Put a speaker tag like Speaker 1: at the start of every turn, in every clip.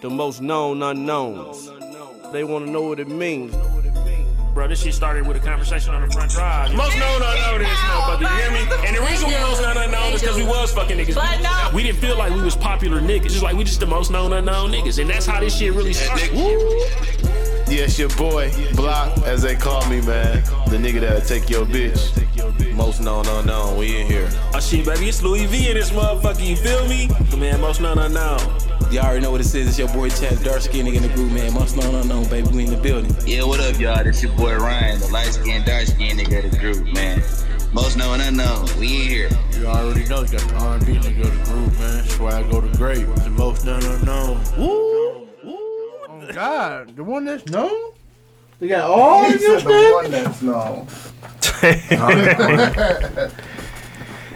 Speaker 1: the most known unknowns. They wanna know what it means.
Speaker 2: Bro, this shit started with a conversation on the front drive. Most known unknown is this motherfucker, you hear me? And the reason we most known unknown is because we was fucking niggas.
Speaker 3: But no.
Speaker 2: We didn't feel like we was popular niggas, just like we just the most known unknown niggas. And that's how this shit really started. Woo.
Speaker 4: Yes, your boy, Block, as they call me, man. The nigga that'll take your bitch. Most known unknown, we in here.
Speaker 2: Oh shit, baby, it's Louis V in this motherfucker, you feel me? Man, most known unknown.
Speaker 5: Y'all already know what it is. It's your boy Chad, dark skin nigga in the group, man. Most known unknown, baby. We in the building.
Speaker 6: Yeah, what up, y'all? This your boy Ryan, the light skinned, dark skinned nigga of the group, man. Most known unknown, we in here.
Speaker 7: You already know, you got the R&B nigga of the group, man. That's why I go to great. The most known unknown.
Speaker 1: Woo!
Speaker 8: God, the one that's known? They got all of your stuff?
Speaker 9: that's known.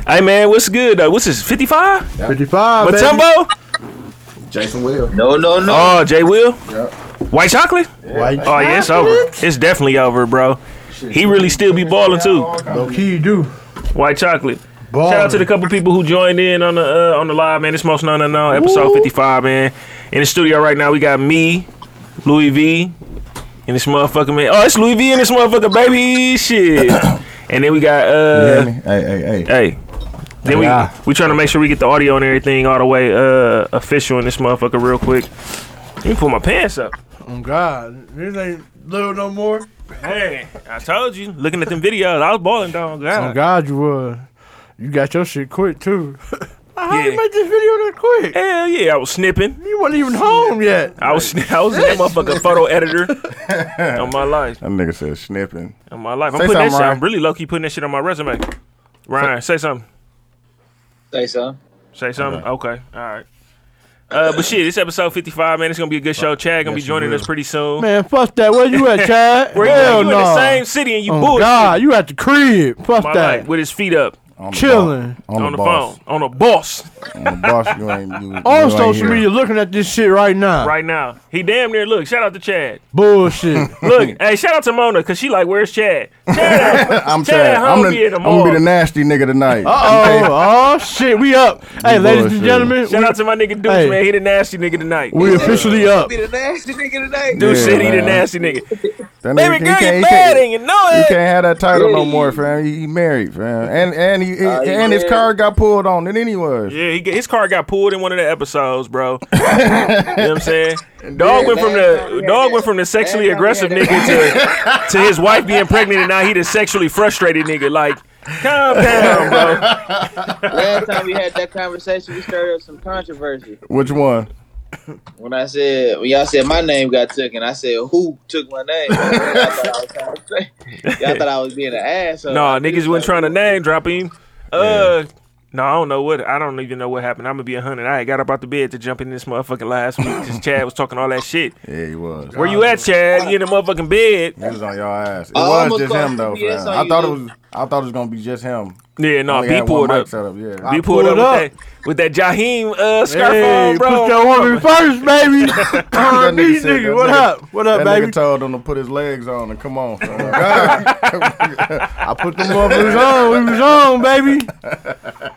Speaker 2: Hey man, what's good though? What's this? 55?
Speaker 8: 55, baby.
Speaker 2: Matumbo?
Speaker 9: Jason Will.
Speaker 6: No, no, no.
Speaker 2: Oh, Jay Will?
Speaker 9: Yep.
Speaker 2: White chocolate?
Speaker 8: White
Speaker 2: Oh yeah, it's over. It's definitely over, bro. He really still be balling too.
Speaker 8: Low key, you do.
Speaker 2: White chocolate.
Speaker 8: Ball.
Speaker 2: Shout out to the couple people who joined in on the uh, on the live, man. It's most known unknown episode fifty five, man. In the studio right now, we got me, Louis V, and this motherfucker man. Oh, it's Louis V and this motherfucker baby shit. and then we got
Speaker 9: Hear
Speaker 2: uh,
Speaker 9: me? Hey, hey, hey.
Speaker 2: hey. Then we
Speaker 8: Yeah.
Speaker 2: we trying to make sure we get the audio and everything all the way uh official in this motherfucker real quick. Let me pull my pants up.
Speaker 8: Oh, God. This ain't little no more.
Speaker 2: Hey, I told you. Looking at them videos, I was balling down.
Speaker 8: Oh, God, you was. You got your shit quick, too. How
Speaker 2: Yeah.
Speaker 8: you make this video that quick?
Speaker 2: Hell yeah, I was snipping.
Speaker 8: You wasn't even home yet.
Speaker 2: I was I was in that motherfucking photo editor on my life.
Speaker 9: That nigga said snipping.
Speaker 2: On my life. I'm
Speaker 9: Say
Speaker 2: putting that
Speaker 9: something,
Speaker 2: shit.
Speaker 9: Ryan.
Speaker 2: I'm really low key putting that shit on my resume. Ryan, say something.
Speaker 6: Say something.
Speaker 2: Say something. Okay. All right. Uh, but shit, it's episode 55, man. It's gonna be a good show. Chad gonna be joining us pretty soon.
Speaker 8: Man, fuck that. Where you at, Chad?
Speaker 2: Where you, at?
Speaker 8: Hell
Speaker 2: You in
Speaker 8: no.
Speaker 2: the same city and you
Speaker 8: Oh,
Speaker 2: bullshit.
Speaker 8: God, you at the crib. Fuck
Speaker 2: My
Speaker 8: that.
Speaker 2: life, with his feet up
Speaker 9: On the
Speaker 8: Chilling.
Speaker 9: bo- On,
Speaker 2: on the,
Speaker 9: boss.
Speaker 2: phone on a boss
Speaker 9: On the boss, you ain't you, you
Speaker 8: On
Speaker 9: ain't
Speaker 8: social
Speaker 9: here.
Speaker 8: media, looking at this shit right now.
Speaker 2: right now. He damn near look. Shout out to Chad.
Speaker 8: Bullshit.
Speaker 2: Look, hey, shout out to Mona because she like, where's Chad? Chad,
Speaker 9: I'm
Speaker 2: Chad,
Speaker 9: Chad. I'm,
Speaker 2: homie in
Speaker 9: the,
Speaker 2: the
Speaker 9: I'm gonna be
Speaker 2: mall.
Speaker 9: the nasty nigga tonight.
Speaker 8: Uh oh. Oh shit, we up. Hey, ladies and
Speaker 9: bullshit.
Speaker 8: gentlemen,
Speaker 2: shout
Speaker 8: we,
Speaker 2: out to my nigga Deuce,
Speaker 8: Hey.
Speaker 2: man. He the nasty nigga tonight.
Speaker 8: we officially up.
Speaker 6: Be the nasty nigga today.
Speaker 2: Deuce
Speaker 9: Yeah,
Speaker 2: said he the
Speaker 9: man.
Speaker 2: nasty nigga.
Speaker 9: That nigga-
Speaker 2: Baby
Speaker 9: he
Speaker 2: girl,
Speaker 9: can't-
Speaker 2: you
Speaker 9: he
Speaker 2: bad
Speaker 9: can't-
Speaker 2: and you know
Speaker 9: He
Speaker 2: it.
Speaker 9: can't have that title no more, fam. He, he married, fam, and and he, he-
Speaker 6: Uh, he
Speaker 9: and his
Speaker 6: married.
Speaker 9: car got pulled on in anywhere.
Speaker 2: Yeah, he, get- his car got pulled in one of the episodes, bro. you know what I'm saying? Dog went from the dog went from the sexually aggressive nigga to to his wife being pregnant, and now he the sexually frustrated nigga. Like, calm down, bro.
Speaker 6: Last time we had that conversation, we stirred up some controversy.
Speaker 9: Which one?
Speaker 6: When I said, when y'all said my name got took, and I said, who took my name? y'all, thought I was trying to say- y'all thought I was being an asshole.
Speaker 2: Nah, niggas wasn't trying to name drop him. Uh. No, I don't know what I don't even know what happened. I'm gonna be a hundred. I got up out the bed to jump in this motherfucking last week because Chad was talking all that shit.
Speaker 9: Yeah, he was.
Speaker 2: Where you at, Chad? You in the motherfucking bed?
Speaker 9: He was on y'all ass. It
Speaker 6: Oh,
Speaker 9: was
Speaker 6: I'ma
Speaker 9: just
Speaker 6: call
Speaker 9: him though,
Speaker 6: CBS
Speaker 9: fam.
Speaker 6: on
Speaker 9: I
Speaker 6: you,
Speaker 9: thought it
Speaker 6: dude.
Speaker 9: was. I thought it was gonna be just him.
Speaker 2: Yeah, no,
Speaker 9: Only
Speaker 2: B
Speaker 9: had one
Speaker 2: pulled
Speaker 9: mic
Speaker 2: up.
Speaker 9: set Yeah.
Speaker 2: B pulled up, with,
Speaker 8: pulled
Speaker 2: That, with that Jaheim uh, scarf
Speaker 8: Hey,
Speaker 2: on, bro.
Speaker 8: put your woman first, baby. R&B
Speaker 9: nigga said
Speaker 8: nigga,
Speaker 9: that
Speaker 8: what
Speaker 9: nigga-
Speaker 8: up? What up,
Speaker 9: that
Speaker 8: baby?
Speaker 9: nigga told him to put his legs on and come on. fam. I put them up.
Speaker 8: we was on, we was on, baby.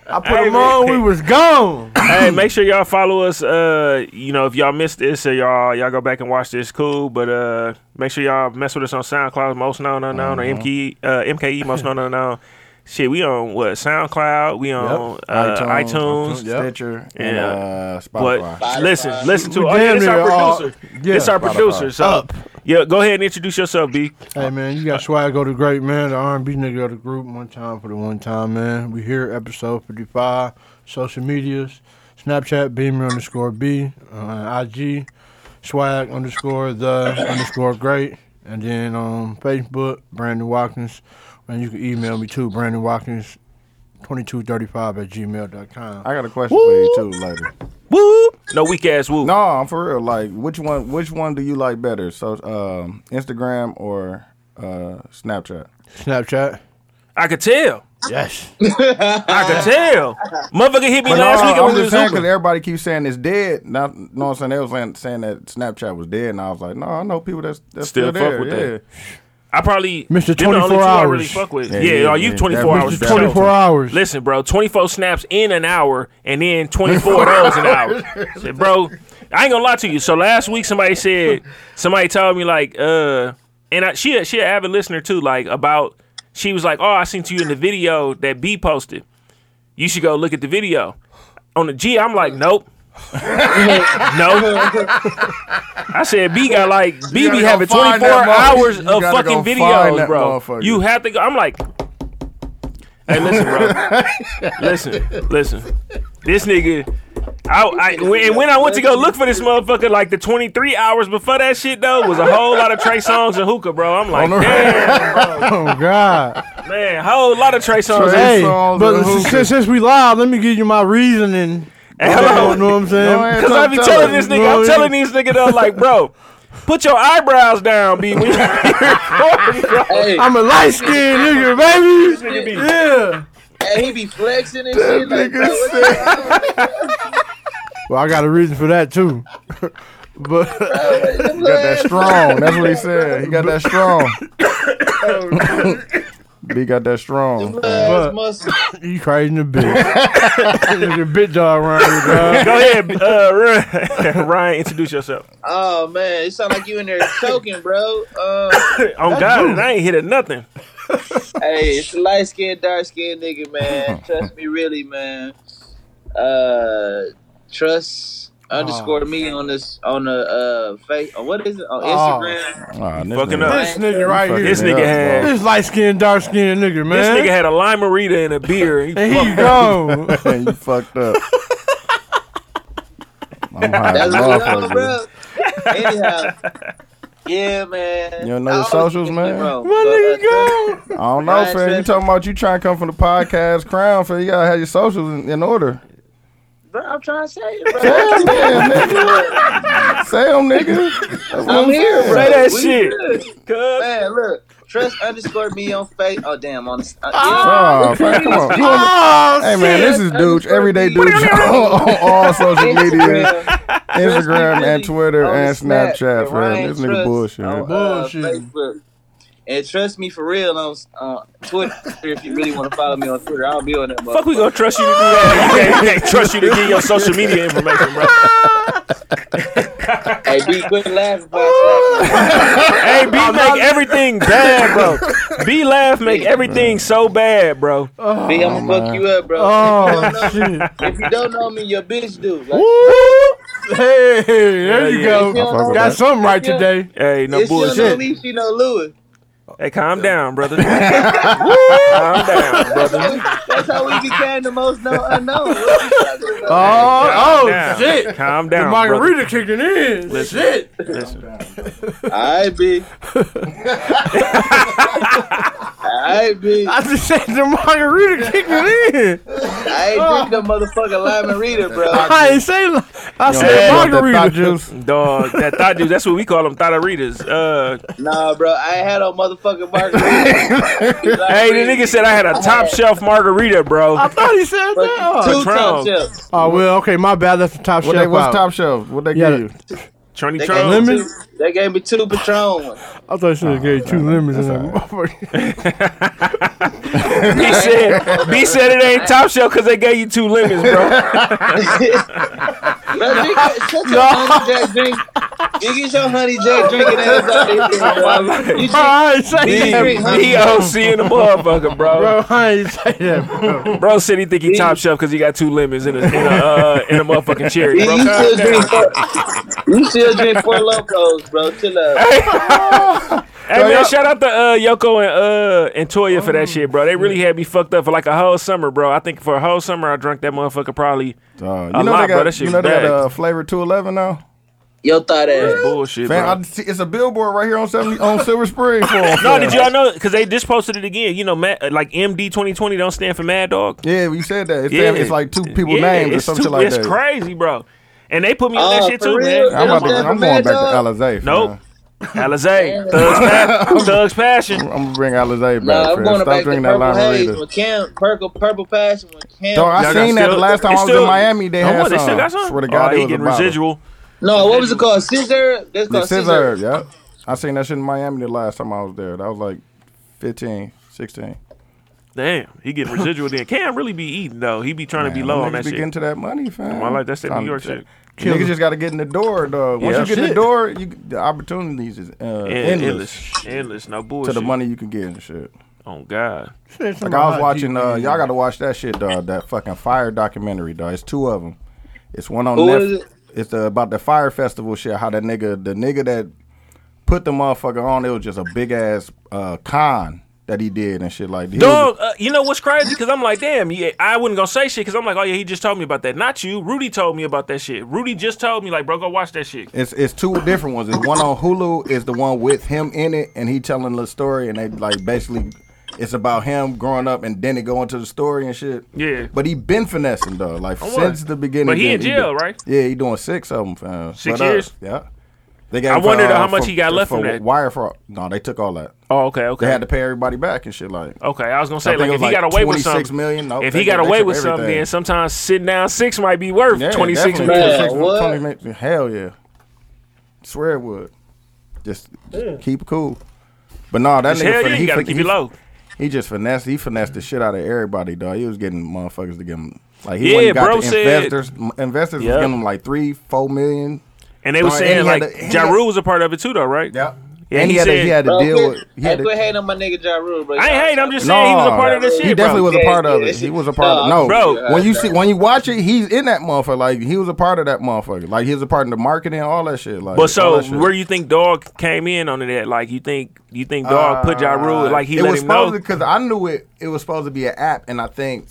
Speaker 8: I put
Speaker 2: Hey,
Speaker 8: him on, we
Speaker 2: man.
Speaker 8: was gone.
Speaker 2: hey, make sure y'all follow us. Uh, you know, if y'all missed this, or y'all y'all go back and watch this, cool. But uh, make sure y'all mess with us on SoundCloud, most known unknown,
Speaker 9: Mm-hmm.
Speaker 2: or MKE, uh, MKE, most known unknown. Shit, we on what SoundCloud? We on uh, iTunes.
Speaker 9: Oh, Stitcher, and
Speaker 2: Yeah.
Speaker 9: uh, Spotify.
Speaker 2: But listen, listen to
Speaker 8: We
Speaker 2: oh, yeah,
Speaker 8: damn
Speaker 2: this
Speaker 8: near
Speaker 2: our
Speaker 8: all-
Speaker 2: producer.
Speaker 8: yeah,
Speaker 2: this our
Speaker 9: Spotify.
Speaker 2: producer. So,
Speaker 8: Up.
Speaker 2: yeah, go ahead and introduce yourself, B.
Speaker 8: Hey man, you got swag go to great man, the R&B nigga of the group. One time for the one time man. We here episode fifty five. Social medias, Snapchat Beamer underscore B, uh, IG swag underscore the underscore great, and then on Facebook Brandon Watkins, and you can email me too Brandon Watkins. 2235 at gmail.com.
Speaker 9: I got a question for you too later.
Speaker 2: Woo! No weak ass woo.
Speaker 9: No, I'm for real. Like, which one? Which one do you like better? So, um, Instagram or uh, Snapchat?
Speaker 8: Snapchat?
Speaker 2: I could tell.
Speaker 8: Yes.
Speaker 2: I could tell. Motherfucker hit me
Speaker 9: But
Speaker 2: last
Speaker 9: no,
Speaker 2: week
Speaker 9: I'm
Speaker 2: when we
Speaker 9: just
Speaker 2: was
Speaker 9: saying
Speaker 2: Uber.
Speaker 9: because everybody keeps saying it's dead. Not, you know what I'm saying? They was saying, saying that Snapchat was dead, and I was like, no, I know people that's, that's
Speaker 2: Still
Speaker 9: still,
Speaker 2: fuck
Speaker 9: there.
Speaker 2: with
Speaker 9: yeah.
Speaker 2: that. I probably them
Speaker 8: Mr.
Speaker 2: the only
Speaker 8: 24
Speaker 2: two I
Speaker 8: hours.
Speaker 2: really fuck with. Yeah,
Speaker 9: Yeah, yeah,
Speaker 2: oh, you
Speaker 9: yeah.
Speaker 2: 24
Speaker 9: That
Speaker 2: hours.
Speaker 9: Mr.
Speaker 2: for sure.
Speaker 8: 24 hours.
Speaker 2: Listen, bro, 24 snaps in an hour and then 24 of those an hour. Shit, bro, I ain't gonna lie to you. So last week somebody said somebody told me like uh and I, she a- she an avid listener too like about she was like oh I seen you in the video that B posted. You should go look at the video. On the G I'm like nope. no. I said B got like B
Speaker 9: gotta
Speaker 2: be
Speaker 9: go
Speaker 2: having 24
Speaker 9: find that mother-
Speaker 2: hours
Speaker 9: you
Speaker 2: of
Speaker 9: gotta go
Speaker 2: fucking
Speaker 9: find that
Speaker 2: videos, bro.
Speaker 9: motherfucker.
Speaker 2: You have to go. I'm like Hey, listen, bro. listen, listen. This nigga I, I when, and when I went to go look for this motherfucker, like the 23 hours before that shit though, was a whole lot of Trey Songs and hookah, bro. I'm like, damn,
Speaker 8: Oh God.
Speaker 2: man, whole lot of Trey Songs.
Speaker 9: Trey-
Speaker 2: Hey,
Speaker 8: Hey,
Speaker 9: songs
Speaker 8: but
Speaker 9: and
Speaker 8: since,
Speaker 9: hookah.
Speaker 8: since, we live, let me give you my reasoning. You know
Speaker 2: hello,
Speaker 8: what I'm saying?
Speaker 2: because I be telling this
Speaker 8: You know
Speaker 2: nigga, I'm
Speaker 8: what I
Speaker 2: telling
Speaker 8: mean?
Speaker 2: these nigga though, like, bro, put your eyebrows down, b. When you recording, bro.
Speaker 6: Hey,
Speaker 8: I'm a light skinned nigga,
Speaker 2: Nigga
Speaker 8: baby.
Speaker 2: be-
Speaker 8: Yeah.
Speaker 6: hey, he be flexing and shit. Like, bro, what the-
Speaker 8: Well, I got a reason for that too. but
Speaker 9: got that strong. That's what he said. He got that strong. B got that strong.
Speaker 6: Ass muscle.
Speaker 8: you crazy in the bitch. nigga, bit dog around here, dog.
Speaker 2: Go ahead, uh, Ryan- Ryan, introduce yourself.
Speaker 6: Oh man, it sound like you in there choking, bro. Um,
Speaker 2: On God, and I ain't hit at nothing.
Speaker 6: hey, it's a light skinned, dark skinned nigga, man. Trust me, really, man. Uh, trust underscore me
Speaker 8: Oh,
Speaker 6: on this on the uh face. What is it on Instagram?
Speaker 9: Aw, this
Speaker 2: Fucking
Speaker 9: nigga-
Speaker 2: up.
Speaker 8: This nigga right here.
Speaker 2: This
Speaker 9: Yeah,
Speaker 2: nigga
Speaker 9: bro.
Speaker 2: had
Speaker 8: This light skinned, dark skinned nigga,
Speaker 2: this
Speaker 8: man.
Speaker 2: nigga had a lime marita and a beer. He
Speaker 8: and
Speaker 2: fucked
Speaker 8: here you go.
Speaker 9: Man, you fucked up. I'm high as
Speaker 6: That's
Speaker 9: a
Speaker 6: what I'm on,
Speaker 9: motherfucker.
Speaker 6: bro. Anyhow, yeah, man.
Speaker 9: You don't know your
Speaker 6: I always
Speaker 9: socials,
Speaker 6: get
Speaker 9: man?
Speaker 6: it wrong,
Speaker 8: My
Speaker 6: but,
Speaker 8: nigga
Speaker 6: uh,
Speaker 8: go.
Speaker 9: I don't know,
Speaker 6: Ryan
Speaker 9: fam. You
Speaker 6: said-
Speaker 9: talking about you trying to come from the podcast crown, fam. You gotta have your socials in, in order.
Speaker 6: Bro, I'm trying to say it, bro.
Speaker 9: Damn, man, nigga. Say them, nigga. That's what
Speaker 6: I'm here,
Speaker 9: saying.
Speaker 6: bro.
Speaker 2: Say that
Speaker 6: We
Speaker 2: shit.
Speaker 6: good.
Speaker 2: Cuz.
Speaker 6: Man, look, trust underscore me on face. Oh damn, on the. Uh,
Speaker 8: Ah!
Speaker 9: Oh, fam, come on. You on the-
Speaker 8: Oh,
Speaker 9: hey, man, this is Dooch. Everyday Dooch on, on all social media. Instagram and Twitter and Snapchat, fam. This nigga bullshit.
Speaker 8: Bullshit.
Speaker 6: bullshit. uh, And trust me for real on uh, Twitter if you really want to follow me on Twitter. I'll be on that.
Speaker 2: Fuck,
Speaker 6: motherfucker.
Speaker 2: we gonna trust you to do that. We can't, we can't trust you to get your social media information, bro.
Speaker 6: Hey, be quick laughing about
Speaker 9: Oh,
Speaker 6: it.
Speaker 2: Hey, B, make everything bad, bro. B, laugh, make everything so bad, bro.
Speaker 6: B, I'm gonna fuck you up, bro.
Speaker 8: Oh, shit.
Speaker 6: If you don't know me, your bitch do. Like,
Speaker 8: Woo! Hey, there you
Speaker 6: if you
Speaker 8: go.
Speaker 6: don't
Speaker 9: fuck
Speaker 6: know
Speaker 9: with
Speaker 8: Got something right today.
Speaker 2: Hey, no
Speaker 6: if she don't know
Speaker 2: bullshit.
Speaker 6: me, she know Louis.
Speaker 2: Hey, calm down, brother. calm down, brother.
Speaker 6: That's how we became the most known unknown. What you talking about?
Speaker 8: Oh, oh,
Speaker 2: down.
Speaker 8: shit.
Speaker 2: Calm
Speaker 8: The
Speaker 2: down, brother.
Speaker 8: margarita kicking in. Shit.
Speaker 6: All right, B. All right, B.
Speaker 8: I just said the margarita kicking in.
Speaker 6: I
Speaker 2: Oh.
Speaker 6: ain't drink the motherfucking lime and reader, bro.
Speaker 8: I ain't say, li- I
Speaker 9: Hey,
Speaker 8: said
Speaker 9: want that thought
Speaker 8: margarita.
Speaker 9: juice?
Speaker 2: Dog, that thought dude, that's what we call them, thought readers. Uh,
Speaker 6: Nah, bro, I ain't had no motherfucking margarita.
Speaker 2: hey, the nigga said I had a top shelf margarita, bro.
Speaker 8: I thought he said that.
Speaker 6: two
Speaker 2: oh, Patron.
Speaker 6: top shelves.
Speaker 8: Oh, well, okay, my bad. That's the top
Speaker 9: What
Speaker 8: shelf.
Speaker 9: they, what's
Speaker 8: out.
Speaker 9: top shelf? What they
Speaker 8: Yeah.
Speaker 9: give you?
Speaker 2: Trinity
Speaker 6: They gave, me
Speaker 2: Charles.
Speaker 8: Lemon?
Speaker 6: two, they gave me two Patron ones.
Speaker 8: I thought you should have gave you two lemons in that motherfucker.
Speaker 2: B said, B said it ain't top shelf because they gave you two lemons, bro.
Speaker 6: Bro, nigga, shut your honey jack drink. You get your honey jack drinking ass out there, bro. You drink,
Speaker 8: I ain't say
Speaker 6: Big.
Speaker 8: that,
Speaker 6: drink honey.
Speaker 2: He OC in the motherfucker, bro.
Speaker 8: bro. I ain't say that, bro.
Speaker 2: Bro said he think he top shelf because he got two lemons in a in a, uh, in a motherfucking cherry. Bro,
Speaker 6: you
Speaker 2: calm
Speaker 6: still
Speaker 2: down.
Speaker 6: drink four, you still drink four locos, bro. Chill out.
Speaker 2: Hey man, shout out to uh, Yoko and uh, and Toya
Speaker 9: Oh.
Speaker 2: for that shit, bro. They really had me fucked up for like a whole summer, bro. I think for a whole summer I drank that motherfucker probably
Speaker 9: Uh, you
Speaker 2: A
Speaker 9: know
Speaker 2: lot,
Speaker 9: they
Speaker 2: bro.
Speaker 9: got,
Speaker 2: That shit
Speaker 9: you know they got
Speaker 2: bad.
Speaker 9: uh, flavor 211 now?
Speaker 6: Yo thought ass.
Speaker 2: bullshit,
Speaker 9: Fam,
Speaker 2: bro.
Speaker 9: I see, it's a billboard right here on, 70, on Silver Spring for 'em,
Speaker 2: No,
Speaker 9: fam.
Speaker 2: did y'all know? Because they just posted it again. You know, Mad, like MD 2020 don't stand for Mad Dog.
Speaker 9: Yeah, you said that. It's,
Speaker 2: Yeah.
Speaker 9: it's like two people
Speaker 2: Yeah,
Speaker 9: names or
Speaker 2: it's
Speaker 9: something
Speaker 2: too-
Speaker 9: like
Speaker 2: it's
Speaker 9: that.
Speaker 2: crazy, bro. And they put me on
Speaker 6: Oh,
Speaker 2: that shit
Speaker 6: for
Speaker 2: too,
Speaker 6: real?
Speaker 2: man.
Speaker 9: I'm, about to,
Speaker 6: Stand for
Speaker 9: I'm going
Speaker 6: Mad
Speaker 9: back
Speaker 6: Dog?
Speaker 9: to Alizé. fam.
Speaker 2: Nope. Alizé, Thugs, pa- Thugs Passion.
Speaker 9: I'm gonna bring Alizé back.
Speaker 6: Nah, I'm
Speaker 9: fam.
Speaker 6: going
Speaker 9: Stop
Speaker 6: back to
Speaker 9: drinking that
Speaker 6: Purple
Speaker 9: lime
Speaker 6: Haze
Speaker 9: later.
Speaker 6: with Cam, Purple Purple Passion with Cam.
Speaker 9: Dog, I
Speaker 2: Y'all got
Speaker 9: seen that the
Speaker 2: still-
Speaker 9: last time I
Speaker 2: it's
Speaker 9: was in
Speaker 2: still-
Speaker 9: Miami. They
Speaker 2: Oh,
Speaker 9: had
Speaker 2: what? They
Speaker 9: some.
Speaker 2: still got some?
Speaker 9: Swear to God,
Speaker 2: oh,
Speaker 9: it
Speaker 2: he
Speaker 9: was a
Speaker 2: getting
Speaker 9: bottle.
Speaker 2: residual.
Speaker 6: No, what was it called? Scissor? That's
Speaker 9: The
Speaker 6: called
Speaker 9: scissor,
Speaker 6: Scissor.
Speaker 9: yep. I seen that shit in Miami the last time I was there. That was like 15, 16.
Speaker 2: Damn, he getting residual then. Cam really be eating though. He be trying to be low
Speaker 9: Niggas
Speaker 2: on that
Speaker 9: be
Speaker 2: shit.
Speaker 9: getting to that money, fam.
Speaker 2: I like that's that
Speaker 9: Tryna-
Speaker 2: New York shit.
Speaker 9: Niggas just got to get in the door, dog. Once
Speaker 2: Yeah.
Speaker 9: you get in
Speaker 8: Shit.
Speaker 9: the door, you, the opportunities is uh,
Speaker 2: And-
Speaker 9: endless
Speaker 2: endless, endless, no
Speaker 9: to
Speaker 2: bullshit.
Speaker 9: the money you can get and shit.
Speaker 2: Oh God,
Speaker 9: Like I was watching, uh, y'all got to watch that shit, dog. That fucking fire documentary, dog. It's two of them. It's one on
Speaker 6: Who
Speaker 9: Netflix.
Speaker 6: is it?
Speaker 9: It's uh, about the fire festival shit. How that nigga, the nigga that put the motherfucker on, it was just a big ass uh, con that he did and shit like that. He was-
Speaker 2: dog. Uh, you know what's crazy? Because I'm like, damn. Yeah, I wasn't gonna say shit because I'm like, oh yeah, he just told me about that. Not you. Rudy told me about that shit. Rudy just told me like, bro, go watch that shit.
Speaker 9: It's it's two different ones. It's one on Hulu is the one with him in it, and he telling the story, and they like basically it's about him growing up, and then it go into the story and shit.
Speaker 2: Yeah.
Speaker 9: But he been finessing though, like
Speaker 2: Oh, what?
Speaker 9: since the beginning.
Speaker 2: But he in
Speaker 9: been-
Speaker 2: jail, right?
Speaker 9: Yeah, he doing six of them, fam.
Speaker 2: Six
Speaker 9: But, uh,
Speaker 2: years?
Speaker 9: yeah. They got.
Speaker 2: I
Speaker 9: him for,
Speaker 2: wondered
Speaker 9: uh,
Speaker 2: how much
Speaker 9: for-
Speaker 2: he got left
Speaker 9: for
Speaker 2: from that.
Speaker 9: Wire fraud? No, they took all that.
Speaker 2: Oh okay, okay.
Speaker 9: They had to pay everybody back and shit like.
Speaker 2: Okay, I was gonna
Speaker 9: I
Speaker 2: say
Speaker 9: think
Speaker 2: like
Speaker 9: it
Speaker 2: if
Speaker 9: was
Speaker 2: he got
Speaker 9: like
Speaker 2: away with
Speaker 9: 26
Speaker 2: something,
Speaker 9: million. No,
Speaker 2: if
Speaker 9: they-
Speaker 2: he got
Speaker 9: they
Speaker 2: away
Speaker 9: took
Speaker 2: with something,
Speaker 9: everything.
Speaker 2: then sometimes sitting down six might be worth
Speaker 9: Yeah,
Speaker 2: twenty six
Speaker 9: definitely.
Speaker 2: million.
Speaker 9: 26
Speaker 6: Man,
Speaker 9: million, 26 million. Hell yeah. Swear it would. Just, just keep it cool. But no, that nigga
Speaker 2: Hell
Speaker 9: fin-
Speaker 2: yeah, you gotta
Speaker 9: fin-
Speaker 2: keep it low.
Speaker 9: He just finessed. He finessed the shit out of everybody, dog. He was getting motherfuckers to give him like
Speaker 2: Yeah,
Speaker 9: he yeah, got
Speaker 2: bro
Speaker 9: the
Speaker 2: said-
Speaker 9: investors. m- Investors
Speaker 2: Yeah.
Speaker 9: was giving him like three, four million.
Speaker 2: And they were
Speaker 9: Nah, and
Speaker 2: saying
Speaker 9: he had
Speaker 2: like
Speaker 9: to- he
Speaker 2: Ja
Speaker 9: had-
Speaker 2: Rule was a part of it too, though, right? Yeah,
Speaker 9: and he,
Speaker 2: he
Speaker 9: had to,
Speaker 2: said-
Speaker 9: he had to
Speaker 6: Bro,
Speaker 9: deal
Speaker 6: quit,
Speaker 9: with. He
Speaker 6: hey,
Speaker 9: had
Speaker 6: quit
Speaker 9: to,
Speaker 6: hating on my nigga Ja Rule, bro.
Speaker 2: I ain't hate. I'm just saying he was a
Speaker 9: Nah,
Speaker 2: part of that shit.
Speaker 9: He definitely
Speaker 2: bro.
Speaker 9: was a part of it.
Speaker 6: Yeah,
Speaker 9: He was a part of
Speaker 6: nah,
Speaker 9: no,
Speaker 2: Bro.
Speaker 9: When you see when you watch it, he's in that motherfucker. Like he was a part of that motherfucker. Like he was a part in the marketing, all that shit. Like all
Speaker 2: But so
Speaker 9: that shit.
Speaker 2: where you think Dog came in on that? Like you think you think Dog put Ja Rule like he
Speaker 9: Uh, it
Speaker 2: let
Speaker 9: was
Speaker 2: him
Speaker 9: supposed
Speaker 2: know?
Speaker 9: because I knew it. It was supposed to be an app, and I think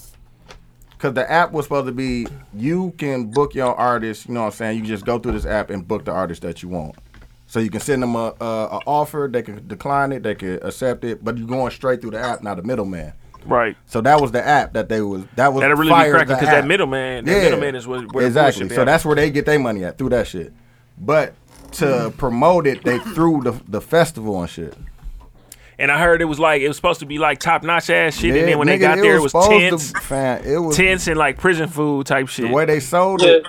Speaker 9: because the app was supposed to be you can book your artist. You know what I'm saying? You just go through this app and book the artist that you want. So you can send them a, a, a offer. They can decline it. They can accept it. But you're going straight through the app, not the middleman.
Speaker 2: right.
Speaker 9: So that was the app that they was that was
Speaker 2: That'll really be
Speaker 9: fire
Speaker 2: cracking
Speaker 9: the
Speaker 2: because that
Speaker 9: app.
Speaker 2: middleman, that middleman is what where the
Speaker 9: exactly.
Speaker 2: bullshit
Speaker 9: So
Speaker 2: at.
Speaker 9: that's where they get their money at through that shit. But to promote it, they threw the the festival and shit.
Speaker 2: And I heard it was like it was supposed to be like top notch ass shit,
Speaker 9: Yeah,
Speaker 2: and then when they
Speaker 9: nigga,
Speaker 2: got there, it was
Speaker 9: supposed to-
Speaker 2: tense,
Speaker 9: fam, it was
Speaker 2: tense, and like prison food type
Speaker 9: the
Speaker 2: shit.
Speaker 9: way they sold
Speaker 6: Yeah.
Speaker 9: it.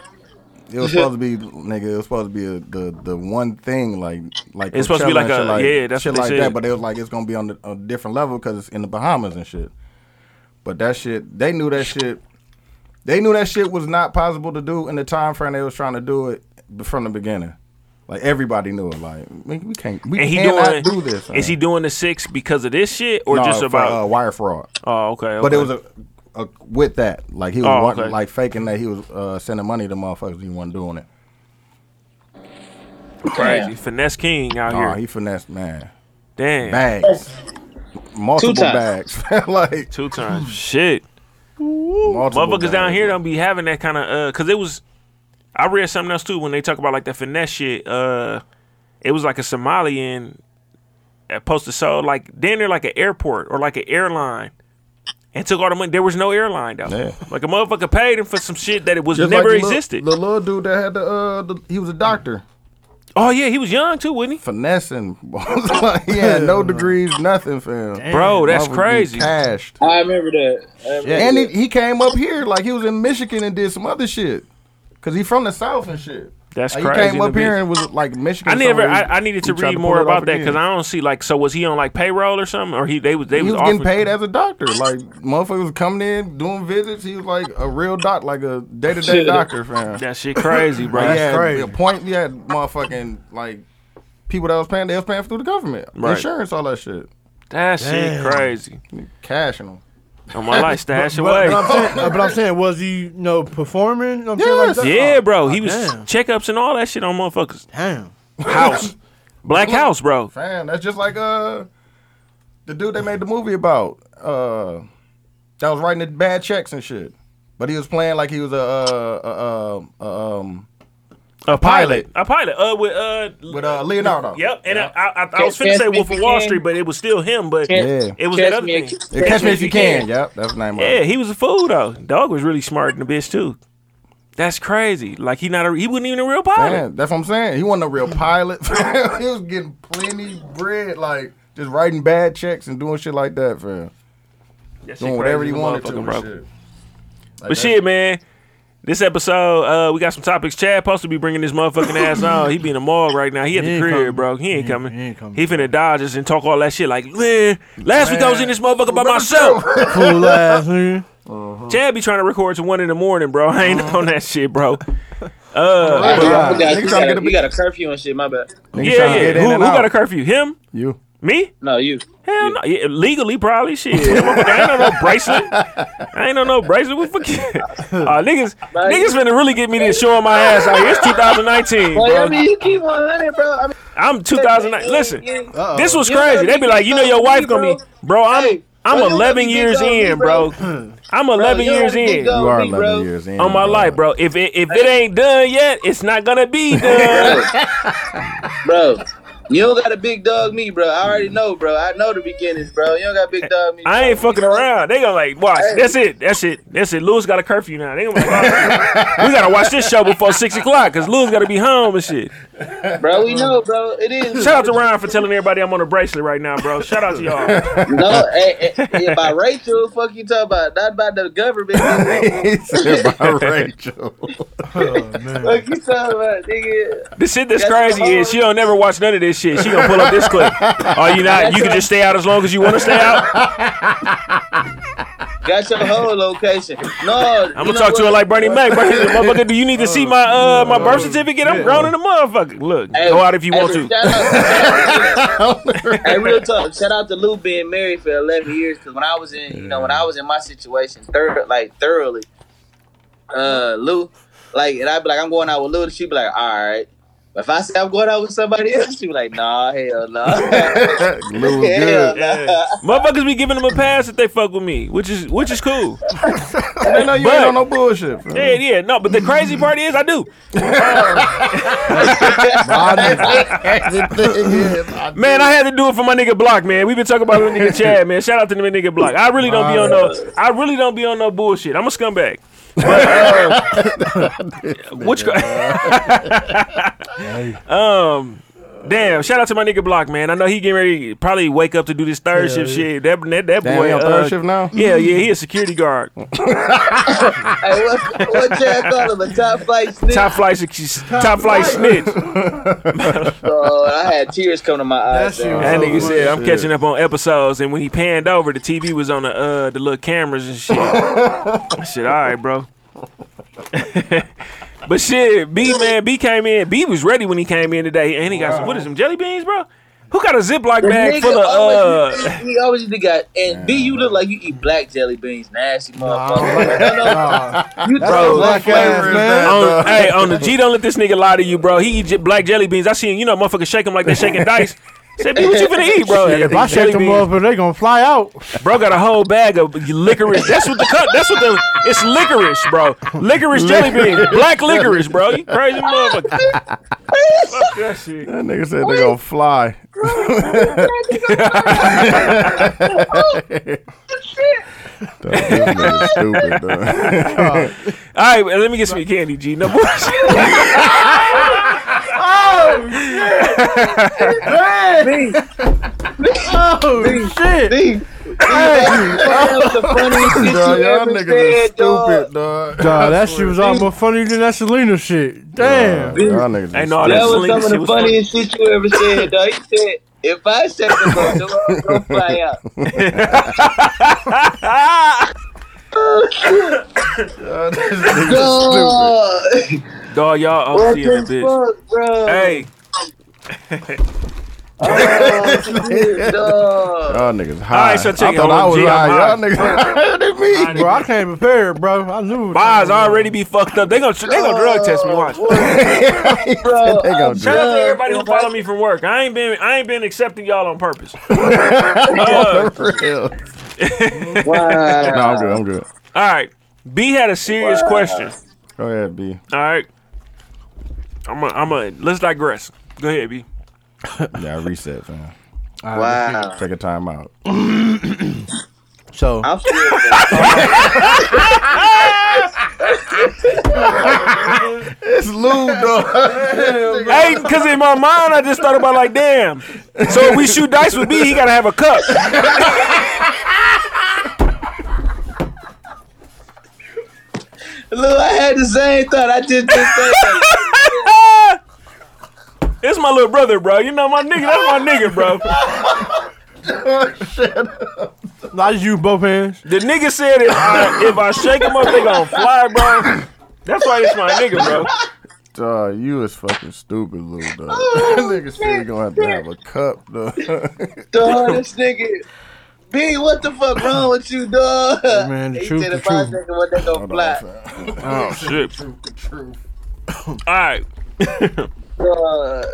Speaker 9: It was supposed to be nigga. It was supposed to be a, the the one thing like like
Speaker 2: It's supposed to be
Speaker 9: Coachella
Speaker 2: like
Speaker 9: and shit
Speaker 2: a- yeah, that's
Speaker 9: shit
Speaker 2: what
Speaker 9: like
Speaker 2: they said.
Speaker 9: that. But it was like it's gonna be on the, a different level because it's in the Bahamas and shit. But that shit, they knew that shit. They knew that shit was not possible to do in the time frame they was trying to do it from the beginning. Like everybody knew it. Like we, we can't. We
Speaker 2: and he doing
Speaker 9: cannot do this.
Speaker 2: Is he
Speaker 9: man.
Speaker 2: doing the six because of this shit or
Speaker 9: No,
Speaker 2: just
Speaker 9: for,
Speaker 2: about?
Speaker 9: uh, wire fraud?
Speaker 2: oh, okay,
Speaker 9: But
Speaker 2: okay.
Speaker 9: it was a, a with that, like he was
Speaker 2: Oh,
Speaker 9: wa-
Speaker 2: okay.
Speaker 9: like faking that he was uh, sending money to motherfuckers. He wasn't doing it.
Speaker 2: crazy finesse king out
Speaker 9: Nah,
Speaker 2: here.
Speaker 9: he finessed man
Speaker 2: Damn,
Speaker 9: bags, multiple
Speaker 6: Two
Speaker 9: bags, like
Speaker 2: two times. shit.
Speaker 9: multiple
Speaker 2: motherfuckers down
Speaker 9: bags.
Speaker 2: here don't be having that kind of uh because it was i read something else too when they talk about like the finesse shit uh it was like a somalian that posted so like then they're like an airport or like an airline and took all the money there was no airline though
Speaker 9: Yeah.
Speaker 2: like a motherfucker paid him for some shit that it was
Speaker 9: Just like
Speaker 2: never
Speaker 9: the little-
Speaker 2: existed
Speaker 9: the little dude that had the, uh, the he was a doctor
Speaker 2: oh yeah he was young too wasn't he
Speaker 9: finessing. he had no degrees, nothing, fam.
Speaker 2: bro that's
Speaker 9: Motherfucker be
Speaker 2: crazy
Speaker 9: Cashed.
Speaker 6: I remember that. I remember
Speaker 9: And he,
Speaker 6: that.
Speaker 9: he came up here like he was in Michigan and did some other shit. Cause he from the south and shit.
Speaker 2: That's
Speaker 9: like,
Speaker 2: crazy
Speaker 9: He
Speaker 2: in
Speaker 9: came
Speaker 2: the
Speaker 9: up here and was like Michigan.
Speaker 2: I never.
Speaker 9: somewhere.
Speaker 2: I, I needed
Speaker 9: He
Speaker 2: to
Speaker 9: tried
Speaker 2: read
Speaker 9: pull
Speaker 2: more
Speaker 9: it off
Speaker 2: about that
Speaker 9: again.
Speaker 2: because I don't see like. So was he on like payroll or something, or he they was they
Speaker 9: he was,
Speaker 2: offering,
Speaker 9: getting paid as a doctor. Like motherfuckers was coming in doing visits. He was like a real doc, like a day to day doctor, fam.
Speaker 2: That shit crazy, bro.
Speaker 9: Like,
Speaker 8: That's
Speaker 9: he had
Speaker 8: crazy.
Speaker 9: A point. He had motherfucking like people that was paying. They was paying through the government,
Speaker 2: Right.
Speaker 9: insurance, all that shit,
Speaker 2: That shit
Speaker 8: Damn.
Speaker 2: crazy.
Speaker 9: cashing them.
Speaker 2: on Oh, my life, stash away.
Speaker 8: But, but, I'm saying, uh, but I'm saying, was he you know performing? You know what I'm
Speaker 9: Yes.
Speaker 8: saying, like that?
Speaker 2: yeah, bro, he was
Speaker 8: damn.
Speaker 2: checkups and all Oh, that shit on motherfuckers.
Speaker 8: Damn.
Speaker 2: House, black house, bro.
Speaker 9: Fam, that's just like uh the dude they made the movie about. Uh that was writing the bad checks and shit. But he was playing like he was a uh uh uh, um
Speaker 2: A
Speaker 9: pilot.
Speaker 2: a pilot. Uh, with uh,
Speaker 9: with uh Leonardo.
Speaker 2: yep. And I, I, I, I was
Speaker 6: Catch-
Speaker 2: finna
Speaker 6: Catch
Speaker 2: say
Speaker 6: Me
Speaker 2: Wolf
Speaker 6: If
Speaker 2: of
Speaker 6: You
Speaker 2: Wall
Speaker 6: Can.
Speaker 2: Street, but it was still him. But
Speaker 6: Catch-
Speaker 9: Yeah.
Speaker 2: it was
Speaker 6: catch
Speaker 2: that other
Speaker 6: me
Speaker 2: thing.
Speaker 6: if-
Speaker 9: Yeah, catch me if you can. Yep, that's the name of
Speaker 2: Yeah,
Speaker 9: it.
Speaker 2: he was a fool though. Dog was really smart in the bitch too. That's crazy. Like he not a he wasn't even a real pilot.
Speaker 9: Man, that's what I'm saying. He wasn't a real pilot. he was getting plenty bread, like just writing bad checks and doing shit like that, fam.
Speaker 2: That shit
Speaker 9: Doing whatever
Speaker 2: crazy
Speaker 9: he
Speaker 2: as a
Speaker 9: wanted to,
Speaker 2: motherfucker,
Speaker 9: and
Speaker 2: bro.
Speaker 9: shit. Like,
Speaker 2: But
Speaker 9: that-
Speaker 2: shit, man. This episode, uh, we got some topics. Chad supposed to be bringing this motherfucking ass on. He be in the mall right now. He at
Speaker 8: He
Speaker 2: the
Speaker 8: ain't
Speaker 2: crib,
Speaker 8: coming.
Speaker 2: bro. He ain't
Speaker 8: He-
Speaker 2: coming.
Speaker 8: he ain't coming.
Speaker 2: He finna dodge us and talk all that shit like, man, last week I was in this motherfucker by myself.
Speaker 8: Fool ass nigga.
Speaker 2: Chad be trying to record to one in the morning, bro. I
Speaker 8: Uh-huh.
Speaker 2: ain't on that shit, bro. Uh,
Speaker 6: I forgot,
Speaker 9: Nigga
Speaker 6: you,
Speaker 9: trying to
Speaker 6: got
Speaker 9: get
Speaker 6: a,
Speaker 9: a-
Speaker 6: you got a curfew and shit. My bad.
Speaker 9: Nigga
Speaker 2: yeah,
Speaker 9: tryna
Speaker 2: yeah.
Speaker 9: get in
Speaker 2: Who, who
Speaker 9: and
Speaker 2: got a
Speaker 9: out.
Speaker 2: curfew? Him?
Speaker 9: You.
Speaker 2: Me?
Speaker 6: No, you.
Speaker 2: Hell no. Yeah, legally, probably. Shit. Motherfucker, I ain't on no bracelet. I ain't on no bracelet. What the fuck? Uh, niggas, niggas finna really get me to showing my ass out here. It's 2019,
Speaker 6: Like, I
Speaker 2: bro.
Speaker 6: mean, you keep 100, bro. I mean,
Speaker 2: I'm 2009. Listen,
Speaker 6: Uh-oh.
Speaker 2: this was
Speaker 6: You gotta
Speaker 2: crazy.
Speaker 6: be
Speaker 2: They be like, you know, your
Speaker 6: big
Speaker 2: wife
Speaker 6: dog
Speaker 2: gonna
Speaker 6: me,
Speaker 2: be, bro. I'm
Speaker 6: Hey,
Speaker 2: I'm
Speaker 6: bro, you
Speaker 2: 11
Speaker 6: gotta be
Speaker 2: years
Speaker 6: big dog me,
Speaker 2: in, bro.
Speaker 6: bro.
Speaker 2: I'm 11
Speaker 6: you
Speaker 2: years
Speaker 6: gotta be big
Speaker 2: in
Speaker 6: dog
Speaker 9: You are
Speaker 6: me,
Speaker 9: 11
Speaker 6: bro.
Speaker 9: years in.
Speaker 2: on my life, bro. If it if it ain't done yet, it's not gonna be done.
Speaker 6: bro. You don't got a big dog me, bro. I already know, bro. I know the beginnings, bro. You don't got big dog me.
Speaker 2: I ain't fucking around. They gonna like watch.
Speaker 6: Hey.
Speaker 2: That's it. That's it. That's it. Louis got a curfew now. They gonna be like, "Oh, we gotta watch this show before six o'clock because Louis gotta be home and shit.
Speaker 6: bro. We know, bro. It is.
Speaker 2: Shout out to Ryan for telling everybody I'm on a bracelet right now, bro. Shout out to y'all.
Speaker 6: No, hey, hey, yeah, by Rachel, fuck you talking about, not by the government. nigga.
Speaker 9: he said by Rachel.
Speaker 6: fuck you talking about, nigga.
Speaker 2: The shit that's
Speaker 6: That's
Speaker 2: crazy is she don't never watch none of this shit. She gonna pull up this clip. Are you not? You can just stay out as long as you want to stay out.
Speaker 6: Got your whole location. No,
Speaker 2: I'm gonna talk to her like Bernie Mac. Bernie, motherfucker, do you need to see my
Speaker 6: Oh,
Speaker 2: uh my birth certificate? I'm grown in the motherfucker. Look, go out if you want to.
Speaker 6: Shout out, hey, real talk. Shout out to Lou being married for 11 years. Because when I was in, you know, when I was in my situation, thorough, like thoroughly, uh, Lou, like, and I'd be like, I'm going out with Lou, and she'd be like, all right. But if I say I'm going out with somebody else, she'd be like, nah, hell no.
Speaker 2: Oh,
Speaker 9: Lou was
Speaker 6: hell
Speaker 9: good.
Speaker 6: no.
Speaker 2: Motherfuckers be giving them a pass if they fuck with me, which is which is cool.
Speaker 9: They know you
Speaker 2: But-
Speaker 9: ain't on no bullshit. fam.
Speaker 2: Yeah, yeah, no. But the crazy part is, I do. Man, I had to do it for my nigga Block. Man, we been talking about my nigga Chad. Man, shout out to the nigga Block. I really don't be on no. I really don't be on no bullshit. I'm a scumbag. But, uh, which um. Damn! Shout out to my nigga Block, man. I know he getting ready, probably wake up to do this third shift shit. That that, that
Speaker 9: Damn,
Speaker 2: boy
Speaker 9: he on
Speaker 2: uh,
Speaker 9: third shift now?
Speaker 2: Yeah, yeah, he a security guard,
Speaker 6: Hey, what, what Chad call him? A top flight snitch?
Speaker 2: top flight, sec- top flight snitch.
Speaker 6: Oh, I had tears come to my eyes.
Speaker 8: That shit
Speaker 6: dog.
Speaker 8: was
Speaker 2: That
Speaker 8: Oh,
Speaker 2: nigga said, I'm
Speaker 9: shit.
Speaker 2: catching up on episodes, and when he panned over, the TV was on the uh the little cameras and shit. I said, all right, bro. but shit, B man, B came in. B was ready when he came in today, and he got some what is some jelly beans, bro? Who got a Ziploc
Speaker 6: The
Speaker 2: bag
Speaker 6: nigga
Speaker 2: full of
Speaker 6: always,
Speaker 2: uh?
Speaker 6: he always used to got and B. You look like you eat black jelly beans, nasty motherfucker. No, no, you
Speaker 8: Bro,
Speaker 6: throw
Speaker 8: black
Speaker 6: black flavor.
Speaker 8: ass
Speaker 9: flavor is
Speaker 8: man.
Speaker 9: that?
Speaker 2: On, hey, on the G, don't let this nigga lie to you, bro. He eat j- black jelly beans. I seen you know motherfuckers shake him like they shaking dice. Said, B, what you finna eat, bro?
Speaker 8: If I shake them up, they gonna fly out.
Speaker 2: Bro got a whole bag of licorice. That's what the cut. That's what the. It's licorice, bro. Licorice jelly beans. Black licorice, bro. You crazy motherfucker. Fuck that shit.
Speaker 9: That nigga said they gonna fly. Dog, this nigga stupid, dog.
Speaker 2: All right, well, let me get some of your candy, G. No bullshit.
Speaker 8: Oh shit!
Speaker 6: B. That was the funniest shit
Speaker 9: Dog,
Speaker 6: you
Speaker 9: y'all
Speaker 6: ever
Speaker 9: niggas are
Speaker 6: said, dog.
Speaker 9: stupid, dog.
Speaker 8: Nah, that shit was almost funnier than that Selena shit. Damn.
Speaker 9: Y'all niggas
Speaker 2: Ain't
Speaker 9: ain't
Speaker 2: no-
Speaker 9: no
Speaker 6: That
Speaker 2: That
Speaker 6: was
Speaker 2: Selena
Speaker 6: some of
Speaker 2: shit
Speaker 6: the
Speaker 2: was
Speaker 6: funniest shit you ever said, dog. He said, "If I shake them up, them all gonna fly out." Dog,
Speaker 2: Dog, y'all OC
Speaker 6: what
Speaker 2: in that
Speaker 6: the
Speaker 2: bitch.
Speaker 6: fuck, bro?
Speaker 2: Hey,
Speaker 6: dog.
Speaker 9: Y'all niggas high.
Speaker 2: Alright, so check
Speaker 9: I
Speaker 2: it.
Speaker 9: thought
Speaker 2: Hold
Speaker 9: I
Speaker 2: on,
Speaker 9: was
Speaker 2: G, I'm
Speaker 9: high.
Speaker 2: high.
Speaker 9: Y'all niggas higher than me.
Speaker 8: Bro, I came prepared, bro. I knew. it.
Speaker 2: my eyes already be fucked up. They gonna they gonna drug test me. Watch.
Speaker 6: Bro,
Speaker 9: They gonna
Speaker 2: Shout
Speaker 9: drop.
Speaker 2: out to everybody who follow me from work. I ain't been I ain't been accepting y'all on purpose.
Speaker 9: For real.
Speaker 6: wow.
Speaker 9: No, I'm good. I'm good.
Speaker 2: All right, B had a serious question.
Speaker 9: Go ahead, B.
Speaker 2: All right, I'm a, I'm a let's digress. Go ahead, B.
Speaker 9: Yeah, reset, fam.
Speaker 6: Wow.
Speaker 9: Take a time out.
Speaker 8: So,
Speaker 6: I'm scared. bro.
Speaker 9: It's Lou, dog.
Speaker 2: Hey, because in my mind, I just thought about like, damn. So if we shoot dice with B, he gotta have a cup.
Speaker 6: Look, I had the same thought. I just, just said that.
Speaker 2: It's my little brother, bro. You know my nigga. That's my nigga, bro.
Speaker 8: I just use both hands.
Speaker 2: The nigga said if I, if I shake him up, they gonna fly, bro. That's why it's my nigga, bro.
Speaker 9: Dog, you is fucking stupid, Lou. Dog.
Speaker 2: Oh,
Speaker 9: Niggas still gonna have to have a cup, dog.
Speaker 6: dog. This nigga. B, what the fuck wrong with you, dog?
Speaker 8: Man, the
Speaker 6: he
Speaker 8: truth,
Speaker 6: said
Speaker 8: the
Speaker 6: if I
Speaker 8: truth.
Speaker 6: take it, what they gonna fly?
Speaker 2: Oh shit. All right,
Speaker 6: Dog.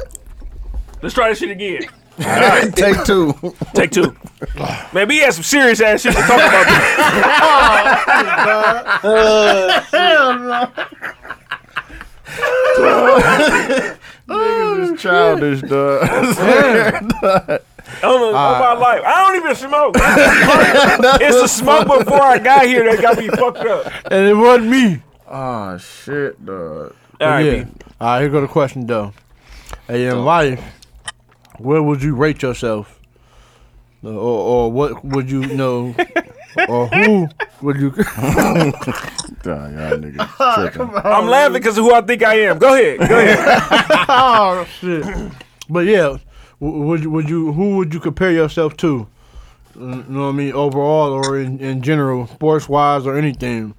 Speaker 2: let's try this shit again.
Speaker 9: Take two.
Speaker 2: Take two. Man, we had some serious ass shit to talk about.
Speaker 9: It's childish, dog.
Speaker 2: I don't know about life. I don't even smoke. it's the smoke before I got here that got me fucked up.
Speaker 8: And it wasn't me.
Speaker 9: oh shit, dog.
Speaker 2: All right,
Speaker 8: yeah.
Speaker 2: B.
Speaker 8: All right, here go the question though. Hey, in life, where would you rate yourself? Or, or what would you know? or who would you?
Speaker 9: Dog, y'all niggas tripping.
Speaker 2: I'm laughing because of who I think I am. Go ahead. Go ahead.
Speaker 8: oh shit! But yeah, w- would you- would you? Who would you compare yourself to? You know what I mean? Overall, or in, in general, sports wise, or anything.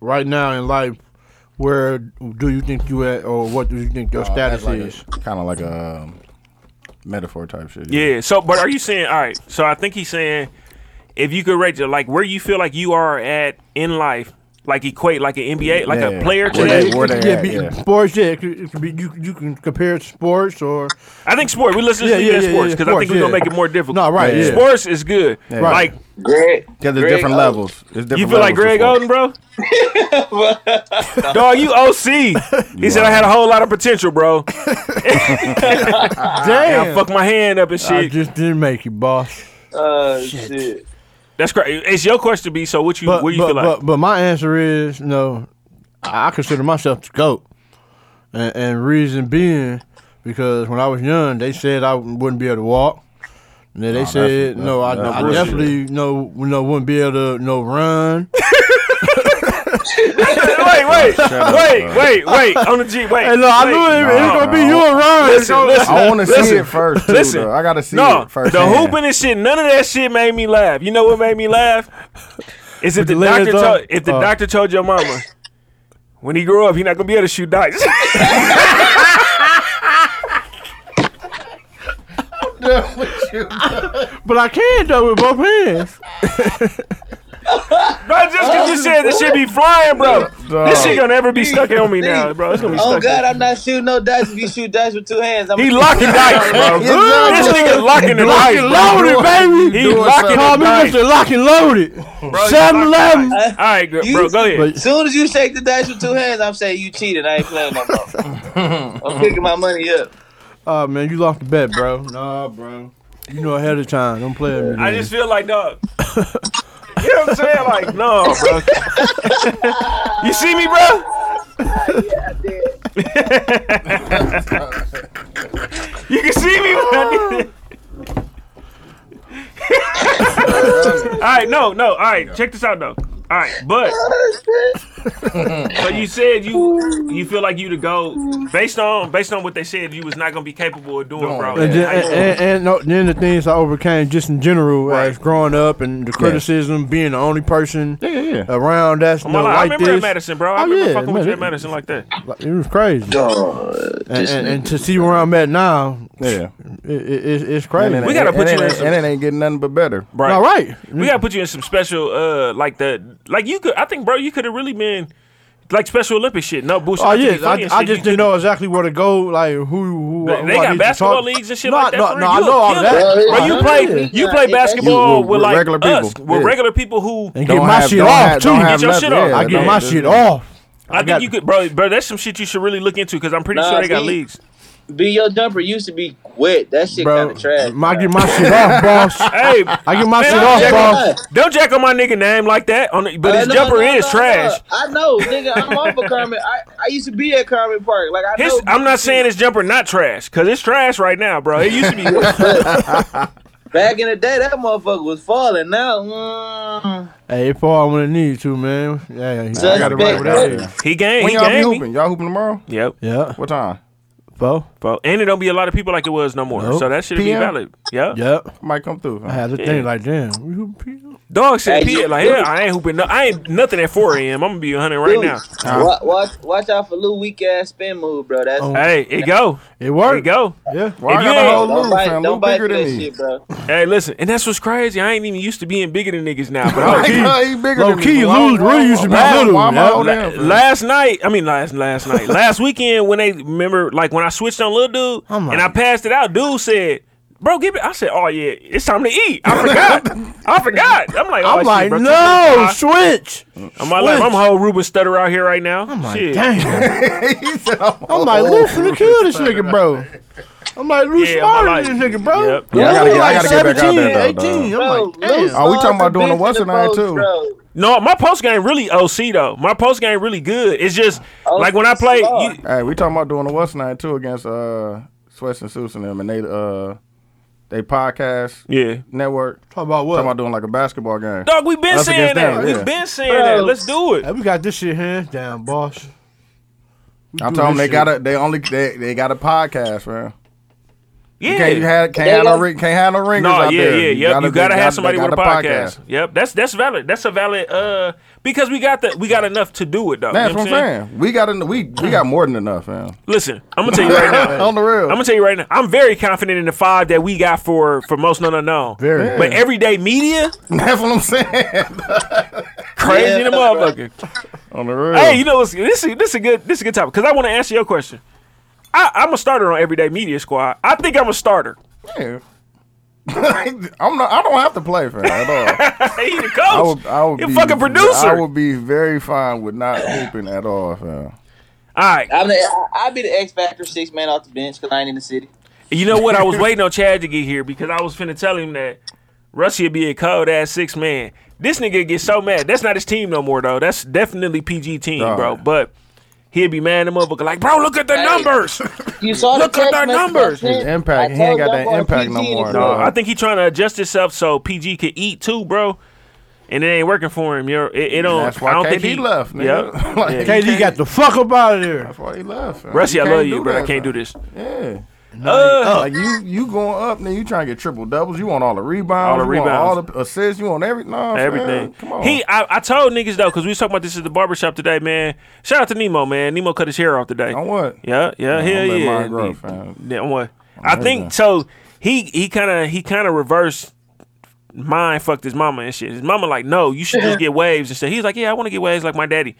Speaker 8: Right now in life, where do you think you at, or what do you think your status is?
Speaker 9: kind of Uh, like a um, metaphor type shit.
Speaker 2: Yeah. So, but are you saying? All right. So I think he's saying, if you could rate it, like where you feel like you are at in life, like equate like an NBA, like
Speaker 9: Yeah.
Speaker 2: a player
Speaker 9: Where they-
Speaker 2: today.
Speaker 9: where they
Speaker 8: yeah,
Speaker 9: at,
Speaker 8: be,
Speaker 9: yeah.
Speaker 8: sports. Yeah, it could, it could be, you you can compare it to sports or
Speaker 2: I think sport. We listen to
Speaker 8: Yeah, yeah,
Speaker 2: yeah,
Speaker 8: yeah,
Speaker 2: sports
Speaker 8: yeah,
Speaker 2: because I
Speaker 8: sports,
Speaker 2: think we're gonna
Speaker 8: yeah.
Speaker 2: make it more difficult.
Speaker 8: No, right,
Speaker 9: yeah.
Speaker 2: Sports is good. Like
Speaker 9: Right.
Speaker 6: Greg.
Speaker 9: Because
Speaker 6: Greg
Speaker 9: there's different
Speaker 6: Oden.
Speaker 9: levels. It's different
Speaker 2: you feel like Greg
Speaker 9: levels
Speaker 2: Oden, bro? Dog, you OC. He said I had a whole lot of potential, bro.
Speaker 8: damn.
Speaker 2: I fuck my hand up and
Speaker 8: I
Speaker 2: shit.
Speaker 8: just didn't make it, boss.
Speaker 6: Oh shit.
Speaker 2: That's crazy. It's your question, B. So what you
Speaker 8: But
Speaker 2: what you
Speaker 8: but,
Speaker 2: feel like?
Speaker 8: but but my answer is no. I I consider myself the goat, and, and reason being because when I was young, they said I wouldn't be able to walk. And then they said
Speaker 9: that's-
Speaker 8: no, I,
Speaker 9: that's
Speaker 8: I
Speaker 9: bullshit.
Speaker 8: definitely no no wouldn't be able to no run.
Speaker 2: wait, wait,
Speaker 9: up,
Speaker 2: wait, wait, wait. On the G, wait.
Speaker 8: And no, I
Speaker 2: wait.
Speaker 8: knew it, it was gonna be you and Ron.
Speaker 2: Listen, listen.
Speaker 9: I want to see
Speaker 2: Listen,
Speaker 9: it first, too,
Speaker 2: listen.
Speaker 9: though. I got to see
Speaker 2: No,
Speaker 9: it first.
Speaker 2: the hooping and shit. None of that shit made me laugh. You know what made me laugh? Is if the,
Speaker 8: the
Speaker 2: doctor
Speaker 8: legs up?
Speaker 2: told if the
Speaker 8: Oh.
Speaker 2: doctor told your mama when he grow up he not gonna be able to shoot dice.
Speaker 8: But I can though with both hands.
Speaker 2: bro, just because
Speaker 6: Oh,
Speaker 2: you said this shit be flying, bro. This shit gonna never be stuck on me now, bro. It's gonna be
Speaker 6: Oh
Speaker 2: stuck.
Speaker 6: God, I'm not shooting no dice. If you shoot dice with two hands, I'm
Speaker 2: He locking dice, bro. This nigga locking the
Speaker 8: Lock
Speaker 2: dice,
Speaker 8: and
Speaker 2: bro.
Speaker 8: loaded, baby.
Speaker 2: He locking
Speaker 8: Call
Speaker 2: the
Speaker 8: me
Speaker 2: dice.
Speaker 8: Mr. Lock and Loaded.
Speaker 2: he
Speaker 8: 7 Eleven.
Speaker 2: All right, gr- bro, go ahead.
Speaker 8: But-
Speaker 6: As soon as you shake the dice with two hands, I'm saying you cheated. I ain't playing no more. I'm picking my money up.
Speaker 8: Oh, man, you lost the bet, bro. Nah, bro. You know ahead of time. Don't play with me.
Speaker 2: I just feel like dog. you know what I'm saying? Like, no, bro. you see me, bro? you can see me, man. all right, no, no, all right. Check this out, though. All right, but so you said you you feel like you to go based on based on what they said you was not gonna be capable of doing, bro.
Speaker 8: And then, and, and, and no, then the things I overcame just in general as growing up and the criticism, being the only person
Speaker 9: Yeah, yeah. yeah.
Speaker 8: around that's
Speaker 2: My
Speaker 8: no,
Speaker 2: life. I
Speaker 8: like
Speaker 2: remember
Speaker 8: this.
Speaker 2: at Madison, bro. I
Speaker 8: Oh,
Speaker 2: remember
Speaker 8: yeah,
Speaker 2: fucking with you at
Speaker 8: man.
Speaker 2: Madison like that.
Speaker 8: Like, It was crazy.
Speaker 6: Dog,
Speaker 8: And,
Speaker 6: this
Speaker 8: and, and
Speaker 6: nigga.
Speaker 8: to see where I'm at now,
Speaker 9: yeah.
Speaker 8: it, it, it's- it's crazy.
Speaker 9: And it
Speaker 2: We gotta
Speaker 9: ain't-
Speaker 2: put
Speaker 9: and
Speaker 2: you
Speaker 9: it
Speaker 2: in
Speaker 9: ain't-
Speaker 2: some-
Speaker 9: And it ain't getting nothing but better.
Speaker 2: Right.
Speaker 8: All right.
Speaker 2: We gotta put you in some special, uh, like the, like you could. I think, bro, you could have really been like Special Olympic shit. No bullshit.
Speaker 8: Oh
Speaker 2: not to be
Speaker 8: yeah,
Speaker 2: funny
Speaker 8: I,
Speaker 2: and
Speaker 8: I
Speaker 2: shit,
Speaker 8: just
Speaker 2: you
Speaker 8: didn't
Speaker 2: could-
Speaker 8: know exactly where to go, like who. who
Speaker 2: They-
Speaker 8: who
Speaker 2: they
Speaker 8: I
Speaker 2: got
Speaker 8: need to
Speaker 2: basketball
Speaker 8: talk-
Speaker 2: leagues and shit
Speaker 8: no,
Speaker 2: like that
Speaker 8: No,
Speaker 2: for
Speaker 8: no,
Speaker 2: real.
Speaker 8: I
Speaker 2: You
Speaker 8: know
Speaker 2: a
Speaker 8: all
Speaker 2: kid.
Speaker 8: that.
Speaker 6: Bro,
Speaker 2: Bro, you
Speaker 6: Yeah.
Speaker 2: played, you
Speaker 6: Yeah.
Speaker 2: played
Speaker 6: Yeah.
Speaker 2: basketball
Speaker 9: You-
Speaker 2: with,
Speaker 9: with
Speaker 2: like
Speaker 9: regular
Speaker 2: us,
Speaker 9: people.
Speaker 2: with
Speaker 9: Yeah.
Speaker 2: regular people who.
Speaker 8: and
Speaker 9: Don't
Speaker 8: get my
Speaker 9: have-
Speaker 8: shit
Speaker 9: don't
Speaker 8: off
Speaker 9: have-
Speaker 8: too.
Speaker 9: don't
Speaker 2: Get
Speaker 9: have
Speaker 2: your
Speaker 9: nothing.
Speaker 2: shit off.
Speaker 9: Yeah,
Speaker 8: I get
Speaker 9: don't-
Speaker 8: my shit off.
Speaker 2: I, think
Speaker 8: got-
Speaker 2: you could, bro, bro. That's some shit you should really look into because I'm pretty
Speaker 6: Nah,
Speaker 2: sure they got
Speaker 6: B.
Speaker 2: leagues.
Speaker 6: Be your dumper used to be wet. That shit kind
Speaker 8: Bro,
Speaker 6: of trash.
Speaker 8: I get my shit off, boss.
Speaker 2: Hey,
Speaker 8: I get my
Speaker 2: Man,
Speaker 8: shit
Speaker 2: I'm
Speaker 8: off,
Speaker 2: checking
Speaker 8: boss.
Speaker 2: don't jack on my nigga name like that. On, the, but
Speaker 6: Uh,
Speaker 2: his
Speaker 6: no,
Speaker 2: jumper
Speaker 6: no,
Speaker 2: is
Speaker 6: no,
Speaker 2: trash.
Speaker 6: no. I know, nigga. I'm off of Carmen. I, I used to be at Carmen Park. Like I
Speaker 2: His,
Speaker 6: know.
Speaker 2: I'm not saying his jumper not trash, cause it's trash right now, bro. It used to be.
Speaker 6: Back in the day, that motherfucker was falling. Now, mm,
Speaker 8: Hey, it fall when it needs to, man. Yeah, he-
Speaker 6: Suspect.
Speaker 9: I got it right over there.
Speaker 2: He game.
Speaker 9: When
Speaker 2: He
Speaker 9: y'all be
Speaker 2: game.
Speaker 9: hooping? Y'all hooping tomorrow?
Speaker 2: Yep.
Speaker 8: yeah,
Speaker 9: What time?
Speaker 8: four.
Speaker 2: Bro. And it don't be a lot of people like it was no more.
Speaker 8: Nope.
Speaker 2: So that should be
Speaker 9: PM?
Speaker 2: valid. Yeah.
Speaker 8: Yep,
Speaker 9: I might come through.
Speaker 8: I had to
Speaker 2: Yeah.
Speaker 8: think like, damn, we hooping people?
Speaker 2: Dog shit.
Speaker 6: Hey,
Speaker 2: P-
Speaker 6: you-
Speaker 2: like, yeah, I ain't hooping. No- I ain't nothing at 4 a.m. I'm going to be 100 right
Speaker 6: dude,
Speaker 2: now.
Speaker 6: wa- watch, watch out for Lou weak ass spin move, bro. That's
Speaker 8: Oh,
Speaker 2: Hey, it go.
Speaker 8: It
Speaker 2: It
Speaker 8: worked.
Speaker 2: go.
Speaker 8: Yeah,
Speaker 9: Why
Speaker 2: If
Speaker 9: I
Speaker 2: you
Speaker 9: got
Speaker 2: ain't-
Speaker 9: a whole
Speaker 6: don't
Speaker 9: Lou,
Speaker 6: bite,
Speaker 9: fam? Lou
Speaker 6: don't bite
Speaker 9: bigger
Speaker 6: for
Speaker 9: than
Speaker 6: that
Speaker 9: me.
Speaker 6: shit, bro.
Speaker 2: Hey, listen. And that's what's crazy. I ain't even used to being bigger than niggas now. But I was
Speaker 9: Like, huh, he bigger
Speaker 8: Low
Speaker 9: than me.
Speaker 8: key,
Speaker 9: Why-
Speaker 8: Lou's
Speaker 9: why-
Speaker 8: really used to be
Speaker 9: why-
Speaker 8: little,
Speaker 9: Why am I
Speaker 8: yeah.
Speaker 9: holding
Speaker 2: La-
Speaker 9: him?
Speaker 2: last night, I mean last last night, last weekend when they remember like when I switched on little dude
Speaker 9: Oh
Speaker 8: I'm like-
Speaker 2: and I passed it out, dude said, "Bro, give it." I said, "Oh yeah, it's time to eat." I forgot. I forgot. I'm like, oh,
Speaker 8: I'm
Speaker 2: shit,
Speaker 8: like,
Speaker 2: bro,
Speaker 8: no, switch.
Speaker 2: I'm like, I'm whole Ruben stutter out here right now.
Speaker 8: I'm like,
Speaker 2: shit.
Speaker 8: damn.
Speaker 9: He said, oh,
Speaker 8: I'm like, Luke finna kill this nigga, bro. I'm like, Luke
Speaker 2: Yeah,
Speaker 8: smarter
Speaker 2: my
Speaker 8: than
Speaker 2: life.
Speaker 8: this nigga, bro.
Speaker 2: Yep.
Speaker 8: Lou
Speaker 9: Yeah, I gotta get- I
Speaker 8: like
Speaker 9: gotta get back out
Speaker 8: 17,
Speaker 9: there, though,
Speaker 8: 18.
Speaker 6: Bro,
Speaker 8: I'm like, damn.
Speaker 6: Lou
Speaker 9: Oh, we talking
Speaker 6: Saw's
Speaker 9: about doing
Speaker 6: a
Speaker 9: the
Speaker 6: bitch
Speaker 9: what's
Speaker 6: in the
Speaker 9: tonight,
Speaker 6: post,
Speaker 9: too.
Speaker 6: bro.
Speaker 2: No, my post game really OC though. My post game really good. It's just like when I play,
Speaker 6: slow.
Speaker 2: you,
Speaker 9: Hey, we talking about doing the West Night too against uh Sweats and Susan and them, and they uh they podcast
Speaker 2: yeah.
Speaker 9: network
Speaker 8: Talk about
Speaker 9: talking
Speaker 8: what?
Speaker 9: about doing like a basketball game.
Speaker 2: Dog, we been
Speaker 9: Us
Speaker 2: saying
Speaker 9: against
Speaker 2: that.
Speaker 9: them,
Speaker 2: we
Speaker 9: yeah.
Speaker 2: been saying
Speaker 6: Bro.
Speaker 2: that. Let's do it.
Speaker 8: Hey, we got this shit hands down, boss. We
Speaker 9: I'm
Speaker 8: do
Speaker 9: telling them
Speaker 8: this
Speaker 9: they
Speaker 8: shit.
Speaker 9: got to they only they, they got a podcast, man.
Speaker 2: Yeah.
Speaker 9: Can't you have can't
Speaker 6: They
Speaker 9: have no
Speaker 6: got-
Speaker 9: ring can't have no ringers
Speaker 2: No,
Speaker 9: out
Speaker 2: yeah,
Speaker 9: there.
Speaker 2: yeah, yep. you gotta
Speaker 9: they
Speaker 2: have
Speaker 9: got-
Speaker 2: somebody
Speaker 9: they
Speaker 2: with a
Speaker 9: got
Speaker 2: podcast. Yep, that's that's valid. That's a valid uh because we got the we got enough to do it though.
Speaker 9: That's
Speaker 2: You know
Speaker 9: what I'm saying. We got en- we we got more than enough, man.
Speaker 2: Listen, I'm gonna tell you right now.
Speaker 9: On the real.
Speaker 2: I'm gonna tell you right now. I'm very confident in the five that we got for for most no no no.
Speaker 8: Very. Yeah.
Speaker 2: But everyday media,
Speaker 9: That's what I'm saying.
Speaker 2: crazy
Speaker 6: Yeah,
Speaker 2: the motherfucker.
Speaker 9: On the real.
Speaker 2: Hey, you know what's this is this is a good this is a good topic because I want to answer your question. I, I'm a starter on everyday media squad. I think I'm a starter.
Speaker 9: Yeah. I'm not. I don't have to play, fam, at all.
Speaker 2: Hey, he the coach.
Speaker 9: I would. I would
Speaker 2: He a
Speaker 9: be,
Speaker 2: fucking producer.
Speaker 9: I would be very fine with not hooping at all, fam.
Speaker 2: All right.
Speaker 6: I'm the, I- I'd be the X Factor six man off the bench because I ain't in the city.
Speaker 2: You know what? I was waiting on Chad to get here because I was finna tell him that Russia be a cold ass six man. This nigga get so mad. That's not his team no more though. That's definitely PG team, bro.
Speaker 9: Dog.
Speaker 2: But he'd be mad at the motherfucker like, bro, look at the numbers.
Speaker 6: You saw
Speaker 2: Look
Speaker 6: the
Speaker 2: at
Speaker 6: text
Speaker 2: our
Speaker 6: message I
Speaker 2: numbers.
Speaker 6: sent?
Speaker 9: His impact,
Speaker 6: I
Speaker 9: he ain't
Speaker 6: told
Speaker 9: got
Speaker 6: you
Speaker 9: that
Speaker 6: I'm on
Speaker 9: impact no
Speaker 6: PG
Speaker 9: more.
Speaker 6: this
Speaker 2: No,
Speaker 9: dog.
Speaker 2: I think he trying to adjust himself so PG can eat too, bro. And it ain't working for him. You're, it, it don't.
Speaker 9: That's why
Speaker 2: Oh, I don't
Speaker 9: KD
Speaker 2: think he
Speaker 9: left, nigga.
Speaker 2: Yep.
Speaker 9: Like,
Speaker 2: yeah.
Speaker 8: KD got the fuck up out of there.
Speaker 9: That's why he left. fam.
Speaker 2: Russia, I
Speaker 9: can't
Speaker 2: love you,
Speaker 9: do
Speaker 2: but I
Speaker 9: that,
Speaker 2: can't do
Speaker 9: fam.
Speaker 2: this.
Speaker 9: Yeah.
Speaker 2: Uh,
Speaker 9: Like you, you going up, then you trying to get triple doubles. You want all the rebounds,
Speaker 2: All the
Speaker 9: you want
Speaker 2: rebounds.
Speaker 9: all the assists, you want every, nah, fam,
Speaker 2: uh, Everything.
Speaker 9: Come on,
Speaker 2: He, I, I told niggas though, because we was talking about this at the barbershop today, man. Shout out to Nemo, man. Nemo cut his hair off today.
Speaker 9: on what?
Speaker 2: Yeah, yeah, hell
Speaker 9: I'm letting
Speaker 2: yeah.
Speaker 9: mine grow,
Speaker 2: Yeah,
Speaker 9: fam.
Speaker 2: yeah, what? I
Speaker 9: everything.
Speaker 2: think so. He he kind of he kind of reversed mind fucked his mama and shit. His mama like, no, you should just get waves and stuff. He's like, yeah, I want to get waves like my daddy,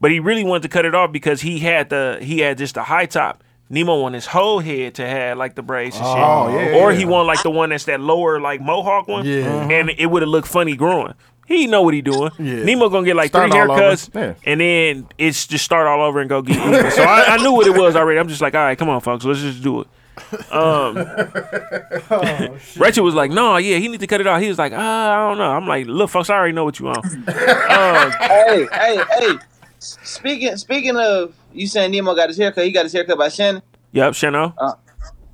Speaker 2: but he really wanted to cut it off because he had the he had just the high top. Nemo on his whole head to have like the braids and shit,
Speaker 9: Oh, yeah,
Speaker 2: or
Speaker 9: yeah.
Speaker 2: he want like the one that's that lower like mohawk one,
Speaker 8: Yeah. Mhm.
Speaker 2: and it would have looked funny growing. He know what he doing.
Speaker 8: Yeah.
Speaker 2: Nemo gonna get like
Speaker 9: Start
Speaker 2: three
Speaker 9: all over.
Speaker 2: haircuts,
Speaker 9: Yeah.
Speaker 2: and then it's just start all over and go get even. so I, I knew what it was already. I'm just like, all right, come on, folks, let's just do it. Rachel was like, no, yeah, he need to cut it off. He was like, uh, I don't know. I'm like, look, folks, I already know what you Um, on.
Speaker 6: hey, hey, hey. S- Speaking speaking of you saying Nemo got his haircut, he got his haircut by Shannon.
Speaker 2: yep, Shano.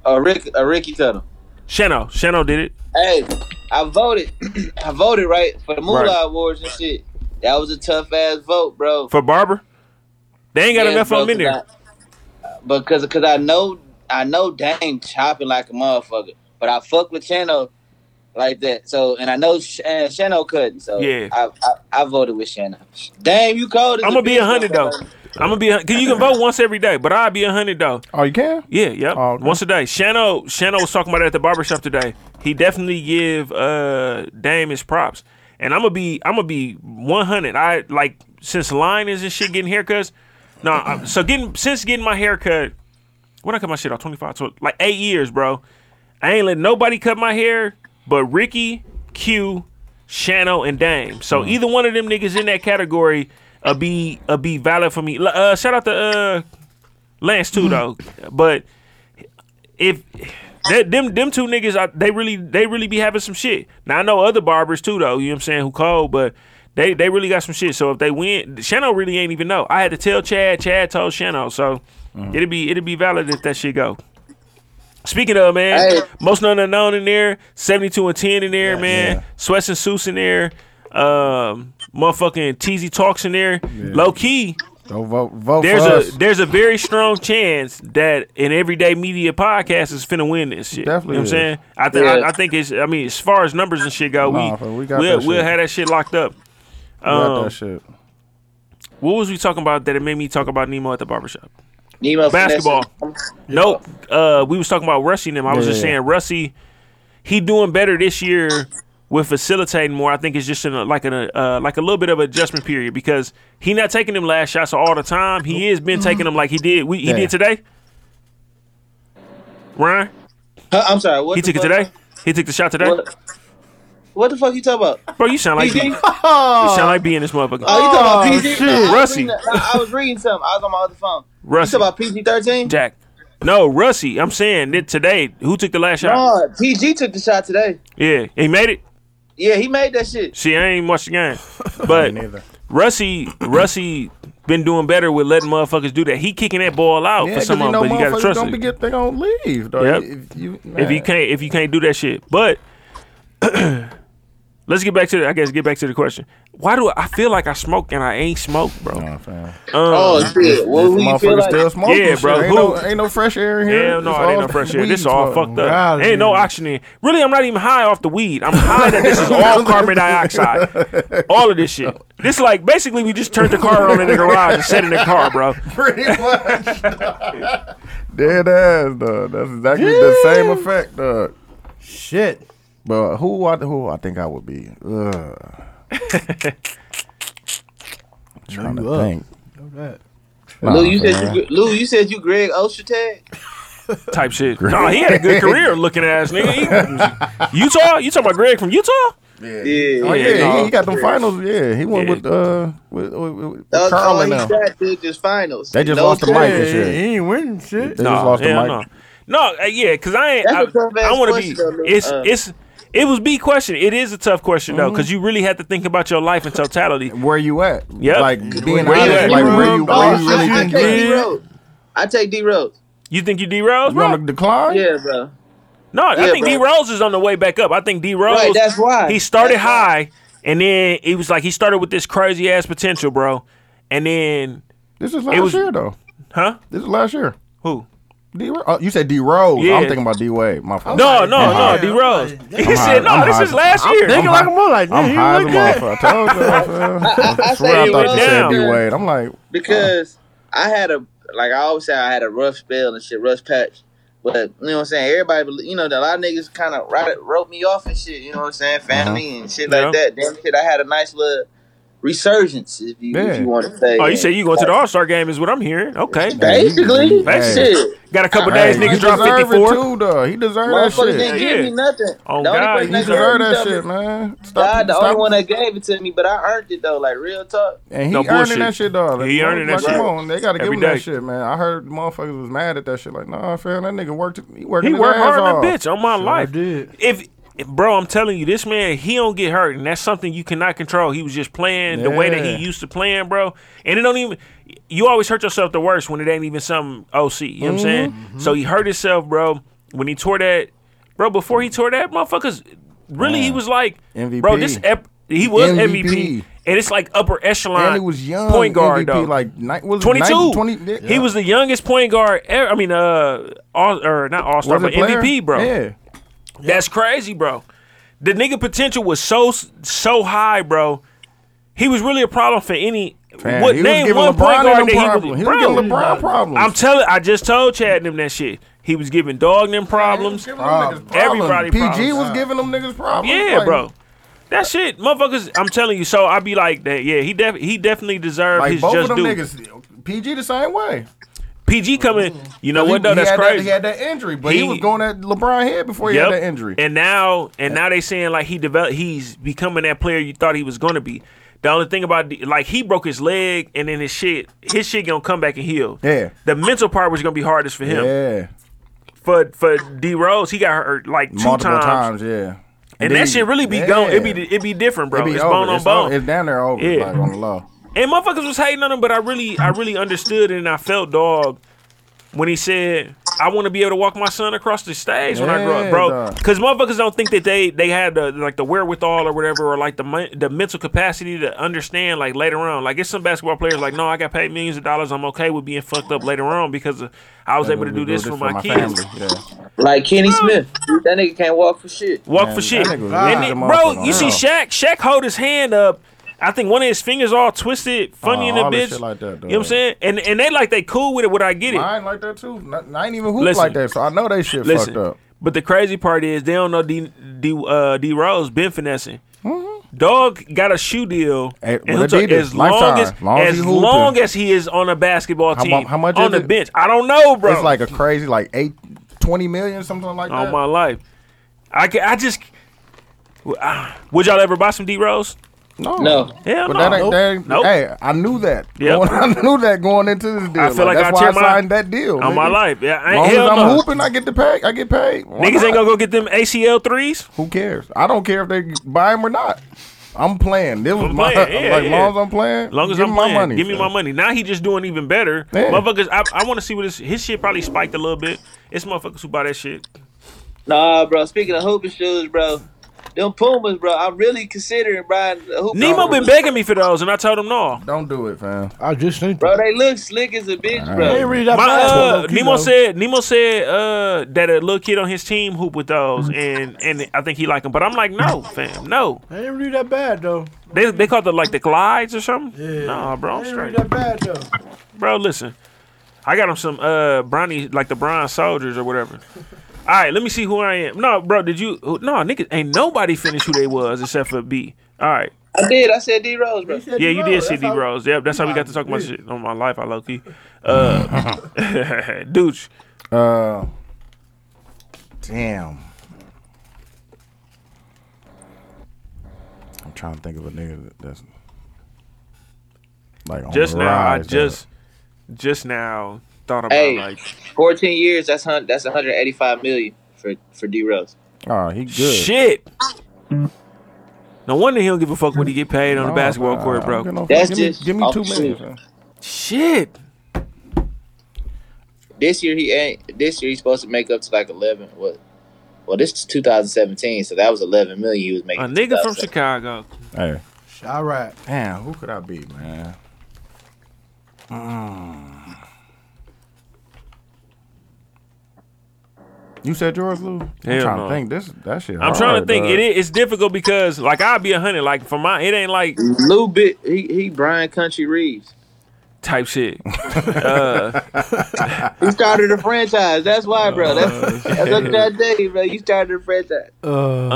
Speaker 6: Uh, Rick, uh, Ricky Tuttle.
Speaker 2: Shano. Shano did it.
Speaker 6: Hey, I voted. I voted right for the Moolah
Speaker 9: Right.
Speaker 6: Awards and shit. That was a tough ass vote, bro.
Speaker 2: For Barber. They ain't got
Speaker 6: Yeah,
Speaker 2: enough
Speaker 6: bro,
Speaker 2: of them in there.
Speaker 6: cause I- But cause, cause I know I know Dang chopping like a motherfucker. But I fuck with Chano like that. So and I know Sh- uh, Chano couldn't. So
Speaker 2: Yeah.
Speaker 6: I, I I voted with Chano. Damn, you cold. as
Speaker 2: I'm gonna be
Speaker 6: bitch,
Speaker 2: a hundred though.
Speaker 6: motherfucker.
Speaker 2: I'm gonna be a, cause you can vote once every day, but I'll be a hundred though.
Speaker 9: Oh, you can?
Speaker 2: Yeah, yep.
Speaker 9: Oh, okay.
Speaker 2: Once a day. Shano Shano was talking about it at the barbershop today. He definitely give uh Dame his props. And I'm gonna be I'm gonna be 100. I like since liners and shit getting haircuts. No, I'm, so getting since getting my haircut, when I cut my shit off 25, so like eight years, bro. I ain't let nobody cut my hair but Ricky, Q, Shano, and Dame. So
Speaker 9: Mm.
Speaker 2: either one of them niggas in that category a be a be valid for me. L- Uh, shout out to uh Lance too though, but if that them them two niggas, I, they really they really be having some shit. Now I know other barbers too though. You know what I'm saying? Who cold, but they they really got some shit. So if they win, Shano really ain't even know. I had to tell Chad. Chad told Shano. So it'd be it'd be valid if that shit go. Speaking of man,
Speaker 6: Hey.
Speaker 2: most known unknown in there, seventy two and ten in there, man. Sweats and Suits in there, um, motherfucking Teasy Talks in there. Low key,
Speaker 9: Don't vote, vote
Speaker 2: there's
Speaker 9: for
Speaker 2: a
Speaker 9: us.
Speaker 2: there's a very strong chance that an everyday media podcast is finna win this shit.
Speaker 9: Definitely
Speaker 2: you know what I'm
Speaker 9: is.
Speaker 2: saying. I think I,
Speaker 6: Yeah.
Speaker 2: I think it's. I mean, as far as numbers and shit go,
Speaker 9: Nah,
Speaker 2: we
Speaker 9: bro, we got
Speaker 2: we'll,
Speaker 9: that
Speaker 2: we'll
Speaker 9: shit.
Speaker 2: have that shit locked up.
Speaker 9: Got
Speaker 2: Um,
Speaker 9: that shit.
Speaker 2: what was we talking about that it made me talk about Nemo at the barbershop?
Speaker 6: Nemo
Speaker 2: Basketball.
Speaker 6: finessing.
Speaker 2: Nope. Uh, we was talking about Russie and him. I was just
Speaker 9: Yeah.
Speaker 2: saying Russie, he doing better this year with facilitating more. I think it's just in a, like a uh, like a little bit of adjustment period because he not taking them last shots all the time. He is been taking them like he did. We, he
Speaker 9: Yeah.
Speaker 2: did today. Ryan,
Speaker 6: Huh, I'm sorry. What
Speaker 2: he
Speaker 6: the
Speaker 2: took it
Speaker 6: fuck?
Speaker 2: today. He took the shot today.
Speaker 6: What, what the fuck you talking about?
Speaker 2: Bro, you sound like
Speaker 6: PG?
Speaker 2: you
Speaker 6: Oh,
Speaker 2: sound like being this motherfucker.
Speaker 6: you talking about
Speaker 9: Oh,
Speaker 6: PG?
Speaker 9: shit.
Speaker 6: I was
Speaker 2: Rusty.
Speaker 6: reading- I I was reading something. I was on my other phone.
Speaker 2: Rusty.
Speaker 6: You talking about PG thirteen?
Speaker 2: Jack. No, Russie. I'm saying that today. Who took the last shot?
Speaker 6: Oh, PG took the shot today.
Speaker 2: Yeah, he made it.
Speaker 6: Yeah, he made that shit.
Speaker 2: See, I ain't watched the game, but Russie, Russie been doing better with letting motherfuckers do that. He kicking that ball out
Speaker 9: Yeah,
Speaker 2: for
Speaker 9: 'cause
Speaker 2: some
Speaker 9: you
Speaker 2: of
Speaker 9: know
Speaker 2: them, but you gotta
Speaker 9: motherfuckers
Speaker 2: trust
Speaker 9: don't
Speaker 2: it.
Speaker 9: be get- they gonna leave. Though.
Speaker 2: Yep.
Speaker 9: If you,
Speaker 2: if you can't, if you can't do that shit, but let's get back to the. I guess get back to the question. Why do I, I feel like I smoke and I ain't smoke, bro? Um,
Speaker 9: Nah, fam.
Speaker 6: Oh shit! Well, who you feel
Speaker 9: Motherfuckers
Speaker 6: like?
Speaker 9: still smoking.
Speaker 2: Yeah,
Speaker 9: shit.
Speaker 2: bro,
Speaker 9: Ain't,
Speaker 2: who-
Speaker 9: no, ain't no fresh air in here.
Speaker 2: Hell no,
Speaker 9: Oh, It's
Speaker 2: it ain't
Speaker 9: all
Speaker 2: no fresh air. This
Speaker 9: weeds,
Speaker 2: is all
Speaker 9: bro.
Speaker 2: fucked up.
Speaker 8: God,
Speaker 2: ain't no
Speaker 8: dude.
Speaker 2: oxygen in. Really, I'm not even high off the weed. I'm high that this is all carbon dioxide. All of this shit. This like basically we just turned the car on in the garage and sat in the car, bro.
Speaker 9: Pretty much. Dead ass, dog. That's exactly the same effect, dog.
Speaker 8: Shit.
Speaker 9: But who I who I think I would be? Ugh. trying
Speaker 8: you
Speaker 9: to
Speaker 8: up.
Speaker 9: think.
Speaker 8: Know that.
Speaker 9: Nah,
Speaker 6: Lou, you said
Speaker 9: fam.
Speaker 6: you, Lou, you said you Greg Ostertag.
Speaker 2: type shit. No, he had a good career looking ass nigga. He- Utah? You talking about Greg from Utah?
Speaker 9: Oh,
Speaker 6: Yeah.
Speaker 9: yeah,
Speaker 2: Yeah,
Speaker 9: he,
Speaker 2: no.
Speaker 9: he got the finals. Yeah, he won
Speaker 2: Yeah.
Speaker 9: with uh with, with, with
Speaker 6: That was
Speaker 9: Carl
Speaker 6: all
Speaker 9: and
Speaker 6: he
Speaker 9: them.
Speaker 6: shot through just finals.
Speaker 9: They just lost to
Speaker 6: touch.
Speaker 9: Mike
Speaker 8: Yeah,
Speaker 9: and
Speaker 8: he
Speaker 9: shit.
Speaker 8: ain't winning shit.
Speaker 9: They just lost to
Speaker 2: hell
Speaker 9: Mike.
Speaker 2: No, no uh, yeah, because I ain't.
Speaker 6: That's
Speaker 2: I,
Speaker 6: a tough ass
Speaker 2: I want to be.
Speaker 6: question, though, Lou.
Speaker 2: It's
Speaker 6: Uh,
Speaker 2: it's it was B question. It is a tough question
Speaker 9: Mm-hmm.
Speaker 2: though, because you really had to think about your life in totality.
Speaker 9: Where you at?
Speaker 2: Yep.
Speaker 9: Like
Speaker 2: Where
Speaker 9: being
Speaker 2: you
Speaker 9: honest,
Speaker 2: at?
Speaker 9: like where you,
Speaker 8: Bro,
Speaker 9: where
Speaker 8: I-
Speaker 9: you
Speaker 6: I,
Speaker 9: really
Speaker 6: Oh, I
Speaker 9: think
Speaker 6: take
Speaker 9: you at?
Speaker 6: D Rose. I take D Rose.
Speaker 2: You think you D Rose,
Speaker 9: You on
Speaker 2: bro?
Speaker 9: the decline?
Speaker 6: Yeah, bro.
Speaker 2: No, I
Speaker 6: Yeah,
Speaker 2: think D
Speaker 6: bro.
Speaker 2: Rose is on the way back up. I think D Rose.
Speaker 6: Right, that's why.
Speaker 2: he started
Speaker 6: That's why.
Speaker 2: high, and then it was like he started with this crazy ass potential, bro. And then
Speaker 9: This is last
Speaker 2: was-
Speaker 9: year though.
Speaker 2: Huh?
Speaker 9: This is last year.
Speaker 2: who?
Speaker 9: D Rose. Oh, you said D Rose.
Speaker 2: Yeah.
Speaker 9: I'm thinking about D Wade. My fault.
Speaker 2: No, no,
Speaker 9: I'm high.
Speaker 2: no, D Rose. He
Speaker 9: I'm high.
Speaker 2: said, "No,
Speaker 9: I'm
Speaker 2: this
Speaker 9: high.
Speaker 2: is last
Speaker 9: I'm
Speaker 2: year."
Speaker 8: Thinking
Speaker 9: high.
Speaker 8: like a motherfucker.
Speaker 9: I'm
Speaker 8: Nigga,
Speaker 9: high as a
Speaker 8: you like that?
Speaker 9: motherfucker. I told you. man. I swear
Speaker 6: say
Speaker 9: I thought
Speaker 6: it went
Speaker 9: you said
Speaker 2: down.
Speaker 9: D Wade. I'm like,
Speaker 6: Because I had a like I always say I had a rough spell and shit, rough patch. But you know what I'm saying? Everybody, bel- you know, a lot of niggas kind of wrote me off and shit. You know what I'm saying? Family and shit
Speaker 2: Yeah.
Speaker 6: like that. Damn shit, I had a nice little resurgence, if you if
Speaker 9: Yeah.
Speaker 6: you want to say.
Speaker 2: Oh, you say you going to the All Star game is what I'm hearing. Okay,
Speaker 6: basically?
Speaker 2: Hey.
Speaker 6: Shit.
Speaker 2: got a couple
Speaker 9: hey,
Speaker 2: days.
Speaker 9: he
Speaker 2: Niggas dropped
Speaker 9: deserve
Speaker 2: fifty four.
Speaker 9: it too, though. He deserved that
Speaker 6: Motherfuckers
Speaker 9: shit.
Speaker 6: didn't
Speaker 2: Yeah.
Speaker 6: give me nothing.
Speaker 2: Oh,
Speaker 6: the only
Speaker 2: God,
Speaker 6: person
Speaker 9: He
Speaker 6: that gave
Speaker 9: deserved
Speaker 6: me
Speaker 9: that
Speaker 6: something
Speaker 9: shit, man.
Speaker 6: God,
Speaker 9: Stop,
Speaker 6: the
Speaker 9: stop.
Speaker 6: only one that gave it to me, but I earned it though. Like real talk.
Speaker 9: And he
Speaker 2: No
Speaker 9: earning
Speaker 2: bullshit.
Speaker 9: that shit, dog.
Speaker 2: He earning that
Speaker 9: Come
Speaker 2: shit.
Speaker 9: on, they gotta
Speaker 2: Every
Speaker 9: give him
Speaker 2: day.
Speaker 9: that shit, man. I heard motherfuckers was mad at that shit. Like, nah, fam, that nigga worked. He worked.
Speaker 2: He
Speaker 9: his
Speaker 2: worked
Speaker 9: ass
Speaker 2: hard
Speaker 9: off.
Speaker 2: on bitch on my
Speaker 8: I
Speaker 2: life.
Speaker 8: did.
Speaker 2: If bro, I'm telling you, this man he don't get hurt, and that's something you cannot control. He was just playing the way that
Speaker 9: Yeah.
Speaker 2: he used to playing, bro. And it don't even. You always hurt yourself the worst when it ain't even something OC. You know what I'm
Speaker 9: Mm-hmm.
Speaker 2: saying? So he hurt himself, bro. When he tore that, bro. Before he tore that, motherfuckers. Really, he was like, bro.
Speaker 9: MVP.
Speaker 2: This ep- he was MVP.
Speaker 9: MVP.
Speaker 2: and it's like upper echelon.
Speaker 9: And he was young.
Speaker 2: point guard
Speaker 9: MVP,
Speaker 2: though.
Speaker 9: Like, ni- was it
Speaker 2: 22.
Speaker 9: 90, 20,
Speaker 2: He was the youngest point guard ever. I mean, uh, all or not all star,
Speaker 9: Was
Speaker 2: but
Speaker 9: it player?
Speaker 2: MVP, bro.
Speaker 9: Yeah.
Speaker 2: That's crazy, bro. The nigga potential was so so high, bro. He was really a problem for any.
Speaker 9: Man,
Speaker 2: what
Speaker 9: he was
Speaker 2: name
Speaker 9: giving
Speaker 2: one point
Speaker 9: LeBron
Speaker 2: guard
Speaker 9: them
Speaker 2: that he
Speaker 9: problems.
Speaker 2: was,
Speaker 9: He was
Speaker 2: bro,
Speaker 9: giving LeBron problems.
Speaker 2: I'm telling. I just told Chad and them that shit. He was giving dog them problems.
Speaker 9: Giving them niggas problems.
Speaker 2: Everybody
Speaker 9: PG
Speaker 2: problems.
Speaker 9: was giving them niggas problems.
Speaker 2: Yeah,
Speaker 9: Like,
Speaker 2: bro. That shit, motherfuckers. I'm telling you. So I be like that. Yeah, he def- he definitely deserved
Speaker 9: Like
Speaker 2: his
Speaker 9: both
Speaker 2: just
Speaker 9: of them
Speaker 2: due.
Speaker 9: niggas, PG the same way.
Speaker 2: PG coming. You know
Speaker 9: He-
Speaker 2: what though?
Speaker 9: he
Speaker 2: That's
Speaker 9: had that-
Speaker 2: crazy.
Speaker 9: he had that injury, but he,
Speaker 2: He-
Speaker 9: was going at LeBron head before he
Speaker 2: Yep.
Speaker 9: had that injury.
Speaker 2: And now, and now they saying like he developed. He's becoming that player you thought he was gonna be. The only thing about the- like he broke his leg, and then his shit, his shit gonna come back and heal.
Speaker 9: Yeah.
Speaker 2: The mental part was gonna be hardest for him.
Speaker 9: yeah,
Speaker 2: For for D Rose, he got hurt like two
Speaker 9: multiple
Speaker 2: times,
Speaker 9: times. yeah.
Speaker 2: and
Speaker 9: then-
Speaker 2: that shit really be
Speaker 9: yeah.
Speaker 2: gone. It be it be different, bro.
Speaker 9: It be
Speaker 2: it's
Speaker 9: over.
Speaker 2: bone on
Speaker 9: it's
Speaker 2: bone.
Speaker 9: over. It's down there over.
Speaker 2: Yeah.
Speaker 9: Like on the low.
Speaker 2: And motherfuckers was hating on him, but I really, I really understood it and I felt dog when he said, I want to be able to walk my son across the stage when I grow up,
Speaker 9: Yeah,
Speaker 2: bro.
Speaker 9: dog.
Speaker 2: Because motherfuckers don't think that they they had the like the wherewithal or whatever, or like the mon- the mental capacity to understand like later on. Like it's some basketball players like, no, I got paid millions of dollars. I'm okay with being fucked up later on because of- I was able to do this for my, kids.
Speaker 9: family. Yeah.
Speaker 6: Like Kenny Smith, that nigga can't walk for shit.
Speaker 2: Walk
Speaker 9: Man,
Speaker 2: for shit.
Speaker 9: that nigga was
Speaker 2: And
Speaker 9: a
Speaker 2: it-
Speaker 9: motherfucker
Speaker 2: bro,
Speaker 9: now.
Speaker 2: you see Shaq, Shaq hold his hand up. I think one of his fingers all twisted, funny
Speaker 9: Oh,
Speaker 2: in the
Speaker 9: all this
Speaker 2: bitch.
Speaker 9: shit like that,
Speaker 2: you know what I'm
Speaker 9: dog.
Speaker 2: saying? And and they like they cool with it, what I get it.
Speaker 9: Mine like that too. Not- I ain't even hoop
Speaker 2: Listen.
Speaker 9: like that, so I know they shit
Speaker 2: Listen,
Speaker 9: fucked up.
Speaker 2: but the crazy part is they don't know D D, uh, D Rose been finessing. Dog got a shoe deal,
Speaker 9: Mm-hmm. Hey,
Speaker 2: and
Speaker 9: with
Speaker 2: who took-
Speaker 9: Adidas,
Speaker 2: as long
Speaker 9: lifetime,
Speaker 2: as
Speaker 9: long as
Speaker 2: as
Speaker 9: he hooping.
Speaker 2: long as he is on a basketball
Speaker 9: How mu-
Speaker 2: team,
Speaker 9: how much
Speaker 2: on
Speaker 9: is
Speaker 2: the
Speaker 9: it?
Speaker 2: bench, I don't know, bro.
Speaker 9: It's like a crazy like eight, 20 million, something like that.
Speaker 2: on Oh, my life, I can, I just w- ah, would y'all ever buy some D Rose?
Speaker 9: no,
Speaker 6: No.
Speaker 2: Hell
Speaker 9: But
Speaker 2: no.
Speaker 9: that ain't, that ain't
Speaker 2: Nope.
Speaker 9: hey, I knew that.
Speaker 2: Yep.
Speaker 9: Going- I knew that going into this deal.
Speaker 2: I feel like
Speaker 9: that's
Speaker 2: I
Speaker 9: why
Speaker 2: tear
Speaker 9: I
Speaker 2: my-
Speaker 9: signed that deal.
Speaker 2: on my
Speaker 9: nigga.
Speaker 2: life, yeah, I,
Speaker 9: As long as
Speaker 2: hell
Speaker 9: I'm
Speaker 2: no.
Speaker 9: hooping, I get the pay. I get paid. Why
Speaker 2: Niggas ain't
Speaker 9: not?
Speaker 2: gonna go get them ACL threes.
Speaker 9: Who cares? I don't care if they buy him or not. I'm playing. This was
Speaker 2: I'm
Speaker 9: my
Speaker 2: playing, yeah,
Speaker 9: like
Speaker 2: yeah.
Speaker 9: long as I'm playing.
Speaker 2: As long as
Speaker 9: give
Speaker 2: I'm
Speaker 9: me
Speaker 2: playing,
Speaker 9: my money.
Speaker 2: give me
Speaker 9: son.
Speaker 2: my money. Now he just doing even better.
Speaker 9: Yeah.
Speaker 2: Motherfuckers, I, I want to see what his his shit probably spiked a little bit. It's motherfuckers who buy that shit.
Speaker 6: Nah, bro. Speaking of hooping shoes, bro, them Pumas, bro. I'm really considering buying a hoop.
Speaker 2: Nemo been begging me for those, and I told him no.
Speaker 9: Don't do it, fam.
Speaker 8: I just think
Speaker 6: Bro, they look slick as a bitch,
Speaker 8: They
Speaker 6: bro.
Speaker 8: ain't really that
Speaker 2: My
Speaker 8: fast,
Speaker 2: uh,
Speaker 8: though, Kilo.
Speaker 2: Nemo said Nemo said uh, that a little kid on his team hoop with those, and and I think he liked them. But I'm like, no, fam, no.
Speaker 8: They ain't really that bad though.
Speaker 2: They they called it like the glides or something.
Speaker 8: Yeah.
Speaker 2: Nah, bro, I'm
Speaker 8: They ain't really
Speaker 2: straight.
Speaker 8: that bad though.
Speaker 2: Bro, listen, I got him some uh brownie like the bronze soldiers or whatever. All right, let me see who I am. No, bro, did you? who- No, nigga, ain't nobody finished who they was except for B. All right.
Speaker 6: I did. I said D Rose, bro.
Speaker 2: Yeah, you did see D Rose. Yep, that's how we got to talk about shit on my life. I low key. Uh, Dooch.
Speaker 9: Uh, damn. I'm trying to think of a nigga that- that's like on
Speaker 2: Just
Speaker 9: the
Speaker 2: now, I
Speaker 9: rise,
Speaker 2: just, just now thought about
Speaker 6: Hey.
Speaker 2: like,
Speaker 6: 14 years. That's hun- that's 185 million for for D Rose.
Speaker 9: uh, Oh, he good.
Speaker 2: shit. No wonder he don't give a fuck what he get paid on the basketball court, bro.
Speaker 6: That's
Speaker 9: Oh, give me,
Speaker 6: just
Speaker 9: give me
Speaker 6: off
Speaker 9: two
Speaker 6: the
Speaker 9: minutes.
Speaker 6: shoot.
Speaker 9: man.
Speaker 2: Shit.
Speaker 6: This year he ain't. This year he's supposed to make up to like 11. What? Well, this is 2017, so that was 11 million he was
Speaker 2: A
Speaker 6: making. in
Speaker 2: nigga from
Speaker 6: 2017.
Speaker 2: Chicago.
Speaker 9: Hey,
Speaker 8: All right.
Speaker 9: damn, who could I be, man? Mm. You said George Lou? I'm
Speaker 2: Hell
Speaker 9: trying
Speaker 2: no.
Speaker 9: to think. This that shit.
Speaker 2: I'm trying to think. It is. It's difficult because like I'll be a hundred. Like for my, it ain't like
Speaker 6: Lou bit. He he. Brian Country Reeves.
Speaker 2: type shit. uh,
Speaker 6: He started a franchise. That's why, bro.
Speaker 2: Oh,
Speaker 6: That's, that's up to that day, bro. You started a franchise.
Speaker 8: Uh,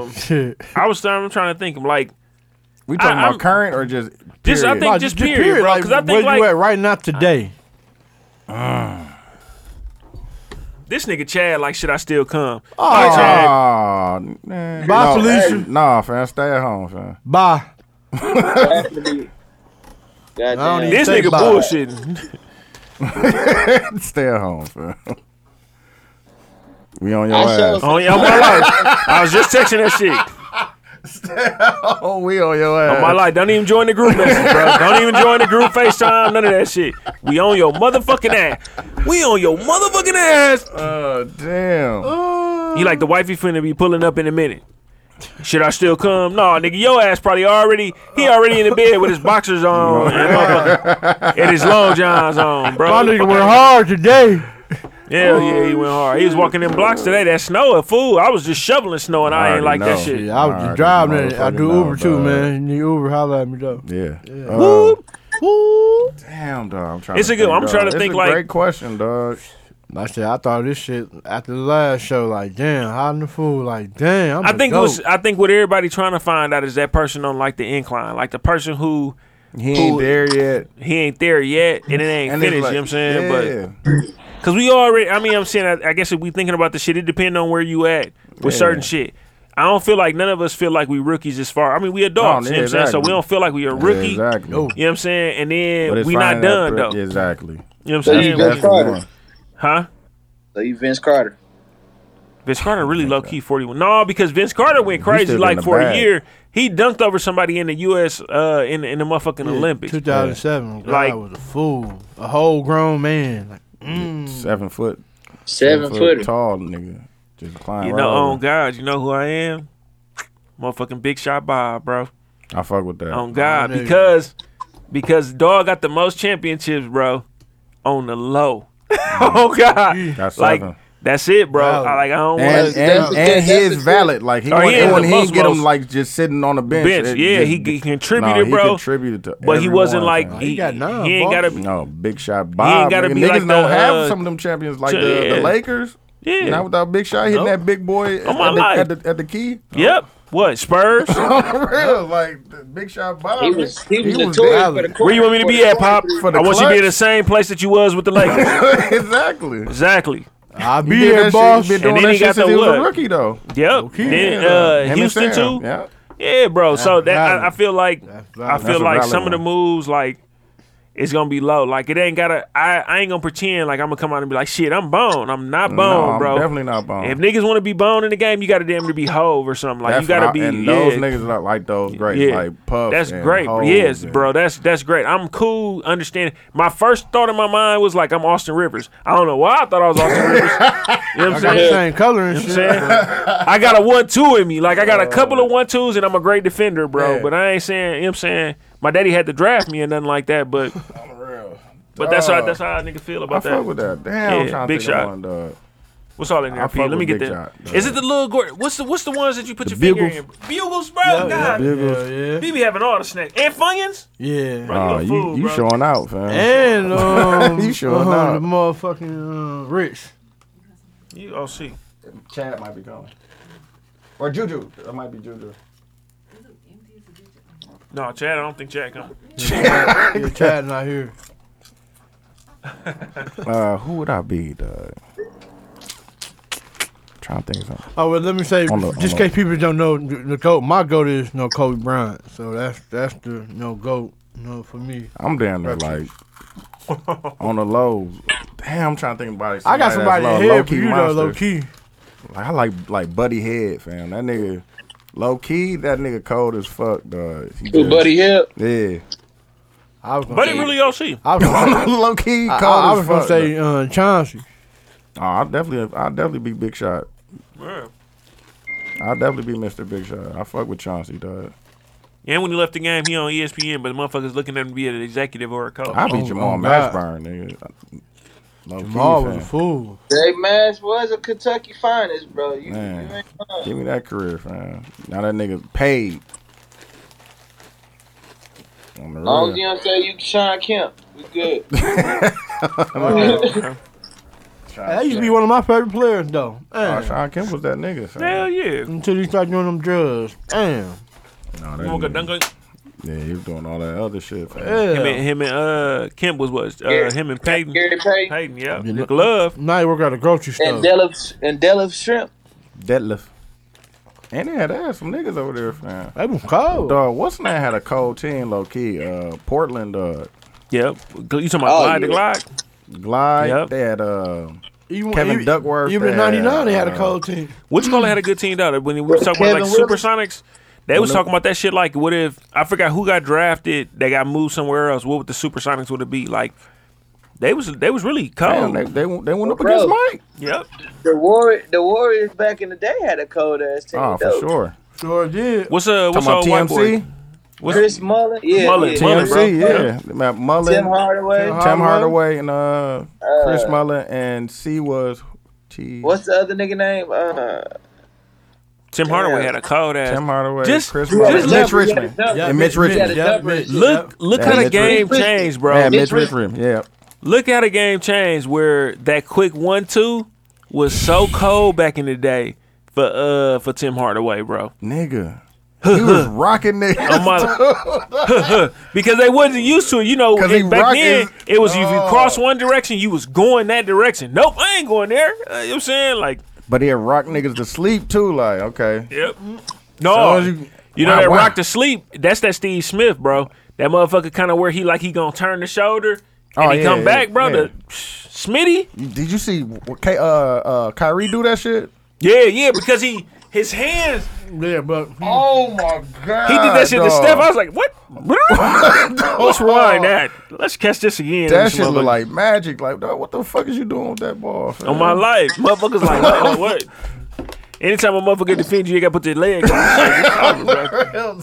Speaker 2: um,
Speaker 8: shit.
Speaker 2: I was. trying- I'm trying to think. I'm like
Speaker 9: We talking
Speaker 2: I- I'm-
Speaker 9: about current or just
Speaker 2: Just- I
Speaker 9: period?
Speaker 2: think- just period, bro, 'cause I think,
Speaker 8: where
Speaker 2: like-
Speaker 8: you at right now today.
Speaker 2: this nigga Chad. Like should I still come?
Speaker 8: Oh,
Speaker 9: Aw, man.
Speaker 8: Bye,
Speaker 9: No,
Speaker 8: Felicia.
Speaker 9: hey, Nah, fam, stay at home, fam.
Speaker 8: bye.
Speaker 6: Goddamn.
Speaker 8: even
Speaker 2: This
Speaker 8: Think
Speaker 2: nigga
Speaker 8: about it.
Speaker 2: bullshitting.
Speaker 9: stay at home, fam. We on your
Speaker 6: I
Speaker 9: ass.
Speaker 6: showed-
Speaker 2: On, on Oh, my life. I was just texting that shit.
Speaker 9: Oh, we on your ass.
Speaker 2: On my life. Don't even join the group message, bro. Don't even join the group FaceTime. None of that shit. We on your motherfucking ass. We on your motherfucking ass.
Speaker 9: Uh, damn.
Speaker 2: He like the wifey finna be pulling up in a minute. Should I still come? No, nigga, your ass probably already he already in the bed with his boxers on and, motherfucking- and his long johns on, bro.
Speaker 8: My nigga went hard today.
Speaker 2: Hell yeah, he went hard. He was walking them blocks today. That snow, a fool. I was just shoveling snow and I, ain't
Speaker 9: already
Speaker 2: like that
Speaker 9: know.
Speaker 2: shit.
Speaker 8: Yeah, I was
Speaker 9: Alright,
Speaker 8: just driving it. I
Speaker 9: motherfucking
Speaker 8: do
Speaker 9: know,
Speaker 8: Uber too,
Speaker 9: dog.
Speaker 8: man. You need Uber, holla at me though.
Speaker 9: Yeah. Uh, Damn, dog. I'm trying.
Speaker 2: It's
Speaker 9: to
Speaker 2: a good-
Speaker 9: think,
Speaker 2: I'm
Speaker 9: dog.
Speaker 2: trying to
Speaker 9: It's
Speaker 2: think,
Speaker 9: a
Speaker 2: like-
Speaker 9: Great question, dog.
Speaker 8: I said I thought this shit after the last show, like damn, hot in the fool, like damn. I'm
Speaker 2: I
Speaker 8: a
Speaker 2: think
Speaker 8: goat.
Speaker 2: what's, I think what everybody trying to find out is that person on like the incline, like the person who
Speaker 9: He ain't
Speaker 2: Who-
Speaker 9: there yet.
Speaker 2: he ain't there yet and it ain't
Speaker 9: And it's
Speaker 2: finished.
Speaker 9: like,
Speaker 2: you know what I'm saying? But
Speaker 9: Yeah.
Speaker 2: Cause we already, I mean, I'm saying, I, I guess if we thinking about the shit, it depends on where you at with
Speaker 9: Yeah.
Speaker 2: certain shit. I don't feel like none of us feel like we rookies as far. I mean, we adults,
Speaker 9: No,
Speaker 2: you know what I'm saying? So
Speaker 9: Oh, exactly.
Speaker 2: we don't feel like we a rookie.
Speaker 9: Yeah, exactly.
Speaker 8: No.
Speaker 2: You know what I'm saying? And then
Speaker 9: But it's
Speaker 2: we not
Speaker 9: finding that
Speaker 2: done
Speaker 9: threat-
Speaker 2: though.
Speaker 9: Exactly.
Speaker 2: You know what
Speaker 6: So
Speaker 2: I'm
Speaker 6: you
Speaker 2: saying?
Speaker 6: Vince
Speaker 9: That's the
Speaker 6: Carter.
Speaker 9: one.
Speaker 2: huh?
Speaker 6: So you Vince Carter.
Speaker 2: Vince Carter really low key 41. No, because Vince Carter went crazy
Speaker 9: still in
Speaker 2: like
Speaker 9: the
Speaker 2: for a
Speaker 9: bag.
Speaker 2: year. He dunked over somebody in the U.S. Uh, in in the motherfucking Olympics.
Speaker 8: 2007. God,
Speaker 2: Like-
Speaker 8: I was a fool, a whole grown man. Like, mm,
Speaker 9: Seven foot.
Speaker 6: Seven footer.
Speaker 9: tall nigga. Just climb.
Speaker 2: You
Speaker 9: right
Speaker 2: know,
Speaker 9: over.
Speaker 2: on God, you know who I am? Motherfucking Big Shot Bob, bro.
Speaker 9: I fuck with that.
Speaker 2: On God,
Speaker 8: there you
Speaker 2: because because dog got the most championships, bro. On the low. oh God,
Speaker 9: That's
Speaker 2: like oh,
Speaker 9: seven.
Speaker 2: that's it, bro.
Speaker 8: Wow.
Speaker 2: I, like I don't
Speaker 9: And
Speaker 2: want
Speaker 6: that's- that's
Speaker 9: and,
Speaker 6: the-
Speaker 9: and
Speaker 6: that's
Speaker 9: he is
Speaker 6: the-
Speaker 9: valid. Like he,
Speaker 2: Oh,
Speaker 9: won-
Speaker 2: he is
Speaker 9: and when
Speaker 2: the
Speaker 9: he
Speaker 2: most-
Speaker 9: get him
Speaker 2: most-
Speaker 9: like just sitting on the bench.
Speaker 2: bench.
Speaker 9: it
Speaker 2: yeah,
Speaker 9: just-
Speaker 2: he, he contributed,
Speaker 9: nah,
Speaker 2: bro.
Speaker 9: He contributed to
Speaker 2: but he wasn't
Speaker 9: everyone,
Speaker 2: like
Speaker 9: fam.
Speaker 2: he,
Speaker 8: He got nine,
Speaker 2: he ain't
Speaker 8: bro.
Speaker 2: got to
Speaker 9: no big shot. Bob,
Speaker 2: gotta
Speaker 9: nigga.
Speaker 2: be
Speaker 9: niggas
Speaker 2: like
Speaker 9: don't
Speaker 2: the,
Speaker 9: have
Speaker 2: uh,
Speaker 9: some of them champions like
Speaker 2: ch-
Speaker 9: the,
Speaker 2: yeah.
Speaker 9: the Lakers.
Speaker 2: yeah.
Speaker 9: Not without Big Shot hitting that big boy at,
Speaker 2: my
Speaker 9: the,
Speaker 2: life.
Speaker 9: at, the, at the key.
Speaker 2: Yep. What Spurs?
Speaker 9: For real, like the Big Shot Bob.
Speaker 6: He was he was
Speaker 9: was
Speaker 6: notorious for the
Speaker 9: valid.
Speaker 6: quarter.
Speaker 2: Where you want me to
Speaker 6: for
Speaker 2: be
Speaker 6: the
Speaker 2: at, Pop?
Speaker 6: quarter.
Speaker 9: For the
Speaker 2: I want you to be
Speaker 9: clutch.
Speaker 2: in the same place that you was with the Lakers.
Speaker 9: exactly.
Speaker 2: exactly.
Speaker 8: I'll
Speaker 9: He
Speaker 8: be
Speaker 9: did that
Speaker 8: there,
Speaker 9: shit-
Speaker 8: boss.
Speaker 9: Been doing
Speaker 2: then
Speaker 9: that
Speaker 2: he
Speaker 9: shit
Speaker 2: got
Speaker 9: since
Speaker 2: the
Speaker 9: he was
Speaker 2: what?
Speaker 9: a rookie though.
Speaker 2: Yep. then uh,
Speaker 9: Him and
Speaker 2: Houston
Speaker 9: Sam.
Speaker 2: too.
Speaker 9: Yeah.
Speaker 2: Yeah, bro. So that
Speaker 8: valid.
Speaker 2: I, I feel like I
Speaker 8: valid.
Speaker 2: feel
Speaker 9: That's a
Speaker 2: like
Speaker 9: valid
Speaker 2: some of the
Speaker 9: one.
Speaker 2: moves like it's gonna be low. Like it ain't gotta. I, I ain't gonna pretend like I'm gonna come out and be like, shit, I'm bone. I'm not bone,
Speaker 9: no, I'm
Speaker 2: bro.
Speaker 9: Definitely not bone.
Speaker 2: If niggas want to be bone in the game, you gotta damn to be hove or something. Like
Speaker 9: That's
Speaker 2: you gotta
Speaker 9: what I-
Speaker 2: be.
Speaker 9: And those
Speaker 2: yeah.
Speaker 9: niggas like, like those great,
Speaker 2: Yeah.
Speaker 9: like Puff.
Speaker 2: That's
Speaker 9: and
Speaker 2: great.
Speaker 9: Hov
Speaker 2: yes,
Speaker 9: and-
Speaker 2: bro. That's that's great. I'm cool understanding. My first thought in my mind was like I'm Austin Rivers. I don't know why I thought I was Austin Rivers. You know what I'm
Speaker 8: Got the
Speaker 2: saying?
Speaker 8: same color and
Speaker 2: You
Speaker 8: shit.
Speaker 2: know what I'm saying? I got a one two in me. Like I got a couple of one twos and I'm a great defender, bro.
Speaker 9: Oh. Yeah.
Speaker 2: But I ain't saying you know what I'm saying my daddy had to draft me and nothing like that, but but that's how
Speaker 9: Dog.
Speaker 2: that's how I nigga feel
Speaker 9: Oh. I
Speaker 2: about
Speaker 9: fuck
Speaker 2: that.
Speaker 9: with that. Damn, I'm
Speaker 2: Yeah,
Speaker 9: trying to
Speaker 2: Big
Speaker 9: think of
Speaker 2: Shot.
Speaker 9: one, dog.
Speaker 2: What's all in
Speaker 9: I
Speaker 2: there? P?
Speaker 9: fuck
Speaker 2: Let me
Speaker 9: with
Speaker 2: get
Speaker 9: Big
Speaker 2: that. Is
Speaker 9: Shot.
Speaker 2: it the little gor What's the what's the ones that you put your finger
Speaker 9: Bugles.
Speaker 2: in? Bugles, bro. God,
Speaker 8: Hell
Speaker 9: Bugles.
Speaker 8: yeah.
Speaker 2: we be having all the snacks and funyuns.
Speaker 8: Yeah.
Speaker 2: Bro,
Speaker 9: Oh,
Speaker 2: you a
Speaker 9: you
Speaker 2: fool,
Speaker 9: you
Speaker 2: bro.
Speaker 9: showing out, fam.
Speaker 8: And um,
Speaker 9: You sure
Speaker 8: uh,
Speaker 9: not.
Speaker 8: the motherfucking uh, Rich.
Speaker 2: You oh see.
Speaker 9: Chad might be going. Or Juju. It might be Juju.
Speaker 2: No, Chad, I don't think Chad coming.
Speaker 8: Yeah, Chad not here.
Speaker 9: Uh, who would I be, dog? Trying to think of something.
Speaker 8: Oh well, let me say,
Speaker 9: On the- on
Speaker 8: just in
Speaker 9: the-
Speaker 8: case people don't know, the goat. My goat is no Kobe Bryant, so that's that's the no goat, no for me.
Speaker 9: I'm down there like on the low. Damn, I'm trying to think about it.
Speaker 8: I got
Speaker 9: that's
Speaker 8: somebody
Speaker 9: low-
Speaker 8: in here for
Speaker 9: low-key
Speaker 8: you though,
Speaker 9: monster.
Speaker 8: low key.
Speaker 9: Like, I like like Buddy Head, fam. That nigga low key. That nigga cold as fuck, dog. He
Speaker 6: Who,
Speaker 9: just-
Speaker 6: Buddy Hill.
Speaker 9: Yeah.
Speaker 8: I was gonna
Speaker 2: But
Speaker 8: say,
Speaker 2: it really OC.
Speaker 8: I was gonna say,
Speaker 9: low key
Speaker 8: I,
Speaker 9: cold
Speaker 8: I
Speaker 9: as
Speaker 8: was
Speaker 9: fuck.
Speaker 8: gonna say uh, Chauncey.
Speaker 9: oh, I'll definitely, I'll definitely be Big Shot.
Speaker 2: Yeah.
Speaker 9: I'll definitely be Mr. Big Shot. I fuck with Chauncey, dog.
Speaker 2: And when he left the game, he on E ESPN, but the motherfuckers looking at him to be an executive or a coach.
Speaker 9: I be
Speaker 8: Oh,
Speaker 9: Jamal
Speaker 8: oh, God.
Speaker 9: Mashburn, nigga. Low
Speaker 8: Jamal
Speaker 9: key,
Speaker 8: was a
Speaker 9: fam.
Speaker 8: fool.
Speaker 6: Dave Mash was a Kentucky finest, bro. You, you
Speaker 9: Man.
Speaker 6: ain't lying.
Speaker 9: Give me that career, fam. Now that nigga paid. On the
Speaker 6: As long as you
Speaker 9: real.
Speaker 6: don't say you Sean Kemp, we good.
Speaker 8: That used to be one of my favorite players though.
Speaker 9: Oh,
Speaker 8: Damn.
Speaker 9: Sean Kemp was that nigga. fam.
Speaker 2: Hell yeah.
Speaker 8: Until he started doing them drugs. Damn.
Speaker 9: No, that
Speaker 2: Him and-
Speaker 9: nigga- Yeah, he was doing all that other shit. Fam.
Speaker 2: Him
Speaker 8: Yeah.
Speaker 2: and, him and uh Kemp was what? Uh,
Speaker 6: Yeah.
Speaker 2: Him and Peyton.
Speaker 6: Gary Payton
Speaker 2: Peyton, yeah.
Speaker 8: Yeah.
Speaker 2: The glove.
Speaker 8: Now he work at a grocery store.
Speaker 6: and Delif and Delif Shrimp.
Speaker 9: Deadlift. And they had ass some niggas over there, fam.
Speaker 8: They was cold.
Speaker 9: Dog, what's that had a cold team, low key? Uh, Portland, uh,
Speaker 2: Yep. You talking about
Speaker 6: Oh,
Speaker 2: Clyde the
Speaker 6: yeah.
Speaker 2: Glide?
Speaker 9: Glide.
Speaker 2: Yep.
Speaker 9: They had uh,
Speaker 8: Even,
Speaker 9: Kevin
Speaker 8: even,
Speaker 9: Duckworth,
Speaker 8: Even in
Speaker 9: uh,
Speaker 8: '99, they had a cold team.
Speaker 2: Which Cole had a good team though? When we were talking about like
Speaker 6: Kevin Willis.
Speaker 2: Supersonics, they was talking about that shit like what if I forgot who got drafted, they got moved somewhere else. What would the Supersonics would it be? Like they was they was really
Speaker 9: damn,
Speaker 2: cold.
Speaker 9: they, they, went- they went up
Speaker 6: Bro.
Speaker 9: against Mike.
Speaker 2: yep.
Speaker 6: The Warrior, the Warriors back in the day had a cold ass team.
Speaker 9: Oh, for
Speaker 6: though.
Speaker 9: sure.
Speaker 8: Sure did.
Speaker 2: What's uh what's
Speaker 9: Talking about
Speaker 2: old white
Speaker 9: TMC?
Speaker 2: boy? What's
Speaker 6: Chris Mullen, yeah,
Speaker 2: Mullen,
Speaker 6: yeah.
Speaker 2: Mullen,
Speaker 9: TMC,
Speaker 2: bro.
Speaker 9: yeah. They had Mullen,
Speaker 6: Tim
Speaker 9: Tim Hardaway,
Speaker 6: Hardaway.
Speaker 9: and
Speaker 8: Tim
Speaker 9: uh, Chris Mullen, and C was T.
Speaker 6: What's the other nigga name? Uh,
Speaker 2: Tim Hardaway
Speaker 6: Yeah.
Speaker 2: had a cold ass.
Speaker 9: Tim Hardaway,
Speaker 2: Just-
Speaker 9: Chris
Speaker 2: just
Speaker 9: Mullen,
Speaker 2: look-
Speaker 9: Mitch
Speaker 6: we had
Speaker 9: Richmond.
Speaker 6: a number.
Speaker 9: And Mitch Richmond.
Speaker 6: Yeah,
Speaker 8: Yeah,
Speaker 6: Mitch-
Speaker 2: Look look
Speaker 9: Yeah,
Speaker 2: how the
Speaker 9: Mitch
Speaker 2: game
Speaker 6: Richmond.
Speaker 2: changed, bro.
Speaker 9: Yeah, Mitch
Speaker 6: Mitch Richmond.
Speaker 9: Richmond. Yeah.
Speaker 2: Look how the game changed where that quick one two was so cold back in the day for uh for Tim Hardaway, bro.
Speaker 9: Nigga. He was rocking
Speaker 2: On
Speaker 9: niggas.
Speaker 2: my- because they wasn't used to it. You know,
Speaker 9: 'Cause he
Speaker 2: and back
Speaker 9: rock
Speaker 2: then
Speaker 9: his-
Speaker 2: it was if you
Speaker 9: Oh.
Speaker 2: cross one direction, you was going that direction. Nope, I ain't going there. Uh, you know what I'm saying? Like,
Speaker 9: But he had rock niggas to sleep too. Like, okay.
Speaker 2: yep. No.
Speaker 9: So you-
Speaker 2: you, know
Speaker 9: Wow,
Speaker 2: that
Speaker 9: wow.
Speaker 2: rock to sleep, that's that Steve Smith, bro. That motherfucker kind of where he like he gonna turn the shoulder and
Speaker 9: Oh,
Speaker 2: he
Speaker 9: yeah,
Speaker 2: come
Speaker 9: yeah,
Speaker 2: back, bro.
Speaker 9: yeah.
Speaker 2: The, Smitty?
Speaker 9: Did you see what K- uh, uh, Kyrie do that shit?
Speaker 2: Yeah, yeah, because he His hands.
Speaker 8: Yeah, but
Speaker 9: Oh my god.
Speaker 2: He did that shit to
Speaker 9: Ah, dog.
Speaker 2: Steph. I was like, what? Let's rewind that. Let's catch this again.
Speaker 9: That
Speaker 2: This
Speaker 9: shit look
Speaker 2: motherfucker.
Speaker 9: like magic. Like, dog, what the fuck is you doing with that ball?
Speaker 2: on my life. Motherfuckers like, oh, what? Anytime a motherfucker defend you, they gotta put their leg. on the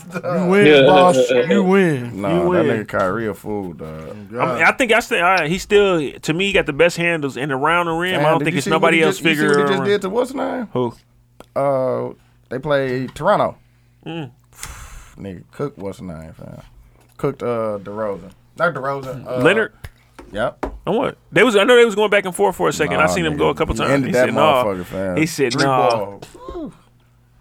Speaker 2: shit.
Speaker 8: you win,
Speaker 6: Oh. Yeah.
Speaker 8: boss. You win.
Speaker 9: Nah,
Speaker 2: You
Speaker 9: that
Speaker 2: win.
Speaker 9: nigga Kyrie a fool, dog.
Speaker 2: I, mean, I think I still, I, he still, to me, he got the best handles in the round and rim. I
Speaker 9: Man,
Speaker 2: don't
Speaker 9: did
Speaker 2: think
Speaker 9: you
Speaker 2: it's
Speaker 9: see what
Speaker 2: nobody
Speaker 9: he
Speaker 2: else Mm.
Speaker 9: just- You see what he just
Speaker 2: figure.
Speaker 9: did to what's his name?
Speaker 2: Who?
Speaker 9: Uh, they played Toronto.
Speaker 2: Mm.
Speaker 9: Nigga, Cook, what's his name? Fam? Cooked uh, DeRozan. Not DeRozan. Uh,
Speaker 2: Mm. Leonard.
Speaker 9: Yep.
Speaker 2: And what? They was I know they was going back and forth for a second. I
Speaker 9: Nah,
Speaker 2: seen him
Speaker 9: nigga.
Speaker 2: go a couple
Speaker 9: He
Speaker 2: times.
Speaker 9: Ended
Speaker 2: he
Speaker 9: that
Speaker 2: said,
Speaker 9: motherfucker,
Speaker 2: no.
Speaker 9: fam.
Speaker 2: He said,
Speaker 9: Three
Speaker 2: nah.
Speaker 9: balls.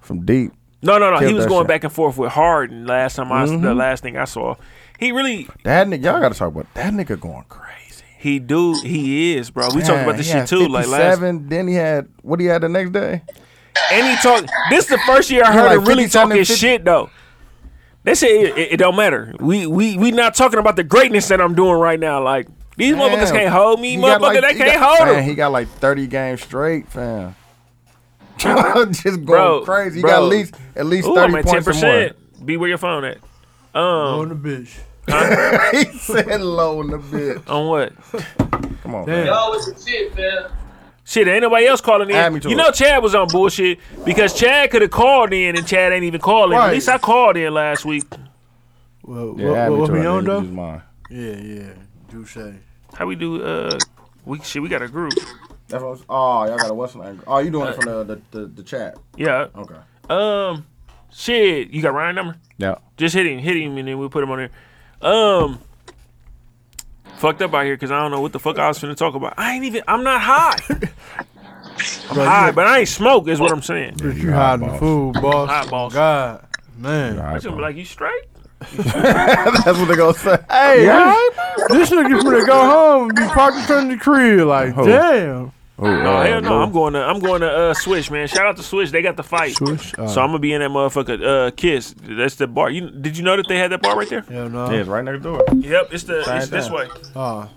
Speaker 9: From deep.
Speaker 2: No, no, no. He
Speaker 9: Killed
Speaker 2: was
Speaker 9: that Mm-hmm.
Speaker 2: going
Speaker 9: shit.
Speaker 2: back and forth with Harden last time. I, the last thing I saw, he really
Speaker 9: That nigga, y'all got to talk about that nigga going crazy.
Speaker 2: he do he is, bro. We talked
Speaker 9: Man,
Speaker 2: about this
Speaker 9: he
Speaker 2: shit
Speaker 9: had
Speaker 2: too, like last.
Speaker 9: 57, Then he had what he had the next day.
Speaker 2: And he talk. This the first year I heard
Speaker 9: like
Speaker 2: him really
Speaker 9: 57
Speaker 2: talking
Speaker 9: and 50.
Speaker 2: shit though. They say it, it, it don't matter. We we we not talking about the greatness that I'm doing right now. Like these motherfuckers
Speaker 9: Damn.
Speaker 2: can't hold me,
Speaker 9: He
Speaker 2: motherfucker.
Speaker 9: got like-
Speaker 2: they
Speaker 9: he
Speaker 2: can't
Speaker 9: got-
Speaker 2: hold
Speaker 9: man,
Speaker 2: him.
Speaker 9: He got like thirty games straight, fam. Just going
Speaker 2: Bro,
Speaker 9: crazy. He
Speaker 2: bro.
Speaker 9: got at least at least
Speaker 2: Ooh,
Speaker 9: thirty
Speaker 2: I'm at ten
Speaker 9: points or more.
Speaker 2: percent. Be where your phone at.
Speaker 8: On the bitch.
Speaker 9: he said low in the bit.
Speaker 2: On what?
Speaker 9: Come on, man.
Speaker 8: Damn.
Speaker 6: with the shit, man.
Speaker 2: Shit, ain't nobody else calling
Speaker 9: Add me
Speaker 2: in.
Speaker 9: to
Speaker 2: You
Speaker 9: it.
Speaker 2: know Chad was on bullshit because Chad could have called in and Chad ain't even calling. At
Speaker 8: Right.
Speaker 2: least I called in last week.
Speaker 8: Well,
Speaker 9: Yeah, add me
Speaker 8: what, what,
Speaker 9: to it. I
Speaker 8: we on
Speaker 9: need to
Speaker 8: though?
Speaker 9: use mine.
Speaker 8: Yeah, yeah. Do say.
Speaker 2: How we do? Uh, we shit, we got a group.
Speaker 9: That's what I was, oh, y'all got a Western angle. Oh, you doing it from the, the, the, the chat?
Speaker 2: Yeah.
Speaker 9: Okay.
Speaker 2: Um, shit, you got Ryan number?
Speaker 9: Yeah.
Speaker 2: Just hit him, hit him, and then we'll put him on there. Um, fucked up out here because I don't know what the fuck I was finna talk about. I ain't even. I'm not high. I'm high, but I ain't smoke. Is what I'm saying.
Speaker 8: But you hiding
Speaker 9: boss.
Speaker 8: food, boss.
Speaker 2: High boss.
Speaker 8: God, man.
Speaker 2: It's gonna be like you straight.
Speaker 9: That's what they gonna say.
Speaker 8: Hey, this nigga finna go home and be parked in front of the crib. Like, damn.
Speaker 2: No, hell no. I'm going to I'm going to uh Switch, man. Shout out to Switch. They got the fight.
Speaker 8: Switch, uh,
Speaker 2: so I'm gonna be in that motherfucker uh Kiss. That's the bar. You did you know that they had that bar right there?
Speaker 8: Hell no.
Speaker 9: Yeah, it's right next door.
Speaker 2: Yep, it's the
Speaker 9: Right
Speaker 2: it's this
Speaker 9: there.
Speaker 2: way.
Speaker 8: Oh.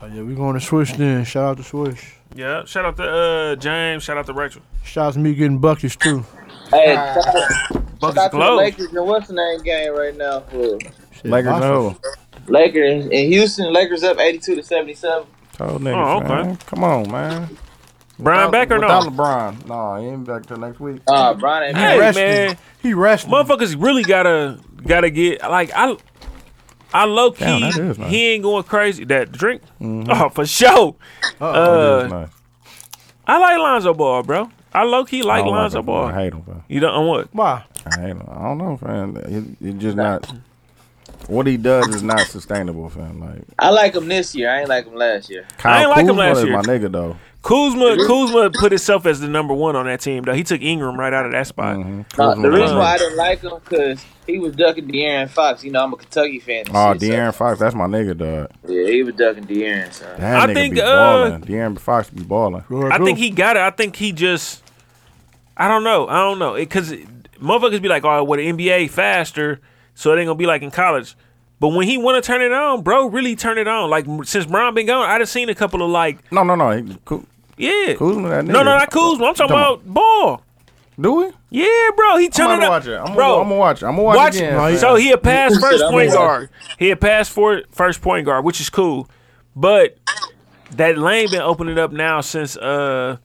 Speaker 8: Oh, yeah, we going to Swish then. Shout out to Swish.
Speaker 2: Yeah. Shout out to uh James, shout out to Rachel.
Speaker 8: Shout out to me getting buckets too.
Speaker 6: Hey, shout out- shout
Speaker 2: Buckets
Speaker 6: out to the
Speaker 2: glow.
Speaker 6: Lakers and what's the name game right now for
Speaker 8: Shit,
Speaker 9: Lakers
Speaker 8: boss.
Speaker 9: no.
Speaker 6: Lakers in Houston. Lakers up eighty-two to seventy-seven.
Speaker 9: Told niggas,
Speaker 2: Oh, okay.
Speaker 9: man. Come on, man.
Speaker 2: Brian back or
Speaker 9: Without
Speaker 2: no?
Speaker 9: LeBron. No, he ain't back till next week.
Speaker 6: Uh, Brian ain't
Speaker 2: Hey
Speaker 8: Resting.
Speaker 2: man,
Speaker 8: He resting.
Speaker 2: motherfuckers really gotta gotta get like I I low key
Speaker 9: Damn, that is nice.
Speaker 2: he ain't going crazy. That drink? Oh, for sure.
Speaker 9: That
Speaker 2: Uh,
Speaker 9: is nice.
Speaker 2: I like Lonzo Ball, bro. I low key
Speaker 9: I
Speaker 2: like
Speaker 9: don't
Speaker 2: Lonzo
Speaker 9: him,
Speaker 2: Ball.
Speaker 9: I hate him, man.
Speaker 2: You don't want what?
Speaker 8: Why?
Speaker 9: I hate him. I don't know, fam. He, he just not. What he does is not sustainable, fam. Like
Speaker 6: I like him this year. I ain't like him last year.
Speaker 9: Kyle
Speaker 2: ain't like him
Speaker 9: Kuzma
Speaker 2: last
Speaker 9: is
Speaker 2: year.
Speaker 9: my nigga though.
Speaker 2: Kuzma Kuzma put himself as the number one on that team though. He took Ingram right out of that spot.
Speaker 6: Uh,
Speaker 9: Mm-hmm. Kuzma
Speaker 6: the reason
Speaker 9: my
Speaker 6: why I
Speaker 9: nigga.
Speaker 6: didn't like him because he was ducking De'Aaron Fox. You know, I'm a Kentucky fan. and
Speaker 9: Oh,
Speaker 6: shit, so-
Speaker 9: De'Aaron Fox, that's my nigga, dog.
Speaker 6: Yeah, he was ducking De'Aaron. So.
Speaker 9: That
Speaker 2: I
Speaker 9: nigga
Speaker 2: think,
Speaker 9: be
Speaker 2: uh,
Speaker 9: balling. De'Aaron Fox be balling.
Speaker 2: I think he got it. I think he just I don't know. I don't know. It, Cause it- motherfuckers be like, oh, well, the NBA faster, so it ain't gonna be like in college. But when he wanna turn it on, bro, really turn it on. Like m- since Brown been gone, I done seen a couple of like,
Speaker 9: No, no, no. he- Ku-
Speaker 2: yeah.
Speaker 9: Kuzma, that nigga.
Speaker 2: No, no, not Kuzma. I'm talking
Speaker 9: Come on.
Speaker 2: about ball.
Speaker 9: Do we?
Speaker 2: Yeah, bro. He
Speaker 9: I'm
Speaker 2: turned
Speaker 9: gonna
Speaker 2: it up.
Speaker 9: watch it. I'm
Speaker 2: bro,
Speaker 9: gonna, I'm gonna watch it. I'm gonna watch,
Speaker 2: Watch
Speaker 9: it again.
Speaker 8: it.
Speaker 9: fam.
Speaker 2: So he a past first
Speaker 6: I'm
Speaker 2: point
Speaker 6: gonna
Speaker 2: guard. He a past for first point guard, which is cool. But that lane been opening up now since uh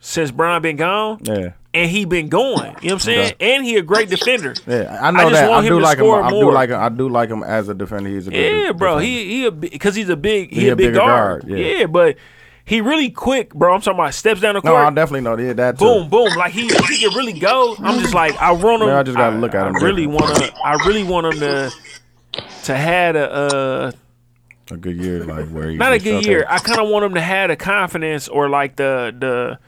Speaker 2: since Brian been gone,
Speaker 9: Yeah,
Speaker 2: and he been going. You know what I'm saying? And he a great defender.
Speaker 9: yeah. I know
Speaker 2: just
Speaker 9: that.
Speaker 2: want
Speaker 9: I
Speaker 2: him
Speaker 9: do
Speaker 2: to
Speaker 9: like him.
Speaker 2: score
Speaker 9: I do
Speaker 2: more.
Speaker 9: like him. I do like him as a defender. He's a good
Speaker 2: Yeah, bro.
Speaker 9: defender.
Speaker 2: He he a because he's a big he,
Speaker 9: He
Speaker 2: a
Speaker 9: a
Speaker 2: big
Speaker 9: bigger
Speaker 2: guard.
Speaker 9: guard,
Speaker 2: yeah.
Speaker 9: yeah.
Speaker 2: but he really quick, bro. I'm talking about steps down the
Speaker 9: No,
Speaker 2: court.
Speaker 9: I definitely know that. That too.
Speaker 2: boom, boom. Like he, he can really go. I'm just like I want him.
Speaker 9: Man, I just gotta look at him
Speaker 2: I really
Speaker 9: different.
Speaker 2: want to. I really want him to to had a uh,
Speaker 9: A good year, like where he
Speaker 2: not a
Speaker 9: just-
Speaker 2: good
Speaker 9: okay.
Speaker 2: year. I kind of want him to have the confidence or like the the.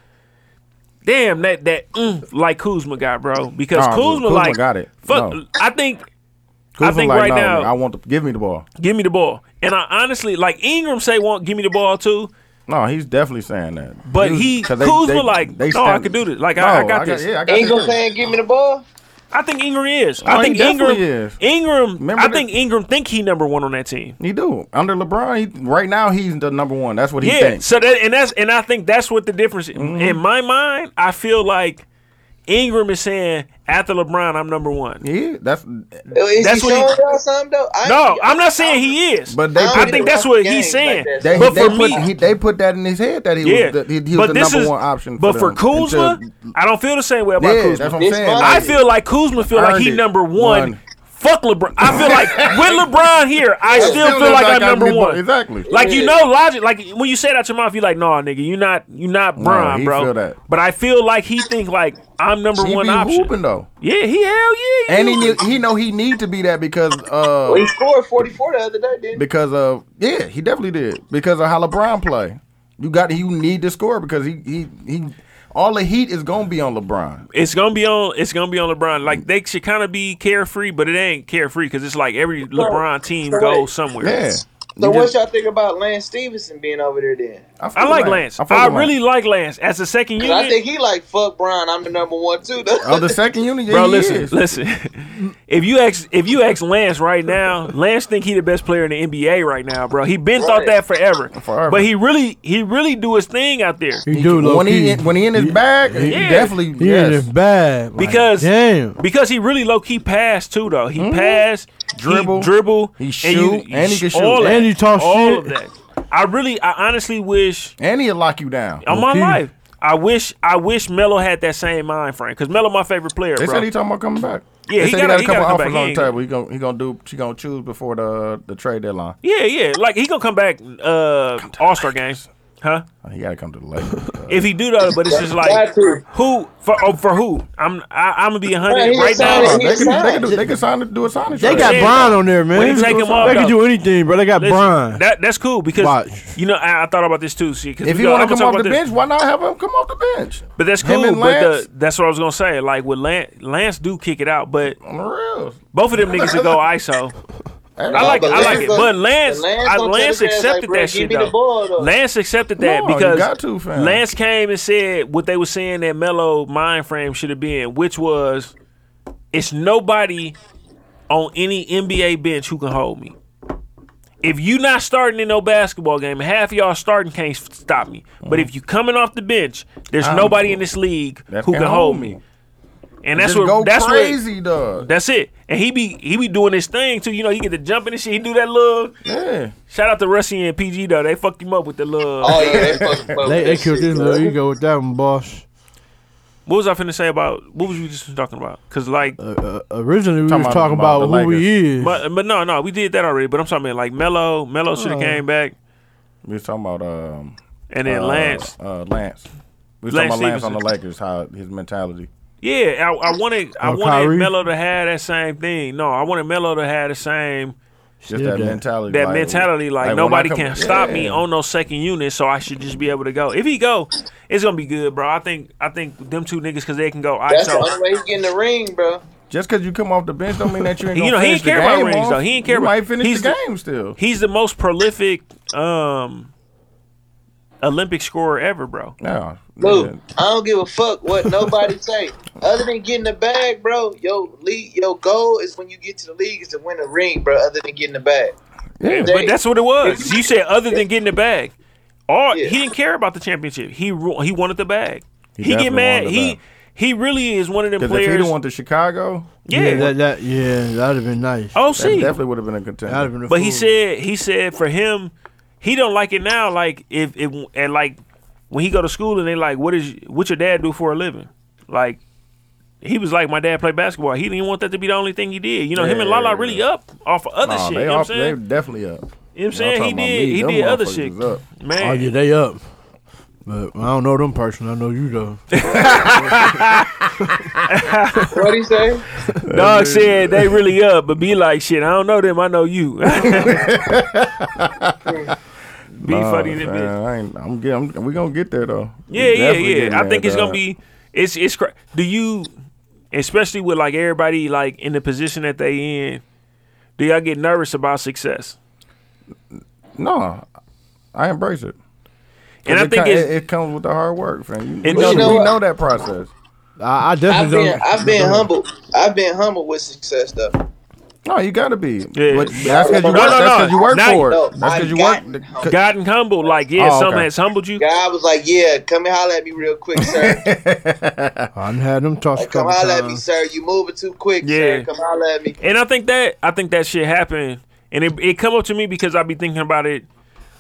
Speaker 2: Damn that that mm, like Kuzma got bro because
Speaker 9: Nah,
Speaker 2: Kuzma,
Speaker 9: Kuzma
Speaker 2: like
Speaker 9: got it.
Speaker 2: fuck
Speaker 9: No.
Speaker 2: I think I
Speaker 9: Kuzma
Speaker 2: think
Speaker 9: like,
Speaker 2: right
Speaker 9: no,
Speaker 2: now
Speaker 9: I want to give me the ball.
Speaker 2: give me the ball and I honestly like Ingram say want give me the ball too
Speaker 9: No, he's definitely saying that.
Speaker 2: But
Speaker 9: was-
Speaker 2: he-
Speaker 9: 'cause they-
Speaker 2: Kuzma
Speaker 9: they-
Speaker 2: like,
Speaker 9: they
Speaker 2: no, I
Speaker 9: stand-
Speaker 2: could do this. Like, I- I got this.
Speaker 9: Yeah, I got
Speaker 6: Ingram
Speaker 9: this.
Speaker 6: saying, "Give me the ball."
Speaker 2: I think Ingram is.
Speaker 9: Oh,
Speaker 2: I
Speaker 9: he
Speaker 2: think Ingram
Speaker 9: definitely is.
Speaker 2: Ingram.
Speaker 9: Remember
Speaker 2: I
Speaker 9: that-
Speaker 2: think Ingram think he number one on that team.
Speaker 9: He do under LeBron. He, right now, he's the number one. That's what he
Speaker 2: yeah.
Speaker 9: thinks. Mm-hmm.
Speaker 2: So that and that's and I think that's what the difference in my mind. I feel like Ingram is saying after LeBron, I'm number one.
Speaker 9: Yeah, that's.
Speaker 6: Is
Speaker 2: That's
Speaker 6: he
Speaker 2: what he-
Speaker 6: showing y'all something though? I,
Speaker 2: No, I'm not saying he is.
Speaker 9: But they
Speaker 6: I
Speaker 9: put,
Speaker 2: I think that's what he's saying.
Speaker 9: they,
Speaker 2: but
Speaker 9: they
Speaker 2: for
Speaker 9: put,
Speaker 2: me-
Speaker 9: he, they put that in his head that he
Speaker 2: yeah.
Speaker 9: was the, he, he
Speaker 2: but
Speaker 9: was the
Speaker 2: this
Speaker 9: number
Speaker 2: is,
Speaker 9: one option.
Speaker 2: But for
Speaker 9: them
Speaker 2: Kuzma,
Speaker 9: until-
Speaker 2: I don't feel the same way about
Speaker 9: yeah,
Speaker 2: Kuzma.
Speaker 9: that's what I'm
Speaker 6: This
Speaker 9: saying.
Speaker 6: month-
Speaker 2: I
Speaker 9: Like,
Speaker 2: feel like Kuzma feel like
Speaker 9: Earned
Speaker 2: he
Speaker 9: it.
Speaker 2: number one.
Speaker 9: One.
Speaker 2: Fuck LeBron. I feel like with LeBron here, I still,
Speaker 9: still
Speaker 2: feel
Speaker 9: look
Speaker 2: like, I'm
Speaker 9: like I'm
Speaker 2: number
Speaker 9: number-
Speaker 2: one.
Speaker 9: exactly.
Speaker 2: Like you
Speaker 6: Yeah.
Speaker 2: know, logic. Like when you say that to your mouth, you like, nah, nigga, you not, you not Bron,
Speaker 9: he
Speaker 2: bro.
Speaker 9: feel that.
Speaker 2: But I feel like he think like I'm number
Speaker 9: he
Speaker 2: one
Speaker 9: be
Speaker 2: option.
Speaker 9: hooping though,
Speaker 2: Yeah, he hell yeah.
Speaker 9: and he knew, he know he need to be that because uh
Speaker 6: Oh, He scored 44 the other day, didn't he?
Speaker 9: because of yeah he definitely did because of how LeBron play. You got you need to score because he he he all the heat is gonna be on LeBron.
Speaker 2: it's gonna be on. It's gonna be on LeBron.
Speaker 9: Mm.
Speaker 2: Like they should kind of be carefree, but it ain't carefree because it's like every LeBron team
Speaker 6: so
Speaker 2: goes
Speaker 6: wait.
Speaker 2: somewhere.
Speaker 9: Yeah.
Speaker 6: So
Speaker 9: You
Speaker 6: what
Speaker 9: just-
Speaker 6: y'all think about Lance Stevenson being over there then?
Speaker 9: fuck
Speaker 2: I like
Speaker 9: with
Speaker 2: Lance. I,
Speaker 9: fuck with
Speaker 2: really
Speaker 9: Lance.
Speaker 2: like Lance as the second
Speaker 6: 'Cause
Speaker 2: unit.
Speaker 6: I think he like fuck Brian. I'm the number one too. Though.
Speaker 9: Oh, the second unit, yeah,
Speaker 2: Bro,
Speaker 9: he
Speaker 2: listen,
Speaker 9: is.
Speaker 2: listen. If you ask, if you ask Lance right now, Lance think he the best player in the NBA right now, bro. He been thought
Speaker 6: Right.
Speaker 2: that forever,
Speaker 9: Forever.
Speaker 2: but he really, he really do his thing out there
Speaker 8: He do low
Speaker 9: when he
Speaker 8: key.
Speaker 9: in, when he in his bag, he
Speaker 2: Yeah.
Speaker 9: definitely
Speaker 8: He
Speaker 9: yes.
Speaker 8: in his bag. Like,
Speaker 2: Because-
Speaker 8: damn,
Speaker 2: because he really low key passed too, though. He passed,
Speaker 9: Mm-hmm. Dribble.
Speaker 2: he dribble,
Speaker 9: He
Speaker 2: and
Speaker 9: shoot,
Speaker 2: you-
Speaker 9: and he can
Speaker 2: sh-
Speaker 9: shoot.
Speaker 2: all that,
Speaker 8: And he talk
Speaker 2: all
Speaker 8: shit.
Speaker 2: of that. I really, I honestly wish
Speaker 9: and he'll lock you down.
Speaker 2: on my
Speaker 8: Okay.
Speaker 2: life. I wish, I wish Melo had that same mind frame because Melo my favorite player,
Speaker 9: They
Speaker 2: bro.
Speaker 9: said he talking about coming back.
Speaker 2: Yeah,
Speaker 9: they
Speaker 2: he
Speaker 9: said
Speaker 2: gotta-
Speaker 9: he
Speaker 2: he
Speaker 9: got a couple
Speaker 2: gotta come
Speaker 9: offers
Speaker 2: back.
Speaker 9: on
Speaker 2: He
Speaker 9: the table. He gonna he gonna do she gonna choose before the the trade deadline.
Speaker 2: yeah, yeah, like he gonna come back uh, All Star games, huh?
Speaker 9: Oh, He gotta come to the Lakers. Uh,
Speaker 2: if he do though, but it's just like
Speaker 6: Got to.
Speaker 2: who for oh, for who? I'm I, I'm gonna be
Speaker 6: Man,
Speaker 2: hundred
Speaker 6: he
Speaker 2: right
Speaker 6: signed
Speaker 2: now.
Speaker 6: it.
Speaker 9: they, can, they, can do, they can sign it, do a signing.
Speaker 8: they
Speaker 9: trade.
Speaker 8: got
Speaker 2: Yeah.
Speaker 8: Brian on there, man.
Speaker 2: When he take him off,
Speaker 8: they can
Speaker 2: though.
Speaker 8: do anything, bro. They got
Speaker 2: Listen,
Speaker 8: Brian.
Speaker 2: That that's cool because
Speaker 8: Watch.
Speaker 2: you know I, I thought about this too. See, 'cause
Speaker 9: if
Speaker 2: we
Speaker 9: he
Speaker 2: go-
Speaker 9: want
Speaker 2: I'm
Speaker 9: to
Speaker 2: gonna
Speaker 9: come
Speaker 2: talk
Speaker 9: off
Speaker 2: about
Speaker 9: the
Speaker 2: this.
Speaker 9: bench, why not have him come off the bench?
Speaker 2: but that's
Speaker 9: him
Speaker 2: cool.
Speaker 9: and
Speaker 2: But the,
Speaker 9: Lance.
Speaker 2: that's what I was gonna say. Like with Lance, Lance do kick it out, but
Speaker 9: On the real.
Speaker 2: both of them niggas would go ISO. I
Speaker 6: No,
Speaker 2: like it.
Speaker 6: but
Speaker 2: I like
Speaker 6: Lance
Speaker 2: it.
Speaker 6: gonna-
Speaker 2: But Lance,
Speaker 6: but Lance
Speaker 2: I,
Speaker 6: gonna tell
Speaker 2: Lance
Speaker 6: his ass, like,
Speaker 2: accepted
Speaker 6: "Bro,
Speaker 2: that
Speaker 6: give
Speaker 2: shit
Speaker 6: me
Speaker 2: though.
Speaker 6: the ball, though."
Speaker 2: Lance accepted that
Speaker 9: No, you
Speaker 2: because
Speaker 9: got to, fam.
Speaker 2: Lance came and said what they were saying that Melo mind frame should have been, which was, it's nobody on any NBA bench who can hold me. If you not starting in no basketball game, half of y'all starting can't s- stop me. But if you coming off the bench, there's nobody in this league
Speaker 9: That
Speaker 2: who can hold me. And that's
Speaker 9: That's
Speaker 2: what
Speaker 9: what go
Speaker 2: that's what
Speaker 9: crazy, dog.
Speaker 2: that's it. And he be he be doing his thing too. You know, he get to jumping and shit. He do that little
Speaker 9: Yeah,
Speaker 2: shout out to Rusty and PG though. They fucked him up with the little.
Speaker 6: Oh yeah, they fucking fuck
Speaker 8: They,
Speaker 6: with
Speaker 8: they
Speaker 6: that
Speaker 8: killed
Speaker 6: shit,
Speaker 8: this
Speaker 6: bro.
Speaker 8: little ego with that one, boss.
Speaker 2: What was I finna say about? What was you just talking about? Cause like,
Speaker 8: Uh, originally, we
Speaker 9: Talking
Speaker 8: was
Speaker 9: about-
Speaker 8: talking
Speaker 9: about
Speaker 8: about,
Speaker 9: the
Speaker 8: who we is.
Speaker 2: but but no no we did that already. But I'm talking about like Mello. Mello should have
Speaker 9: Oh.
Speaker 2: came back,
Speaker 9: we was talking about um
Speaker 2: and then
Speaker 9: uh,
Speaker 2: Lance.
Speaker 9: uh, Lance. We was
Speaker 2: Lance
Speaker 9: talking about Lance on
Speaker 2: Stevenson.
Speaker 9: the Lakers, how his mentality.
Speaker 2: Yeah, I, I wanted I
Speaker 9: uh,
Speaker 8: Oh,
Speaker 2: wanted
Speaker 8: Kyrie?
Speaker 2: Mello to have that same thing. No, I wanted Mello to have the same
Speaker 9: Just
Speaker 8: Yeah,
Speaker 9: that
Speaker 8: that-
Speaker 9: mentality.
Speaker 2: that mentality. Like,
Speaker 9: when I
Speaker 2: nobody
Speaker 9: come-
Speaker 2: can stop me
Speaker 9: Yeah.
Speaker 2: on no second unit, so I should just be able to go. If he go, it's gonna be good, bro. I think I think them two niggas because they can go.
Speaker 6: That's
Speaker 2: ISO.
Speaker 6: the only way he's getting the ring, bro.
Speaker 9: Just because you come off the bench don't mean that you ain't
Speaker 2: You know,
Speaker 9: gonna
Speaker 2: he
Speaker 9: finish
Speaker 2: ain't care
Speaker 9: the
Speaker 2: about
Speaker 9: game
Speaker 2: rings,
Speaker 9: off.
Speaker 2: though. He ain't care
Speaker 9: You
Speaker 2: about-
Speaker 9: might finish
Speaker 2: he's
Speaker 9: the
Speaker 2: the-
Speaker 9: game still.
Speaker 2: he's the most prolific um Olympic scorer ever, bro.
Speaker 9: No,
Speaker 6: Look, I don't give a fuck what nobody say. Other than getting the bag, bro, your league, your goal is when you get to the league is to win a ring, bro. Other than getting the bag,
Speaker 9: yeah,
Speaker 2: But that's what it was. You said other than getting the bag, all he didn't care about the championship. He ru- he wanted the bag. He, get
Speaker 9: definitely
Speaker 2: mad.
Speaker 9: wanted the
Speaker 2: He
Speaker 9: bag.
Speaker 2: he really is one of them
Speaker 9: because if he
Speaker 2: players.
Speaker 9: didn't want the Chicago,
Speaker 2: yeah.
Speaker 8: that, that yeah, that'd have been nice.
Speaker 2: oh,
Speaker 9: that
Speaker 2: see.
Speaker 9: definitely would have been a
Speaker 8: that'd
Speaker 9: contender.
Speaker 8: have been. A
Speaker 2: But he
Speaker 8: fool.
Speaker 2: said he said for him, he don't like it now. Like if if and like when he go to school and they like, what is what your dad do for a living? Like he was like, my dad played basketball. He didn't want that to be the only thing he did. You know, him and Lala
Speaker 9: Yeah.
Speaker 2: really up off of other
Speaker 9: Nah,
Speaker 2: shit.
Speaker 9: they
Speaker 2: You know what I'm
Speaker 9: off- they
Speaker 2: saying?
Speaker 9: definitely up.
Speaker 2: You know what I'm saying? He
Speaker 9: talking about
Speaker 2: did
Speaker 9: me.
Speaker 2: he
Speaker 9: Them
Speaker 2: did other
Speaker 9: motherfuckers
Speaker 2: shit.
Speaker 9: is up.
Speaker 2: Man.
Speaker 8: "Oh yeah, they up." But I don't know them personally. I know you though.
Speaker 6: what he say?
Speaker 2: Dog said they really up, but be like shit. I don't know them. I know you. be funny than bitch.
Speaker 9: Man, Oh, I ain't, I'm get, I'm, we gonna get there though. We
Speaker 2: Yeah, yeah,
Speaker 9: definitely getting
Speaker 2: yeah. I
Speaker 9: there,
Speaker 2: think it's
Speaker 9: dog.
Speaker 2: gonna be it's it's. Cra- do you, especially with like everybody like in the position that they in, do y'all get nervous about success?
Speaker 9: no. I embrace it.
Speaker 2: And I
Speaker 9: it
Speaker 2: think
Speaker 9: co-
Speaker 2: it's
Speaker 9: it, it comes with the hard work, fam. You,
Speaker 2: It
Speaker 9: we,
Speaker 2: does.
Speaker 9: know, we
Speaker 6: You know
Speaker 9: know that process.
Speaker 8: I, I
Speaker 6: I've
Speaker 8: definitely
Speaker 6: been
Speaker 8: don't.
Speaker 6: I've been humble. I've been humble with success though.
Speaker 9: No, you gotta be.
Speaker 2: Yeah.
Speaker 9: But that's because you,
Speaker 6: No,
Speaker 9: work-
Speaker 6: no,
Speaker 9: that's
Speaker 2: no.
Speaker 9: 'cause you work
Speaker 2: Now-
Speaker 9: for it.
Speaker 6: No,
Speaker 9: that's because you
Speaker 6: I
Speaker 9: work.
Speaker 6: got-
Speaker 9: c-
Speaker 2: Gotten humbled, like yeah,
Speaker 9: Oh,
Speaker 2: something
Speaker 9: okay.
Speaker 2: has humbled you.
Speaker 6: God was like, "Yeah, come and holler at me real quick, sir.
Speaker 8: I've had them tossed a
Speaker 6: Like, come
Speaker 8: couple
Speaker 6: holler at me,
Speaker 8: times.
Speaker 6: sir. You moving too quick,
Speaker 2: Yeah.
Speaker 6: sir. Come holler at me."
Speaker 2: And I think that I think that shit happened, and it it come up to me because I be thinking about it,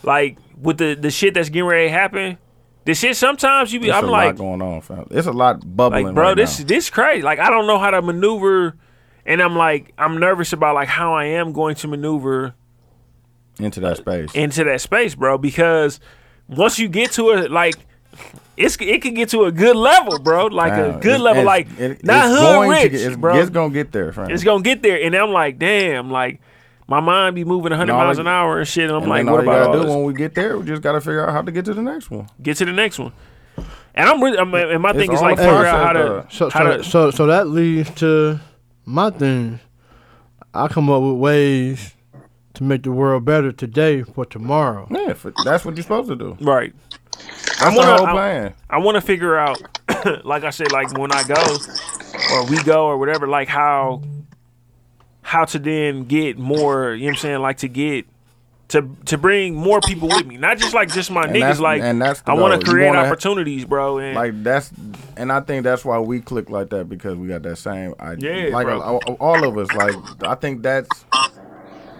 Speaker 2: like with the the shit that's getting ready to happen. The shit sometimes you be
Speaker 9: It's
Speaker 2: I'm
Speaker 9: a
Speaker 2: like
Speaker 9: lot going on, fam. It's a lot bubbling.
Speaker 2: like bro
Speaker 9: right
Speaker 2: this
Speaker 9: now.
Speaker 2: this crazy like i don't know how to maneuver and i'm like i'm nervous about like how i am going to maneuver
Speaker 9: into that space.
Speaker 2: into that space bro because once you get to it like it's it could get to a good level bro like
Speaker 9: Fam,
Speaker 2: a good
Speaker 9: it's-
Speaker 2: level
Speaker 9: it's-
Speaker 2: like
Speaker 9: it-
Speaker 2: not
Speaker 9: it's
Speaker 2: hood
Speaker 9: going to
Speaker 2: rich
Speaker 9: get- it's,
Speaker 2: bro
Speaker 9: It's gonna get there, fam.
Speaker 2: it's gonna get there and i'm like damn like my mind be moving 100
Speaker 9: And all
Speaker 2: miles
Speaker 9: I-
Speaker 2: an hour and shit and i'm
Speaker 9: And
Speaker 2: like
Speaker 9: then
Speaker 2: what
Speaker 9: all you
Speaker 2: about
Speaker 9: gotta
Speaker 2: all
Speaker 9: do
Speaker 2: this?
Speaker 9: when we get there? We just gotta figure out how to get to the next one.
Speaker 2: get to the next one and i'm really I'm, and my thing is
Speaker 9: all
Speaker 2: like
Speaker 9: a
Speaker 2: figure out how to
Speaker 9: process,
Speaker 8: So,
Speaker 2: how
Speaker 8: so,
Speaker 2: to
Speaker 8: so, so that leads to my thing. I come up with ways to make the world better today for tomorrow.
Speaker 9: Yeah, for, that's what you're supposed to do.
Speaker 2: right
Speaker 9: That's the
Speaker 2: wanna-
Speaker 9: whole
Speaker 2: I-
Speaker 9: plan.
Speaker 2: I want to figure out, like I said, like when I go or we go or whatever, like how how to then get more. You know what I'm saying? Like to get to to bring more people with me, not just like just my
Speaker 9: that's-
Speaker 2: niggas. Like
Speaker 9: and that's the
Speaker 2: I want
Speaker 9: goal.
Speaker 2: to
Speaker 9: You
Speaker 2: create
Speaker 9: wanna-
Speaker 2: opportunities, bro. And
Speaker 9: Like that's, and I think that's why we click like that because we got that same idea.
Speaker 2: Yeah,
Speaker 9: like
Speaker 2: bro.
Speaker 9: a- a- all of us. Like I think that's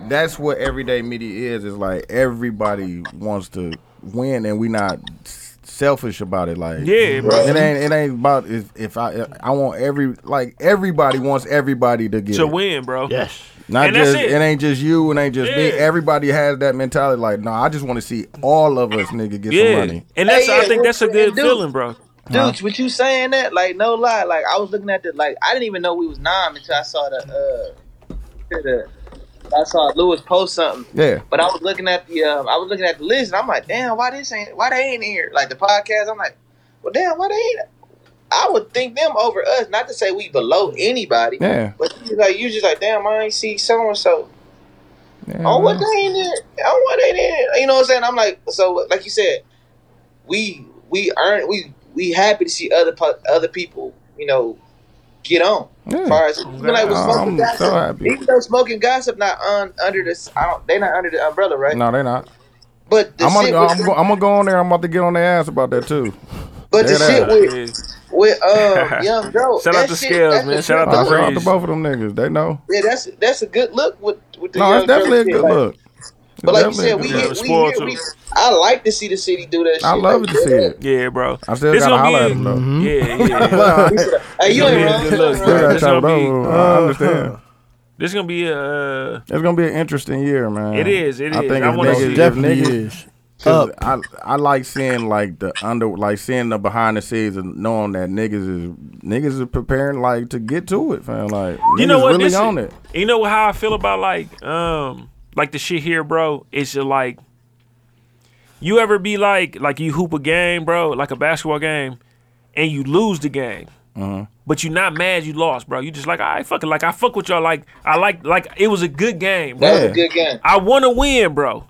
Speaker 9: that's what everyday media is. Is like everybody wants to win, and we not s- selfish about it. Like
Speaker 2: Yeah, bro.
Speaker 9: it ain't it ain't about if, if I I want every like everybody wants everybody to get
Speaker 2: to
Speaker 9: it.
Speaker 2: win, bro.
Speaker 8: Yes.
Speaker 9: Not
Speaker 2: And that's
Speaker 9: just
Speaker 2: it.
Speaker 9: it. ain't just you, it ain't just me.
Speaker 2: Yeah.
Speaker 9: Everybody has that mentality. Like, no, I just want to see all of us, nigga, get
Speaker 2: Yeah,
Speaker 9: some money.
Speaker 2: and that's
Speaker 6: Hey,
Speaker 2: I
Speaker 6: yeah,
Speaker 2: think that's a
Speaker 6: and
Speaker 2: good
Speaker 6: dude-
Speaker 2: feeling, bro.
Speaker 6: Dudes, with you saying that, like, no lie, like I was looking at the, like I didn't even know we was nine until I saw the, uh, the, I saw Lewis post something.
Speaker 9: Yeah,
Speaker 6: But I was looking at the um, I was looking at the list, and I'm like, damn, why this ain't why they ain't here? Like the podcast, I'm like, well, damn, why they ain't? I would think them over us. Not to say we below anybody,
Speaker 9: yeah.
Speaker 6: but you like you just like, damn, I ain't see so and so.
Speaker 9: yeah.
Speaker 6: Oh, what they
Speaker 9: Mm-hmm.
Speaker 6: ain't there? Oh, what they ain't there? You know what I'm saying? I'm like, so like you said, we we earn we we happy to see other po- other people, you know, get on.
Speaker 9: Yeah.
Speaker 6: As far as even like with
Speaker 9: Oh,
Speaker 6: smoking
Speaker 9: I'm
Speaker 6: gossip,
Speaker 9: so happy.
Speaker 6: even though smoking gossip not on under this, I don't. They not under the umbrella, right?
Speaker 9: No, they're not.
Speaker 6: But the
Speaker 9: I'm gonna,
Speaker 6: shit
Speaker 9: go,
Speaker 6: with,
Speaker 9: I'm, go, I'm gonna go on there. I'm about to get on their ass about that too.
Speaker 6: but the
Speaker 9: Yeah,
Speaker 6: shit
Speaker 9: that-
Speaker 6: with with um young bro.
Speaker 2: Shout
Speaker 6: that
Speaker 2: out to
Speaker 6: shit-
Speaker 2: Scales,
Speaker 6: that's
Speaker 2: man.
Speaker 6: the
Speaker 2: Shout out
Speaker 6: shit-
Speaker 9: I shout out to
Speaker 2: Breeze.
Speaker 9: both of them niggas. They know.
Speaker 6: Yeah, that's that's a good look with with the
Speaker 9: No,
Speaker 6: young
Speaker 9: it's definitely a
Speaker 6: Joe shit,
Speaker 9: good
Speaker 6: like-
Speaker 9: look. It's
Speaker 6: But like you
Speaker 9: definitely a good
Speaker 6: said, we
Speaker 2: Yeah,
Speaker 9: look.
Speaker 6: here,
Speaker 2: it's
Speaker 6: we,
Speaker 2: spoiled
Speaker 6: here, we
Speaker 2: too.
Speaker 6: I like to see the city do that.
Speaker 9: I
Speaker 6: shit.
Speaker 9: love
Speaker 6: Like,
Speaker 9: to see it.
Speaker 2: Yeah, bro.
Speaker 9: I still
Speaker 2: This
Speaker 9: gotta
Speaker 2: gonna be
Speaker 9: holler at
Speaker 2: a-
Speaker 9: them though.
Speaker 2: Yeah, yeah.
Speaker 6: Hey, you
Speaker 2: It's
Speaker 6: ain't
Speaker 2: gonna
Speaker 6: wrong.
Speaker 2: be a good look,
Speaker 6: You ain't
Speaker 2: bro.
Speaker 6: wrong.
Speaker 9: Still gotta
Speaker 2: It's
Speaker 9: chop it
Speaker 2: gonna be- uh,
Speaker 9: over. I understand.
Speaker 2: This gonna be a. Uh,
Speaker 9: It's gonna be an interesting year, man.
Speaker 2: It is, it
Speaker 9: I
Speaker 2: is.
Speaker 9: think
Speaker 2: I
Speaker 9: if
Speaker 2: wanna
Speaker 9: niggas-
Speaker 2: see it.
Speaker 9: if
Speaker 8: Definitely
Speaker 9: niggas-
Speaker 8: is.
Speaker 9: Cause
Speaker 8: Up.
Speaker 9: I I like seeing like the under like seeing the behind the scenes and knowing that niggas is niggas is preparing like to get to it, fam. Like
Speaker 2: you know what?
Speaker 9: really
Speaker 2: This
Speaker 9: on
Speaker 2: is-
Speaker 9: it.
Speaker 2: You know how I feel about like um like the shit here, bro. It's just like you ever be like like you hoop a game, bro, like a basketball game, and you lose the game.
Speaker 9: Uh-huh.
Speaker 2: But you're not mad you lost, bro. You just like, I fuck it. Like I fuck with y'all. Like I like like it was a good game, bro.
Speaker 6: That was a
Speaker 9: Yeah.
Speaker 6: good game.
Speaker 2: I want to win, bro.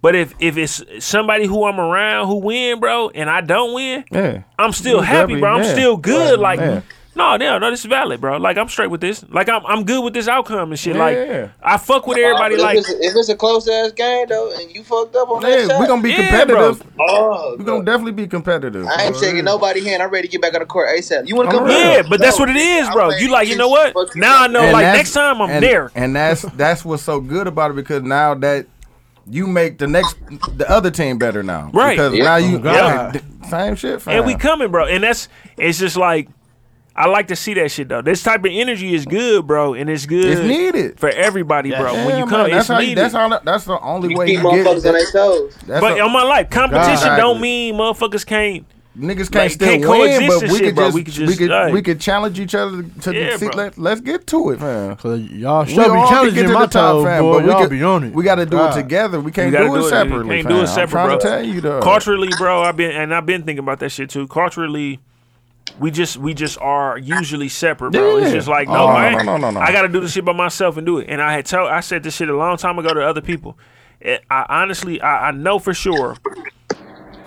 Speaker 2: But if if it's somebody who I'm around who win, bro, and I don't win,
Speaker 9: Yeah,
Speaker 2: I'm still
Speaker 9: Yeah,
Speaker 2: happy, bro. I'm
Speaker 9: yeah.
Speaker 2: still good. Like,
Speaker 9: Yeah.
Speaker 2: no, no, no, this is valid, bro. Like, I'm straight with this. Like, I'm I'm good with this outcome and shit.
Speaker 9: Yeah.
Speaker 2: Like, I fuck with everybody.
Speaker 6: If
Speaker 2: Like,
Speaker 6: it's, if it's a close ass game though, and you fucked up on that
Speaker 9: yeah,
Speaker 6: shot,
Speaker 9: we gonna be
Speaker 2: Yeah, bro.
Speaker 9: competitive.
Speaker 6: Oh,
Speaker 9: We gonna definitely be competitive.
Speaker 6: I ain't shaking nobody hand. I'm ready to get back on the court ASAP. You want to
Speaker 9: I'm
Speaker 6: come?
Speaker 9: ready.
Speaker 2: yeah,
Speaker 9: Yeah.
Speaker 2: but that's what it is, bro.
Speaker 6: I'm
Speaker 2: You like, you know
Speaker 6: ready.
Speaker 2: what?
Speaker 6: Fuck you.
Speaker 2: Now I know.
Speaker 9: And
Speaker 2: Like,
Speaker 9: that's-
Speaker 2: next time I'm
Speaker 9: and-
Speaker 2: there.
Speaker 9: and that's that's what's so good about it because now that you make the next the other team better now,
Speaker 2: Right.
Speaker 9: Because
Speaker 6: Yeah.
Speaker 9: now you
Speaker 8: God.
Speaker 9: yeah, same shit, fam.
Speaker 2: and we coming, bro. And that's it's just like I like to see that shit though. This type of energy is good, bro, and it's good.
Speaker 9: It's needed.
Speaker 2: for everybody, bro.
Speaker 9: Yeah,
Speaker 2: when you
Speaker 9: man,
Speaker 2: come,
Speaker 9: that's
Speaker 2: it's
Speaker 9: how you,
Speaker 2: needed.
Speaker 9: that's how that's the only way you
Speaker 6: Keep
Speaker 9: get.
Speaker 6: motherfuckers on their toes.
Speaker 9: that's
Speaker 2: but
Speaker 9: the-
Speaker 2: on my life, competition don't
Speaker 9: Exactly.
Speaker 2: mean motherfuckers can't.
Speaker 9: Niggas can't
Speaker 2: Like,
Speaker 9: still
Speaker 2: can't
Speaker 9: win,
Speaker 2: coexist
Speaker 9: but
Speaker 2: and
Speaker 9: we
Speaker 2: shit,
Speaker 9: could
Speaker 2: bro.
Speaker 9: just
Speaker 2: We
Speaker 9: we
Speaker 2: could
Speaker 9: could,
Speaker 2: just,
Speaker 9: we could,
Speaker 2: like-
Speaker 9: challenge each other to
Speaker 2: Yeah,
Speaker 9: see,
Speaker 2: bro.
Speaker 9: let, let's get to it, man.
Speaker 8: Cause y'all
Speaker 9: We
Speaker 8: should be
Speaker 9: all can get
Speaker 8: challenging
Speaker 9: to
Speaker 8: my
Speaker 9: the top,
Speaker 8: toes,
Speaker 9: fam,
Speaker 8: boy.
Speaker 9: but we
Speaker 8: Y'all
Speaker 9: could-
Speaker 8: be on it.
Speaker 9: We got to do
Speaker 8: God.
Speaker 9: it together. We
Speaker 2: You
Speaker 9: can't
Speaker 2: gotta
Speaker 9: do it
Speaker 2: do it.
Speaker 9: separately.
Speaker 2: You can't
Speaker 9: fam.
Speaker 2: do it
Speaker 9: I'm
Speaker 2: separate,
Speaker 9: trying
Speaker 2: bro.
Speaker 9: to tell you, though.
Speaker 2: culturally, bro, I've been and I've been thinking about that shit too. Culturally, we just we just are usually separate, bro. It's
Speaker 9: Yeah.
Speaker 2: just like
Speaker 9: Oh,
Speaker 2: no,
Speaker 9: no,
Speaker 2: I,
Speaker 9: no, no, no, no.
Speaker 2: I got to do this shit by myself and do it. And I had told I said this shit a long time ago to other people. Eh, I honestly, I, I know for sure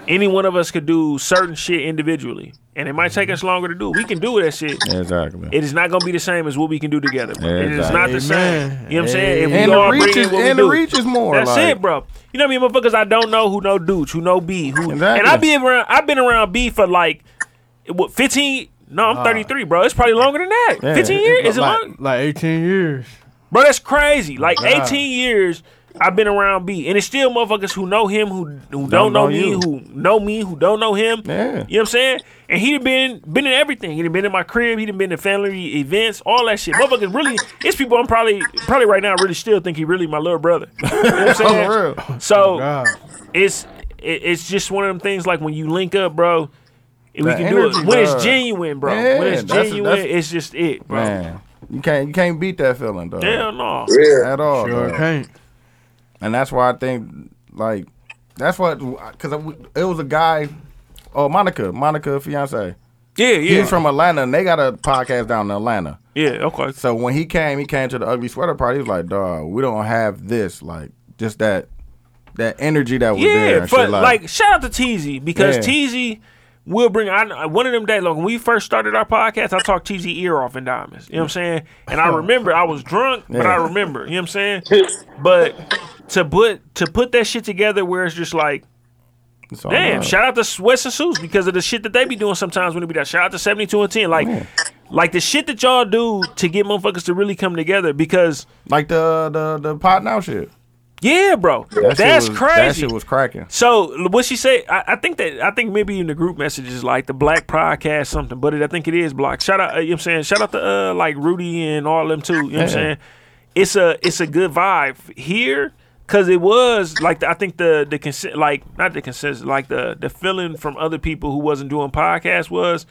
Speaker 2: any one of us could do certain shit individually, and it might take us longer to do. We can do that shit.
Speaker 9: Exactly.
Speaker 2: It is not going to be the same as what we can do together. bro. It is not the
Speaker 8: Amen.
Speaker 2: same. You know what I'm saying? If
Speaker 9: and
Speaker 2: we
Speaker 9: the
Speaker 2: all
Speaker 9: reach
Speaker 2: bring
Speaker 9: is
Speaker 2: in what we
Speaker 9: and the
Speaker 2: do.
Speaker 9: reach is more.
Speaker 2: That's
Speaker 9: like,
Speaker 2: it, bro. You know what I mean, motherfuckers. I don't know who know Dooch, who know B, who,
Speaker 9: Exactly.
Speaker 2: and I've been around. I've been around B for like what fifteen. No, I'm 33, bro. It's probably longer than that.
Speaker 9: Yeah,
Speaker 2: 15
Speaker 9: it-
Speaker 2: years? Is it
Speaker 8: like,
Speaker 2: long?
Speaker 8: like 18 years.
Speaker 2: Bro, that's crazy. Like
Speaker 8: God.
Speaker 2: 18 years I've been around B. And it's still motherfuckers who know him, who who don't, know,
Speaker 9: know
Speaker 2: me,
Speaker 9: you.
Speaker 2: who know me, who don't know him.
Speaker 9: Yeah.
Speaker 2: You know what I'm saying? And he done been been in everything. He done been in my crib, he done been in family events, all that shit. Motherfuckers really it's people I'm probably probably right now really still think he really my little brother. You know what I'm saying?
Speaker 9: Oh, For real. Oh,
Speaker 2: So
Speaker 8: God.
Speaker 2: it's it, it's just one of them things like when you link up, bro. We
Speaker 9: That
Speaker 2: can do it
Speaker 9: energy,
Speaker 2: when
Speaker 9: bro.
Speaker 2: it's genuine, bro. when
Speaker 9: Yeah,
Speaker 2: it's
Speaker 9: that's-
Speaker 2: genuine,
Speaker 9: that's-
Speaker 2: it's just it, bro.
Speaker 9: Man, you can't you can't beat that feeling though.
Speaker 2: Hell no.
Speaker 6: Yeah.
Speaker 9: At all.
Speaker 8: Sure
Speaker 9: dog.
Speaker 8: can't.
Speaker 9: And that's why I think, like, that's what, because it was a guy, oh, Monica, Monica, fiance.
Speaker 2: Yeah, yeah,
Speaker 9: He's from Atlanta, and they got a podcast down in Atlanta.
Speaker 2: yeah. Okay.
Speaker 9: So when he came, he came to the Ugly Sweater Party. He was like, dog, we don't have this. Like, just that that energy that was there.
Speaker 2: Yeah,
Speaker 9: and
Speaker 2: but
Speaker 9: shit,
Speaker 2: like, shout out to Teasy because
Speaker 9: Yeah.
Speaker 2: Teasy will bring. I, I- one of them days, like when we first started our podcast, I talked Teasy ear off in diamonds. You know what I'm saying? And I remember I was drunk, but I
Speaker 9: Yeah.
Speaker 2: remember. You know what I'm saying? But to put to put that shit together, where it's just like.
Speaker 9: it's all
Speaker 2: Damn!
Speaker 9: right.
Speaker 2: Shout out to Wes and Seuss because of the shit that they be doing sometimes when it be that. Shout out to seventy two and ten, like, like the shit that y'all do to get motherfuckers to really come together. Because
Speaker 9: Like the, the, the pot now shit.
Speaker 2: yeah, bro,
Speaker 9: That shit
Speaker 2: that's
Speaker 9: was-
Speaker 2: crazy.
Speaker 9: That shit was cracking.
Speaker 2: So what she said, I, I think that I think maybe in the group messages like the Black Podcast something, but it, I think it is Black. Shout out, uh, you know what I'm saying? Shout out to uh, like Rudy and all them too. You know what I'm
Speaker 9: Yeah.
Speaker 2: saying? It's a it's a good vibe here because it was like the, I think the the consent like not the consent like the the feeling from other people who wasn't doing podcasts was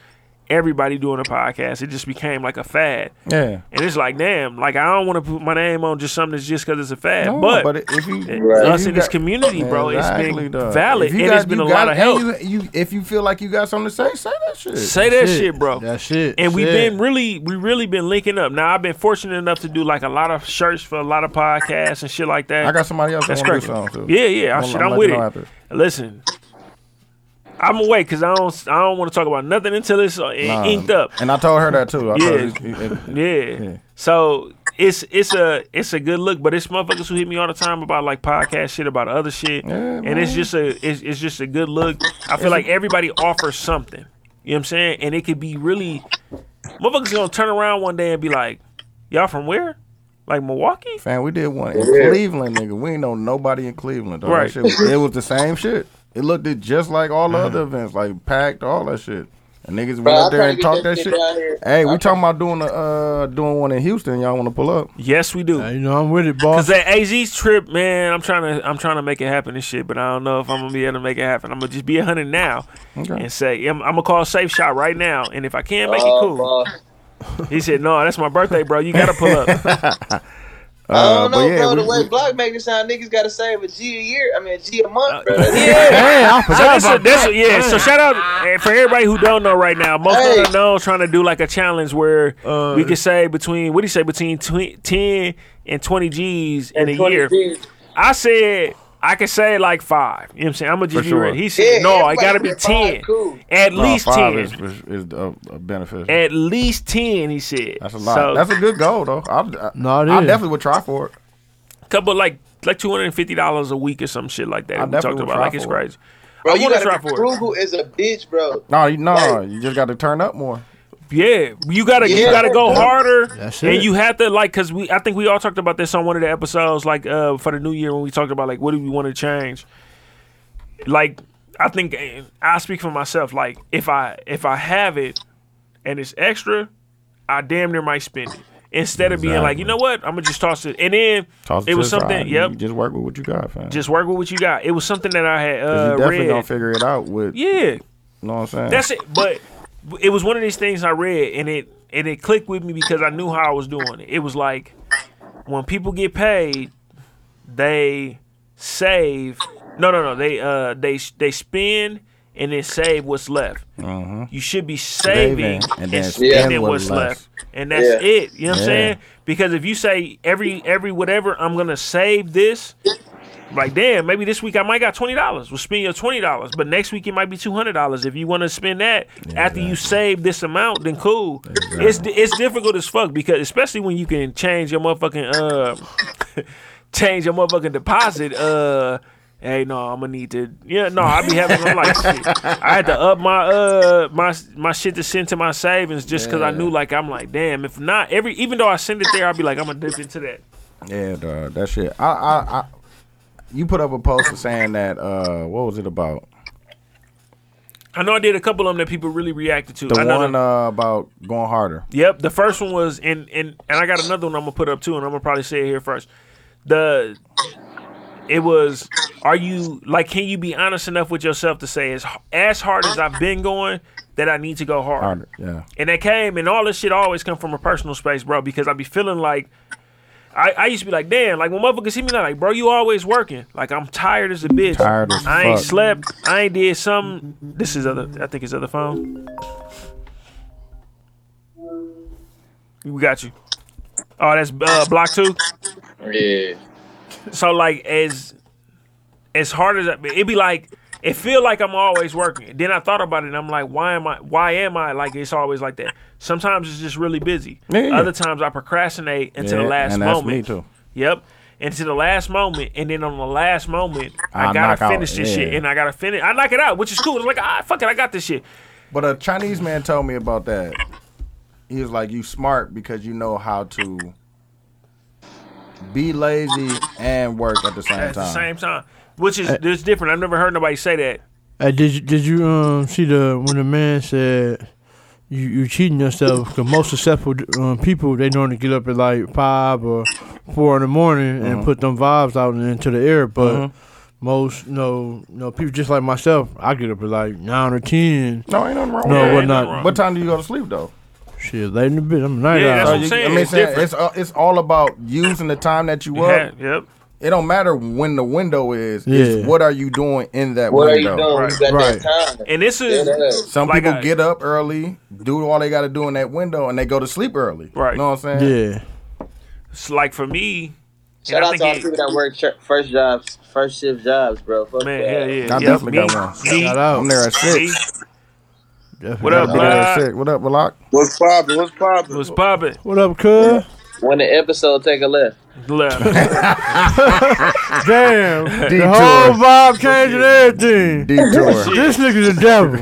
Speaker 2: everybody doing a podcast. It just became like a fad.
Speaker 9: Yeah.
Speaker 2: And it's like, damn, like I don't want to put my name on just something that's just because it's a fad.
Speaker 9: No,
Speaker 2: but
Speaker 9: i- if you,
Speaker 6: Right.
Speaker 2: us
Speaker 9: if you
Speaker 2: in this
Speaker 9: got-
Speaker 2: community, bro, it's
Speaker 9: Exactly,
Speaker 2: been
Speaker 9: dog.
Speaker 2: valid
Speaker 9: If you
Speaker 2: and
Speaker 9: got-
Speaker 2: it's been
Speaker 9: you
Speaker 2: a
Speaker 9: got-
Speaker 2: lot of
Speaker 9: and
Speaker 2: help.
Speaker 9: You, you, if you feel like you got something to say, say that shit.
Speaker 2: Say that shit, bro.
Speaker 8: That's it.
Speaker 2: and we've
Speaker 8: That's
Speaker 2: been
Speaker 8: it.
Speaker 2: really, we really been linking up. Now I've been fortunate enough to do like a lot of shirts for a lot of podcasts and shit like that.
Speaker 9: I got somebody else
Speaker 2: that's
Speaker 9: that's want to do
Speaker 2: crazy.
Speaker 9: something too.
Speaker 2: Yeah, yeah, I,
Speaker 9: I'm-
Speaker 2: shit,
Speaker 9: I'm
Speaker 2: I'm,
Speaker 9: letting
Speaker 2: with
Speaker 9: you
Speaker 2: it.
Speaker 9: know after.
Speaker 2: Listen, I'm away because I don't, I don't want to talk about nothing until it's uh,
Speaker 9: Nah.
Speaker 2: inked up.
Speaker 9: And I told her that too. I
Speaker 2: Yeah.
Speaker 9: told her, it- it- it-
Speaker 2: Yeah.
Speaker 9: Yeah.
Speaker 2: So it's it's a it's a good look, but it's motherfuckers who hit me all the time about like podcast shit, about other shit, and it's just a it's, it's just a good look. I feel like everybody offers something. You know what I'm saying? And it could be really motherfuckers gonna turn around one day and be like, "Y'all from where? Like Milwaukee?"
Speaker 9: Fam, we did one in Cleveland, nigga. We ain't know nobody in Cleveland. Dog.
Speaker 2: Right. Mm-hmm.
Speaker 9: That shit was, it was the same shit. It looked it just like all the other events, like packed, all that shit. And niggas went
Speaker 6: Bro,
Speaker 9: up
Speaker 6: I'm
Speaker 9: there
Speaker 6: trying
Speaker 9: and
Speaker 6: to get
Speaker 9: talked
Speaker 6: that
Speaker 9: that
Speaker 6: shit
Speaker 9: shit.
Speaker 6: down here.
Speaker 9: Hey, we talking about doing a uh, doing one in Houston. Y'all want to pull up?
Speaker 2: Yes, we do.
Speaker 8: Now, you know, I'm with it, boss.
Speaker 2: Cause that AZ's trip, man, I'm trying to I'm trying to make it happen and shit, but I don't know if I'm gonna be able to make it happen. I'm gonna just be a hundred now and say I'm, I'm gonna call safe shot right now, and if I can make it cool,
Speaker 9: Uh,
Speaker 6: Oh, fuck.
Speaker 2: He said, "No, that's my birthday, bro. You gotta pull up."
Speaker 6: I don't
Speaker 9: but
Speaker 6: know,
Speaker 9: yeah,
Speaker 6: bro.
Speaker 9: we-
Speaker 6: the way
Speaker 9: we-
Speaker 6: Block make it sound, niggas gotta save a G a year. I mean, a G a
Speaker 2: Uh,
Speaker 6: month, bro. That's
Speaker 8: yeah, I
Speaker 2: so
Speaker 8: forgot
Speaker 2: that's a,
Speaker 8: about
Speaker 2: that's a, yeah. So shout out and for everybody who don't know right now. Most
Speaker 6: Hey.
Speaker 2: don't know trying to do like a challenge where
Speaker 9: Uh,
Speaker 2: we could say between what do you say between tw- ten and twenty G's in a
Speaker 6: 20
Speaker 2: year.
Speaker 6: G's.
Speaker 2: I said I could say like five. You know what I'm saying? I'm gonna just
Speaker 9: For
Speaker 2: be
Speaker 9: sure.
Speaker 2: real. He said,
Speaker 6: Yeah,
Speaker 2: "No, it
Speaker 6: everybody
Speaker 2: gotta be
Speaker 6: said five,
Speaker 2: ten,
Speaker 6: cool.
Speaker 2: at
Speaker 9: Nah,
Speaker 2: least
Speaker 9: five
Speaker 2: ten,
Speaker 9: is, is, is a, a beneficial.
Speaker 2: at least ten. He said
Speaker 9: That's a lot.
Speaker 2: So,
Speaker 9: That's a good goal though. I, I,
Speaker 8: No, it
Speaker 9: I
Speaker 8: is.
Speaker 9: definitely would try for it.
Speaker 2: couple like like two hundred and fifty dollars a week or some shit like that.
Speaker 9: I
Speaker 2: we
Speaker 9: definitely
Speaker 2: talked
Speaker 9: would
Speaker 2: about
Speaker 9: try
Speaker 2: like it's
Speaker 9: for it.
Speaker 2: crazy.
Speaker 6: Bro,
Speaker 2: I
Speaker 6: you
Speaker 2: want to
Speaker 6: gotta
Speaker 2: try
Speaker 6: be
Speaker 2: for it.
Speaker 6: frugal as a bitch, bro.
Speaker 9: No, you, no, you just got to turn up more.
Speaker 2: Yeah, you gotta you
Speaker 6: Yeah.
Speaker 2: gotta go harder,
Speaker 8: That's
Speaker 2: and
Speaker 8: it.
Speaker 2: you have to like because we I think we all talked about this on one of the episodes like uh for the new year when we talked about like what do we want to change. Like I think eh, I speak for myself. Like if I if I have it and it's extra, I damn near might spend it instead of being like you know what I'm gonna just toss it and then
Speaker 9: Toss
Speaker 2: it
Speaker 9: to
Speaker 2: was
Speaker 9: the side.
Speaker 2: something.
Speaker 9: You
Speaker 2: Yep,
Speaker 9: just work with what you got, fam.
Speaker 2: just work with what you got. It was something that I had
Speaker 9: you
Speaker 2: uh,
Speaker 9: definitely
Speaker 2: read.
Speaker 9: gonna figure it out with. You
Speaker 2: yeah,
Speaker 9: know what I'm saying?
Speaker 2: that's it. But it was one of these things I read, and it and it clicked with me because I knew how I was doing it. It was like when people get paid, they save. No, no, no. They uh they they spend and then save what's left. You should be Mm-hmm. saving
Speaker 9: Saving and
Speaker 2: and,
Speaker 9: then
Speaker 2: spending
Speaker 9: spend what
Speaker 2: what's
Speaker 9: left.
Speaker 2: left. And that's
Speaker 6: Yeah.
Speaker 2: it. You know what I'm
Speaker 9: Yeah.
Speaker 2: saying? Because if you say every every whatever, I'm gonna save this, Like, damn, maybe this week I might got twenty dollars. Well, spend your twenty dollars, but next week it might be two hundred dollars. If you want to spend that after you save this amount, then cool. It's it's difficult as fuck because especially when you can change your motherfucking uh, change your motherfucking deposit. Uh, hey, no, I'm gonna need to. Yeah, no, I be having I'm like shit. I had to up my uh my my shit to send to my savings just because I knew like I'm like damn. If not every even though I send it there, I'll be like I'm gonna dip into that.
Speaker 9: Yeah, dog, that shit. I, I, I, you put up a post for saying that. Uh, what was it about?
Speaker 2: I know I did a couple of them that people really reacted to.
Speaker 9: The
Speaker 2: I know
Speaker 9: one
Speaker 2: that-
Speaker 9: uh, about going harder.
Speaker 2: Yep, the first one was and and and I got another one I'm gonna put up too, and I'm gonna probably say it here first. The it was, are you like, can you be honest enough with yourself to say as as hard as I've been going that I need to go hard?
Speaker 9: Harder. Yeah.
Speaker 2: And that came, and all this shit always come from a personal space, bro, because I be feeling like. I, I used to be like, damn, like when motherfuckers see me now, like, bro, you always working. Like I'm tired as a bitch.
Speaker 9: Tired as
Speaker 2: I ain't
Speaker 9: fuck.
Speaker 2: slept. I ain't did something. This is other. I think it's other phone. We got you. Oh, that's uh, block two.
Speaker 6: Yeah.
Speaker 2: So like as as hard as I, it be like it feel like I'm always working. Then I thought about it and I'm like, why am I why am I like it's always like that? Sometimes it's just really busy.
Speaker 9: Yeah.
Speaker 2: Other times I procrastinate until
Speaker 9: Yeah,
Speaker 2: the last
Speaker 9: and that's
Speaker 2: moment.
Speaker 9: me too.
Speaker 2: Yep. Until the last moment, and then on the last moment, I,
Speaker 9: I knock
Speaker 2: gotta
Speaker 9: out,
Speaker 2: finish this
Speaker 9: yeah.
Speaker 2: shit, and I gotta finish. I knock it out, which is cool. It's like, ah, fuck it, I got this shit.
Speaker 9: But a Chinese man told me about that. He was like, "You smart because you know how to be lazy and work at the same
Speaker 2: At
Speaker 9: time." Eh.
Speaker 2: the same time, which is it's different. I've never heard nobody say that.
Speaker 8: Hey, did you, did you um see the when the man said you you cheating yourself? Because most successful um, people they normally get up at like five or four in the morning
Speaker 2: Uh-huh.
Speaker 8: and put them vibes out into the air. But most no no people just like myself, I get up at like nine or ten.
Speaker 9: No, ain't nothing wrong.
Speaker 8: No,
Speaker 9: with
Speaker 8: what
Speaker 9: that.
Speaker 8: not?
Speaker 2: wrong.
Speaker 9: What time do you go to sleep though? Uh,
Speaker 8: Shit, late in the bit, I'm a night
Speaker 2: Yeah,
Speaker 8: owl.
Speaker 2: that's what I'm
Speaker 9: you-
Speaker 2: saying.
Speaker 9: I mean,
Speaker 2: It's
Speaker 9: saying,
Speaker 2: different.
Speaker 9: it's, all- it's all about using the time that you
Speaker 2: Yeah,
Speaker 9: up.
Speaker 2: yep.
Speaker 9: It don't matter when the window is.
Speaker 8: Yeah.
Speaker 9: It's what are you doing in that
Speaker 6: What are you
Speaker 9: window?
Speaker 6: doing? You got that time.
Speaker 2: And this is
Speaker 6: Yeah, that-
Speaker 9: Some
Speaker 2: Like
Speaker 9: people
Speaker 2: I-
Speaker 9: get up early, do all they got to do in that window, and they go to sleep early.
Speaker 2: Right.
Speaker 9: You know what I'm saying?
Speaker 8: Yeah,
Speaker 2: it's like for me.
Speaker 6: Shout
Speaker 2: and I
Speaker 6: out
Speaker 2: think
Speaker 6: to
Speaker 2: it-
Speaker 6: all the people that work ch- first jobs, first shift jobs, bro. Fuck
Speaker 2: Man,
Speaker 6: that.
Speaker 2: hell yeah.
Speaker 9: I
Speaker 2: Yep,
Speaker 9: definitely
Speaker 2: me,
Speaker 9: got one.
Speaker 2: me,
Speaker 8: shout out.
Speaker 9: I'm there at
Speaker 2: me.
Speaker 9: six.
Speaker 8: Definitely
Speaker 2: What up,
Speaker 8: got
Speaker 9: I'm there at
Speaker 2: Block?
Speaker 9: six. What up, Block?
Speaker 3: What's poppin'? What's poppin'?
Speaker 2: What's poppin'?
Speaker 8: What up, cuz?
Speaker 6: When the episode take a left.
Speaker 2: Left.
Speaker 8: Damn, the
Speaker 9: Detour.
Speaker 8: whole vibe changing everything.
Speaker 9: Detour.
Speaker 8: This nigga's a devil.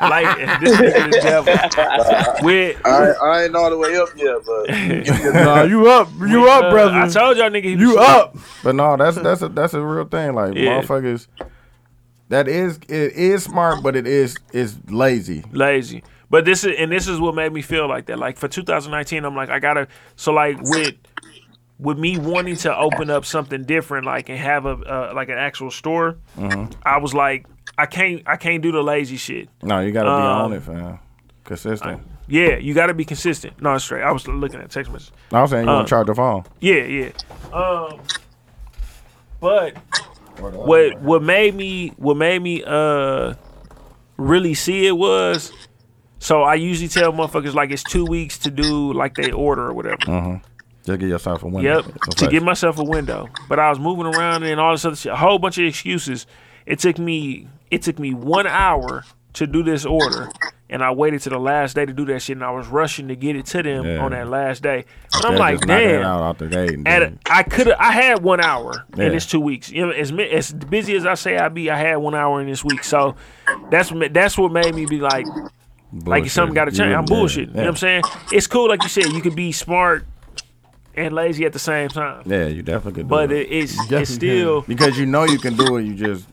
Speaker 2: like this nigga the devil. With
Speaker 3: I, I ain't all the way up yet, but
Speaker 8: nah, you up, you
Speaker 2: uh,
Speaker 8: up, brother.
Speaker 2: I told y'all nigga he
Speaker 8: you
Speaker 2: was-
Speaker 8: up.
Speaker 9: But no, that's that's a that's a real thing. Like
Speaker 2: Yeah.
Speaker 9: motherfuckers, that is it is smart, but it is is lazy.
Speaker 2: lazy. But this is and this is what made me feel like that. Like for 2019, I'm like I gotta. So like with with me wanting to open up something different, like and have a uh, like an actual store, I was like I can't I can't do the lazy shit.
Speaker 9: No, you gotta be
Speaker 2: Um,
Speaker 9: on it, fam. Consistent.
Speaker 2: Yeah, you got to be consistent. No, it's straight. I was looking at text messages.
Speaker 9: I, was saying you
Speaker 2: uh,
Speaker 9: gonna charge the phone.
Speaker 2: Yeah, yeah. Um, but what what made me what made me uh really see it was so I usually tell motherfuckers like it's two weeks to do like they order or whatever.
Speaker 9: Just give yourself a window.
Speaker 2: Yep, to give myself a window. But I was moving around and all this other shit, a whole bunch of excuses. It took me it took me one hour to do this order, and I waited to the last day to do that shit, and I was rushing to get it to them
Speaker 9: Yeah.
Speaker 2: on that last day. And I'm
Speaker 9: They're
Speaker 2: like,
Speaker 9: just knocking it
Speaker 2: damn
Speaker 9: out, out the gate and
Speaker 2: at
Speaker 9: then-
Speaker 2: a, I could I had one hour
Speaker 9: Yeah.
Speaker 2: in this two weeks. You know, as mi- as busy as I say I be, I had one hour in this week. So that's what ma- that's what made me be like like
Speaker 9: bullshit.
Speaker 2: something got to
Speaker 9: You
Speaker 2: change. I'm
Speaker 9: wouldn't- yeah,
Speaker 2: bullshitting. You know
Speaker 9: yeah.
Speaker 2: what I'm saying? It's cool, like you said, you could be smart and lazy at the same time.
Speaker 9: Yeah, you definitely could. do
Speaker 2: But
Speaker 9: it.
Speaker 2: it, it's
Speaker 8: definitely
Speaker 2: it's still
Speaker 9: because you know you can do it, you just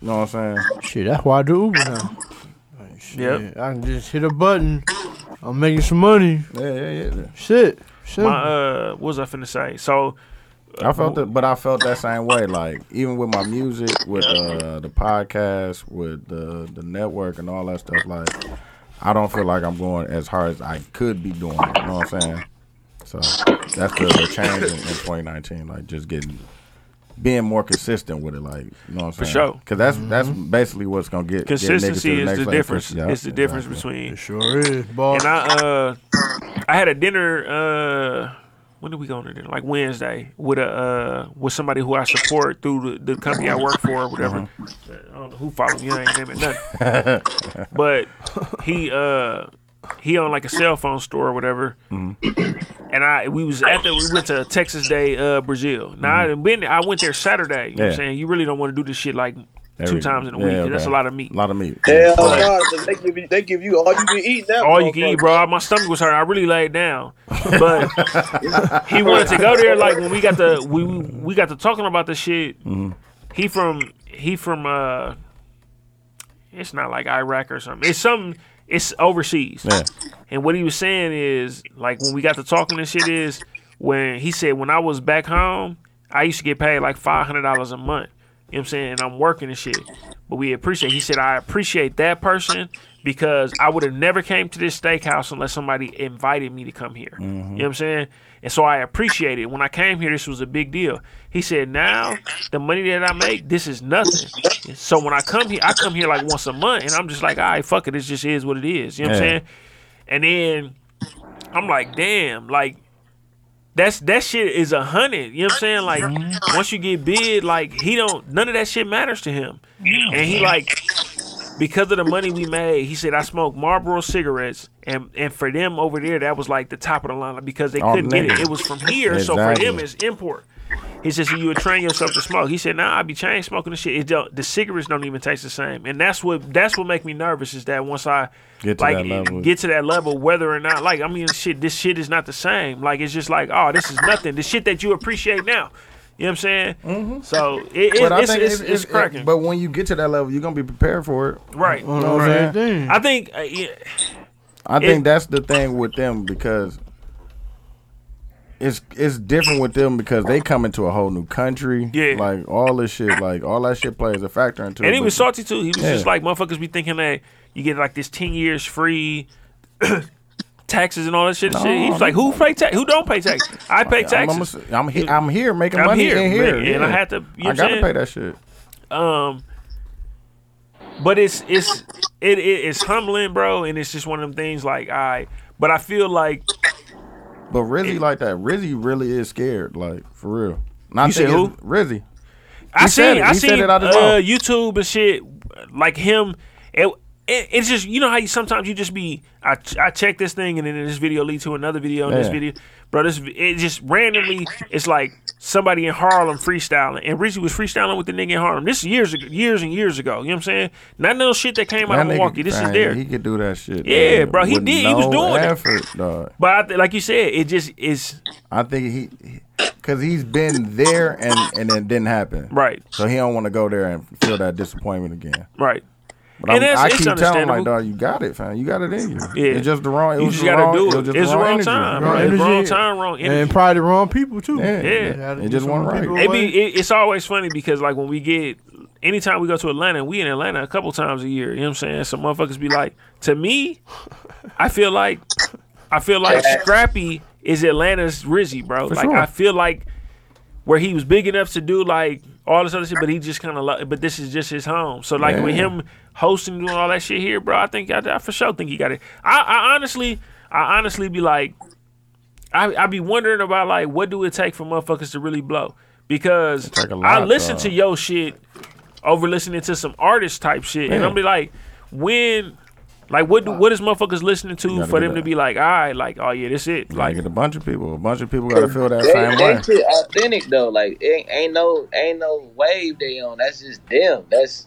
Speaker 9: you know what I'm saying.
Speaker 8: Shit, that's why I do Uber now. Like, shit,
Speaker 2: Yep.
Speaker 8: I can just hit a button. I'm making some money.
Speaker 9: Yeah, yeah, yeah.
Speaker 8: Shit, shit.
Speaker 2: my uh what was I finna say? So
Speaker 9: I felt it, but I felt that same way. Like even with my music, with uh, the podcast, with the the network, and all that stuff. Like I don't feel like I'm going as hard as I could be doing. You know what I'm saying? So that's the, the change in, in 2019. Like just getting being more consistent with it. Like you know what I'm saying?
Speaker 2: sure.
Speaker 9: Because that's that's basically what's gonna get get niggas to
Speaker 2: consistency
Speaker 9: next
Speaker 2: is the
Speaker 9: level.
Speaker 2: difference.
Speaker 9: Yeah,
Speaker 2: it's the difference
Speaker 9: exactly.
Speaker 2: between
Speaker 8: It sure is, boss.
Speaker 2: and I uh I had a dinner uh when did we go on there? Like Wednesday with a uh, with somebody who I support through the, the company I work for or whatever.
Speaker 9: Uh-huh.
Speaker 2: I don't know who follows me. I ain't naming nothing. but he uh he owned like a cell phone store or whatever.
Speaker 9: Mm-hmm.
Speaker 2: And I we was at the we went to Texas Day uh Brazil. Now I done been there- I went there Saturday. You know what
Speaker 9: Mm-hmm. Yeah.
Speaker 2: I'm saying you really don't want to do this shit like two
Speaker 9: Every-
Speaker 2: times in a
Speaker 9: yeah,
Speaker 2: week. That's a
Speaker 9: okay.
Speaker 2: lot of meat.
Speaker 9: A lot of meat.
Speaker 3: Hell no, 'cause they give you they give you all you can eat now.
Speaker 2: all you can eat, bro. My stomach was hurting. I really laid down, but he wanted to go there. Like when we got the we we got to talking about the shit. He from he from uh, it's not like Iraq or something. It's some it's overseas.
Speaker 9: Yeah.
Speaker 2: And what he was saying is like when we got to talking and shit is when he said when I was back home, I used to get paid like five hundred dollars a month. You know what I'm saying? And I'm working and shit. But we appreciate he said I appreciate that person because I would have never came to this steakhouse unless somebody invited me to come here. You know what I'm saying? And so I appreciate it. When I came here, this was a big deal. He said, now the money that I make, this is nothing. So when I come here, I come here like once a month and I'm just like, all right, fuck it. It just is what it is. You know what I'm
Speaker 9: Yeah.
Speaker 2: saying? And then I'm like, damn, like that's that shit is a hundred. You know what I'm saying? Like once you get big, like he don't none of that shit matters to him. And he like because of the money we made, he said I smoked Marlboro cigarettes, and and for them over there, that was like the top of the line because they
Speaker 9: Oh,
Speaker 2: couldn't get it.
Speaker 9: nigga.
Speaker 2: It was from here, so for
Speaker 9: Exactly.
Speaker 2: them it's import. He says so you would train yourself to smoke. He said, "Nah, I be chain smoking the shit. It don't, the cigarettes don't even taste the same, and that's what that's what make me nervous is that once I
Speaker 9: Get to
Speaker 2: like
Speaker 9: that level.
Speaker 2: get to that level, whether or not like I mean, shit, this shit is not the same. Like it's just like, oh, this is nothing. The shit that you appreciate now, you know what I'm saying? Mm-hmm. So it, it,
Speaker 9: But I
Speaker 2: it's,
Speaker 9: think
Speaker 2: it's,
Speaker 9: it's,
Speaker 2: it's, cracking,
Speaker 9: But when you get to that level, you're gonna be prepared for it.
Speaker 2: right?
Speaker 8: You know what
Speaker 2: right.
Speaker 8: I'm saying?
Speaker 2: I think uh, yeah,
Speaker 9: I think
Speaker 2: It-
Speaker 9: that's the thing with them because it's it's different with them because they come into a whole new country.
Speaker 2: Yeah.
Speaker 9: Like all this shit, like all that shit plays a factor into it.
Speaker 2: And he was
Speaker 9: but-
Speaker 2: salty too. He was just
Speaker 9: Yeah.
Speaker 2: like motherfuckers be thinking that you get like this ten years free taxes and all that shit. and shit. He was like, who pay tax? Who don't pay tax? I pay
Speaker 9: I'm,
Speaker 2: taxes.
Speaker 9: I'm, I'm, he- I'm here making
Speaker 2: I'm
Speaker 9: money
Speaker 2: here,
Speaker 9: in here.
Speaker 2: man, and I had to- you know what
Speaker 9: I
Speaker 2: I'm
Speaker 9: gotta
Speaker 2: saying?
Speaker 9: pay that shit.
Speaker 2: Um, but it's it's it, it it's humbling, bro, and it's just one of them things. Like I, but I feel like
Speaker 9: But Rizzy like that. Rizzy really is scared. Like for real. Not
Speaker 2: You said who?
Speaker 9: Rizzy.
Speaker 2: I
Speaker 9: He said
Speaker 2: seen
Speaker 9: it.
Speaker 2: I
Speaker 9: He said
Speaker 2: seen
Speaker 9: it out his
Speaker 2: uh,
Speaker 9: mouth.
Speaker 2: YouTube and shit like him. It, it- it's just you know how you sometimes you just be I, ch- I check this thing and then this video lead to another video and this
Speaker 9: Yeah.
Speaker 2: video, bro. This it just randomly it's like somebody in Harlem freestyling and Richie was freestyling with the nigga in Harlem. This is years ago, years and years ago. You know what I'm saying? Not no shit that came out
Speaker 9: That
Speaker 2: of
Speaker 9: nigga-
Speaker 2: Milwaukee. This is
Speaker 9: dang,
Speaker 2: there.
Speaker 9: He could do that shit.
Speaker 2: Yeah,
Speaker 9: man,
Speaker 2: bro, he
Speaker 9: with
Speaker 2: did. He was
Speaker 9: no
Speaker 2: doing it.
Speaker 9: effort, dog.
Speaker 2: But I, th- like you said, it just is
Speaker 9: I think he, because he's been there and and it didn't happen.
Speaker 2: right,
Speaker 9: So he don't want to go there and feel that disappointment again.
Speaker 2: right.
Speaker 9: But
Speaker 2: And
Speaker 9: I'm,
Speaker 2: that's-
Speaker 9: I
Speaker 2: it's
Speaker 9: keep telling him,
Speaker 2: understandable.
Speaker 9: like, dog, you got it, fam. You got it in you.
Speaker 2: Yeah.
Speaker 9: It's just the wrong. It
Speaker 2: You
Speaker 9: was
Speaker 2: just
Speaker 9: the
Speaker 2: gotta
Speaker 9: wrong,
Speaker 2: do
Speaker 9: was
Speaker 2: it.
Speaker 9: just
Speaker 2: It's the wrong
Speaker 9: energy.
Speaker 2: time,
Speaker 8: Wrong
Speaker 2: bro. It's wrong
Speaker 8: energy.
Speaker 2: time, wrong energy.
Speaker 8: and probably the wrong people too.
Speaker 9: Yeah.
Speaker 2: Yeah.
Speaker 9: It just wasn't right.
Speaker 2: It be, it, it's always funny because like when we get anytime we go to Atlanta, we in Atlanta a couple times a year. You know what I'm saying? Some motherfuckers be like, to me, I feel like I feel like Scrappy is Atlanta's Rizzy, bro. like
Speaker 9: sure.
Speaker 2: I feel like where he was big enough to do like all this other shit, but he just kind of lo- but this is just his home. So like with
Speaker 9: Yeah.
Speaker 2: him hosting doing all that shit here, bro, I think I, I for sure think he got it. I, I honestly, I honestly be like. I, I be wondering about like what do it take for motherfuckers to really blow? Because
Speaker 9: take a
Speaker 2: I
Speaker 9: lot,
Speaker 2: listen
Speaker 9: though.
Speaker 2: to your shit over listening to some artist type shit, and
Speaker 9: Yeah.
Speaker 2: I'm be like, when, like, what do what is motherfuckers listening to
Speaker 9: gotta
Speaker 2: for
Speaker 9: get
Speaker 2: them to
Speaker 9: that.
Speaker 2: be like, all right, like, oh yeah, this it,
Speaker 9: Like
Speaker 2: like,
Speaker 9: it's a bunch of people. A bunch of people got to feel that
Speaker 6: They,
Speaker 9: same
Speaker 6: they
Speaker 9: way.
Speaker 6: shit authentic though. Like it ain't no ain't no wave they on. That's just them. That's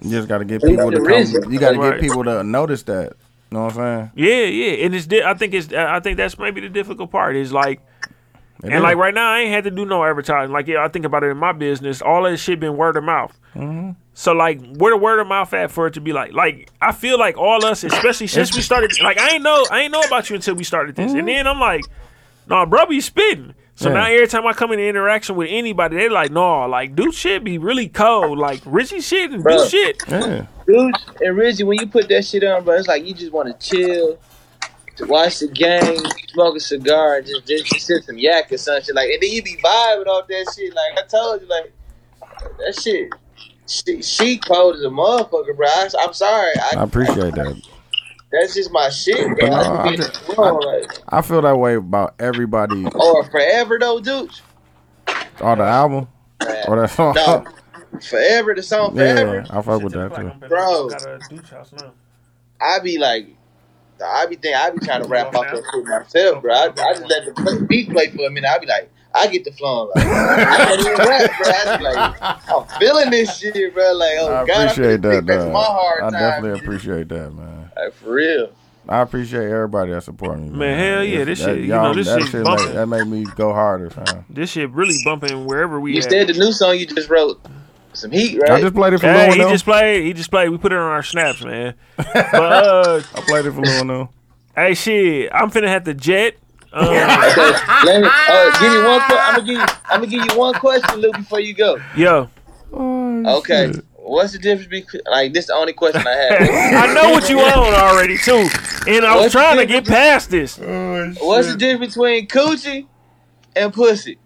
Speaker 9: You just got to get
Speaker 6: They
Speaker 9: people to
Speaker 6: the
Speaker 9: come.
Speaker 6: reason.
Speaker 9: You got to
Speaker 2: Right.
Speaker 9: get people to notice that. You know what I'm
Speaker 2: yeah, yeah, and it's di- I think it's I think that's maybe the difficult part is like
Speaker 9: saying? It
Speaker 2: And
Speaker 9: is.
Speaker 2: like right now, I ain't had to do no advertising. Like yeah, I think about it in my business. All that shit been word of mouth.
Speaker 9: Mm-hmm.
Speaker 2: So like, where the word of mouth at for it to be like, like I feel like all us, especially since we started. Like I ain't know, I ain't know about you until we started this, and then I'm like, nah, bro, be spitting. So
Speaker 9: Mm-hmm. Yeah.
Speaker 2: now every time I come into interaction with anybody, they like, nah, like dude, shit be really cold. Like Richie shit and do
Speaker 6: Bruh.
Speaker 2: shit.
Speaker 9: yeah.
Speaker 6: dude and Rizzy. When you put that shit on, bro, it's like you just want to chill, to watch the game, smoke a cigar, and just, just sip some yak or something like. And then you be vibing off that shit. Like I told you, like that shit. She, she cold as a motherfucker, bro. I, am sorry. I,
Speaker 9: I appreciate that.
Speaker 6: That's just my shit.
Speaker 9: But
Speaker 6: man.
Speaker 9: no,
Speaker 6: I
Speaker 9: I
Speaker 6: be
Speaker 9: just-
Speaker 6: wrong, like,
Speaker 9: I feel that way about everybody.
Speaker 6: or forever though, dude.
Speaker 9: All the album or Oh, that song.
Speaker 6: No, forever the song
Speaker 9: yeah,
Speaker 6: forever.
Speaker 9: I fuck with that too.
Speaker 6: Bro.
Speaker 2: now.
Speaker 6: I be like, I be think I be trying to rap off that shit myself, bro. I, I just let the play, beat play for a minute. I be like, I get the flow. Like, I can't even rap, bro. I be like, I'm feeling this shit, bro. Like, oh
Speaker 9: I
Speaker 6: God,
Speaker 9: appreciate
Speaker 6: I'm
Speaker 9: that.
Speaker 6: That's my hard
Speaker 9: Dog. I
Speaker 6: time.
Speaker 9: definitely appreciate that, man.
Speaker 6: Like for real.
Speaker 9: I appreciate everybody that support me. Man,
Speaker 2: hell yeah, this shit, you know,
Speaker 9: y'all-
Speaker 2: this
Speaker 9: that
Speaker 2: shit
Speaker 9: make-
Speaker 2: bumping.
Speaker 9: that made me go harder, fam.
Speaker 2: This shit really bumping wherever we
Speaker 6: You
Speaker 2: at.
Speaker 6: said the new song you just wrote, some heat, right?
Speaker 9: I just played it for
Speaker 2: Hey,
Speaker 9: Lil
Speaker 2: he
Speaker 9: Nell.
Speaker 2: just played. He just played. We put it on our snaps, man. But uh,
Speaker 9: I played it for Lil Nell.
Speaker 2: hey, shit, I'm finna have to jet. Um,
Speaker 6: Okay, let me, uh, give me one. I'm gonna give you. I'm gonna give you one question, Luke, before you go.
Speaker 2: yo,
Speaker 6: Okay. What's the difference between like this? Is the only question I have.
Speaker 2: I know what you on already too, and I was
Speaker 6: What's
Speaker 2: trying to
Speaker 6: the-
Speaker 2: get past this.
Speaker 6: What's the difference between coochie and pussy?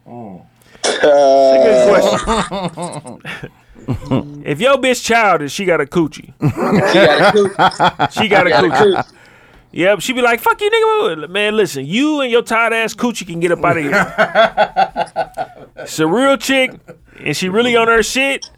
Speaker 2: If your bitch childish, she got a coochie.
Speaker 6: You got a coochie.
Speaker 2: She got a
Speaker 6: You got a
Speaker 2: coochie.
Speaker 6: coochie.
Speaker 2: Yep, she be like, "Fuck you, nigga." Man, listen, you and your tired ass coochie can get up out of here. It's a real chick, and she really on her shit.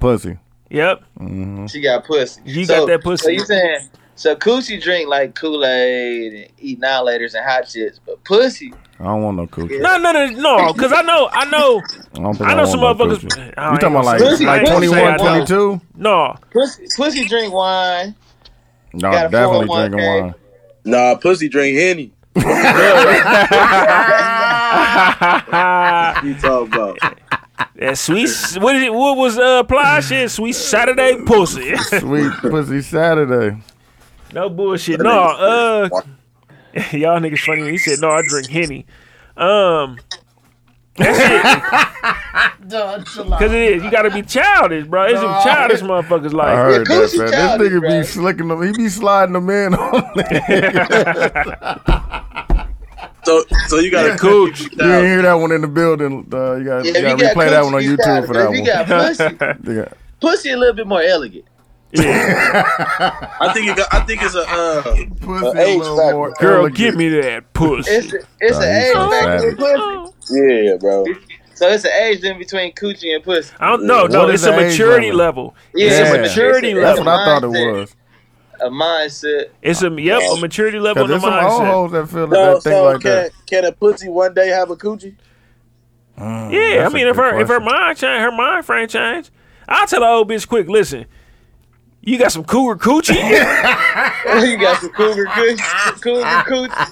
Speaker 9: Pussy.
Speaker 2: Yep,
Speaker 9: Mm-hmm.
Speaker 6: She got pussy.
Speaker 2: You got that pussy.
Speaker 6: So you saying so coochie drink like Kool Aid and eat annihilators and hot chips, but pussy.
Speaker 9: I don't want no coochie.
Speaker 2: no, no, no, no, because I know, I know,
Speaker 9: I, don't think
Speaker 2: I know
Speaker 9: want
Speaker 2: some
Speaker 9: no
Speaker 2: motherfuckers.
Speaker 9: coochie.
Speaker 2: I ain't
Speaker 9: You talking
Speaker 2: gonna
Speaker 9: about like
Speaker 2: say-
Speaker 6: pussy. oh
Speaker 2: I
Speaker 9: like
Speaker 2: ain't gonna say
Speaker 9: 21,
Speaker 2: I know.
Speaker 9: 22?
Speaker 2: No,
Speaker 6: Pussy, pussy drink wine.
Speaker 9: No,
Speaker 6: Got a
Speaker 9: definitely
Speaker 6: 401k.
Speaker 9: drinking wine.
Speaker 3: Nah, pussy drink henny.
Speaker 2: that
Speaker 3: You talking about?
Speaker 2: sweet. What is it? What was uh Ply shit? Sweet Saturday pussy.
Speaker 9: Sweet pussy Saturday.
Speaker 2: no bullshit. No, uh, y'all niggas funny. when He said no. I drink henny. Um, because it is. You gotta be childish, bro. It's some childish motherfuckers
Speaker 9: I
Speaker 2: like.
Speaker 9: heard that,
Speaker 6: coochie
Speaker 9: fam.
Speaker 6: childish,
Speaker 9: This nigga
Speaker 6: bruh.
Speaker 9: be slicking them. He be sliding them in on
Speaker 3: So, so you got a
Speaker 2: Cooch.
Speaker 9: You didn't hear that one in the building. Uh, you got
Speaker 6: If
Speaker 9: you gotta replay that one on
Speaker 6: you got-
Speaker 9: YouTube for that
Speaker 6: if
Speaker 9: one.
Speaker 6: you got pussy,
Speaker 9: Yeah.
Speaker 6: pussy a little bit more elegant.
Speaker 3: I think it got, I think it's a. Uh,
Speaker 9: Pussy
Speaker 3: a age
Speaker 9: little
Speaker 3: factor.
Speaker 9: more
Speaker 2: Girl,
Speaker 9: elegant.
Speaker 2: give me that pussy.
Speaker 6: It's a, it's
Speaker 9: Nah,
Speaker 6: an
Speaker 9: he's
Speaker 6: age
Speaker 9: so
Speaker 6: factor in
Speaker 9: savage.
Speaker 6: pussy.
Speaker 3: yeah, bro.
Speaker 6: So it's an age in between coochie and pussy.
Speaker 2: I don't know. No,
Speaker 9: What
Speaker 2: it's
Speaker 9: is
Speaker 2: a
Speaker 9: the age
Speaker 2: maturity
Speaker 9: level?
Speaker 2: level.
Speaker 6: Yeah,
Speaker 2: It's a
Speaker 9: Yeah.
Speaker 2: maturity
Speaker 6: That's
Speaker 9: That's
Speaker 2: level.
Speaker 9: what I thought it
Speaker 6: Mindset.
Speaker 9: was.
Speaker 6: A mindset.
Speaker 2: It's a yep, a maturity level
Speaker 9: Cause
Speaker 2: and a
Speaker 9: there's some old
Speaker 2: mindset.
Speaker 9: hoes that feel that,
Speaker 3: So,
Speaker 9: that thing
Speaker 3: so
Speaker 9: like
Speaker 3: can,
Speaker 9: that.
Speaker 3: can a pussy one day have a coochie?
Speaker 9: Mm,
Speaker 2: Yeah, I
Speaker 9: that's a
Speaker 2: mean, if
Speaker 9: good
Speaker 2: her if her
Speaker 9: question.
Speaker 2: mind change, her mind frame change, I'll tell the old bitch quick. Listen, you got some cougar coochie.
Speaker 6: you got some cougar good, cougar coochie.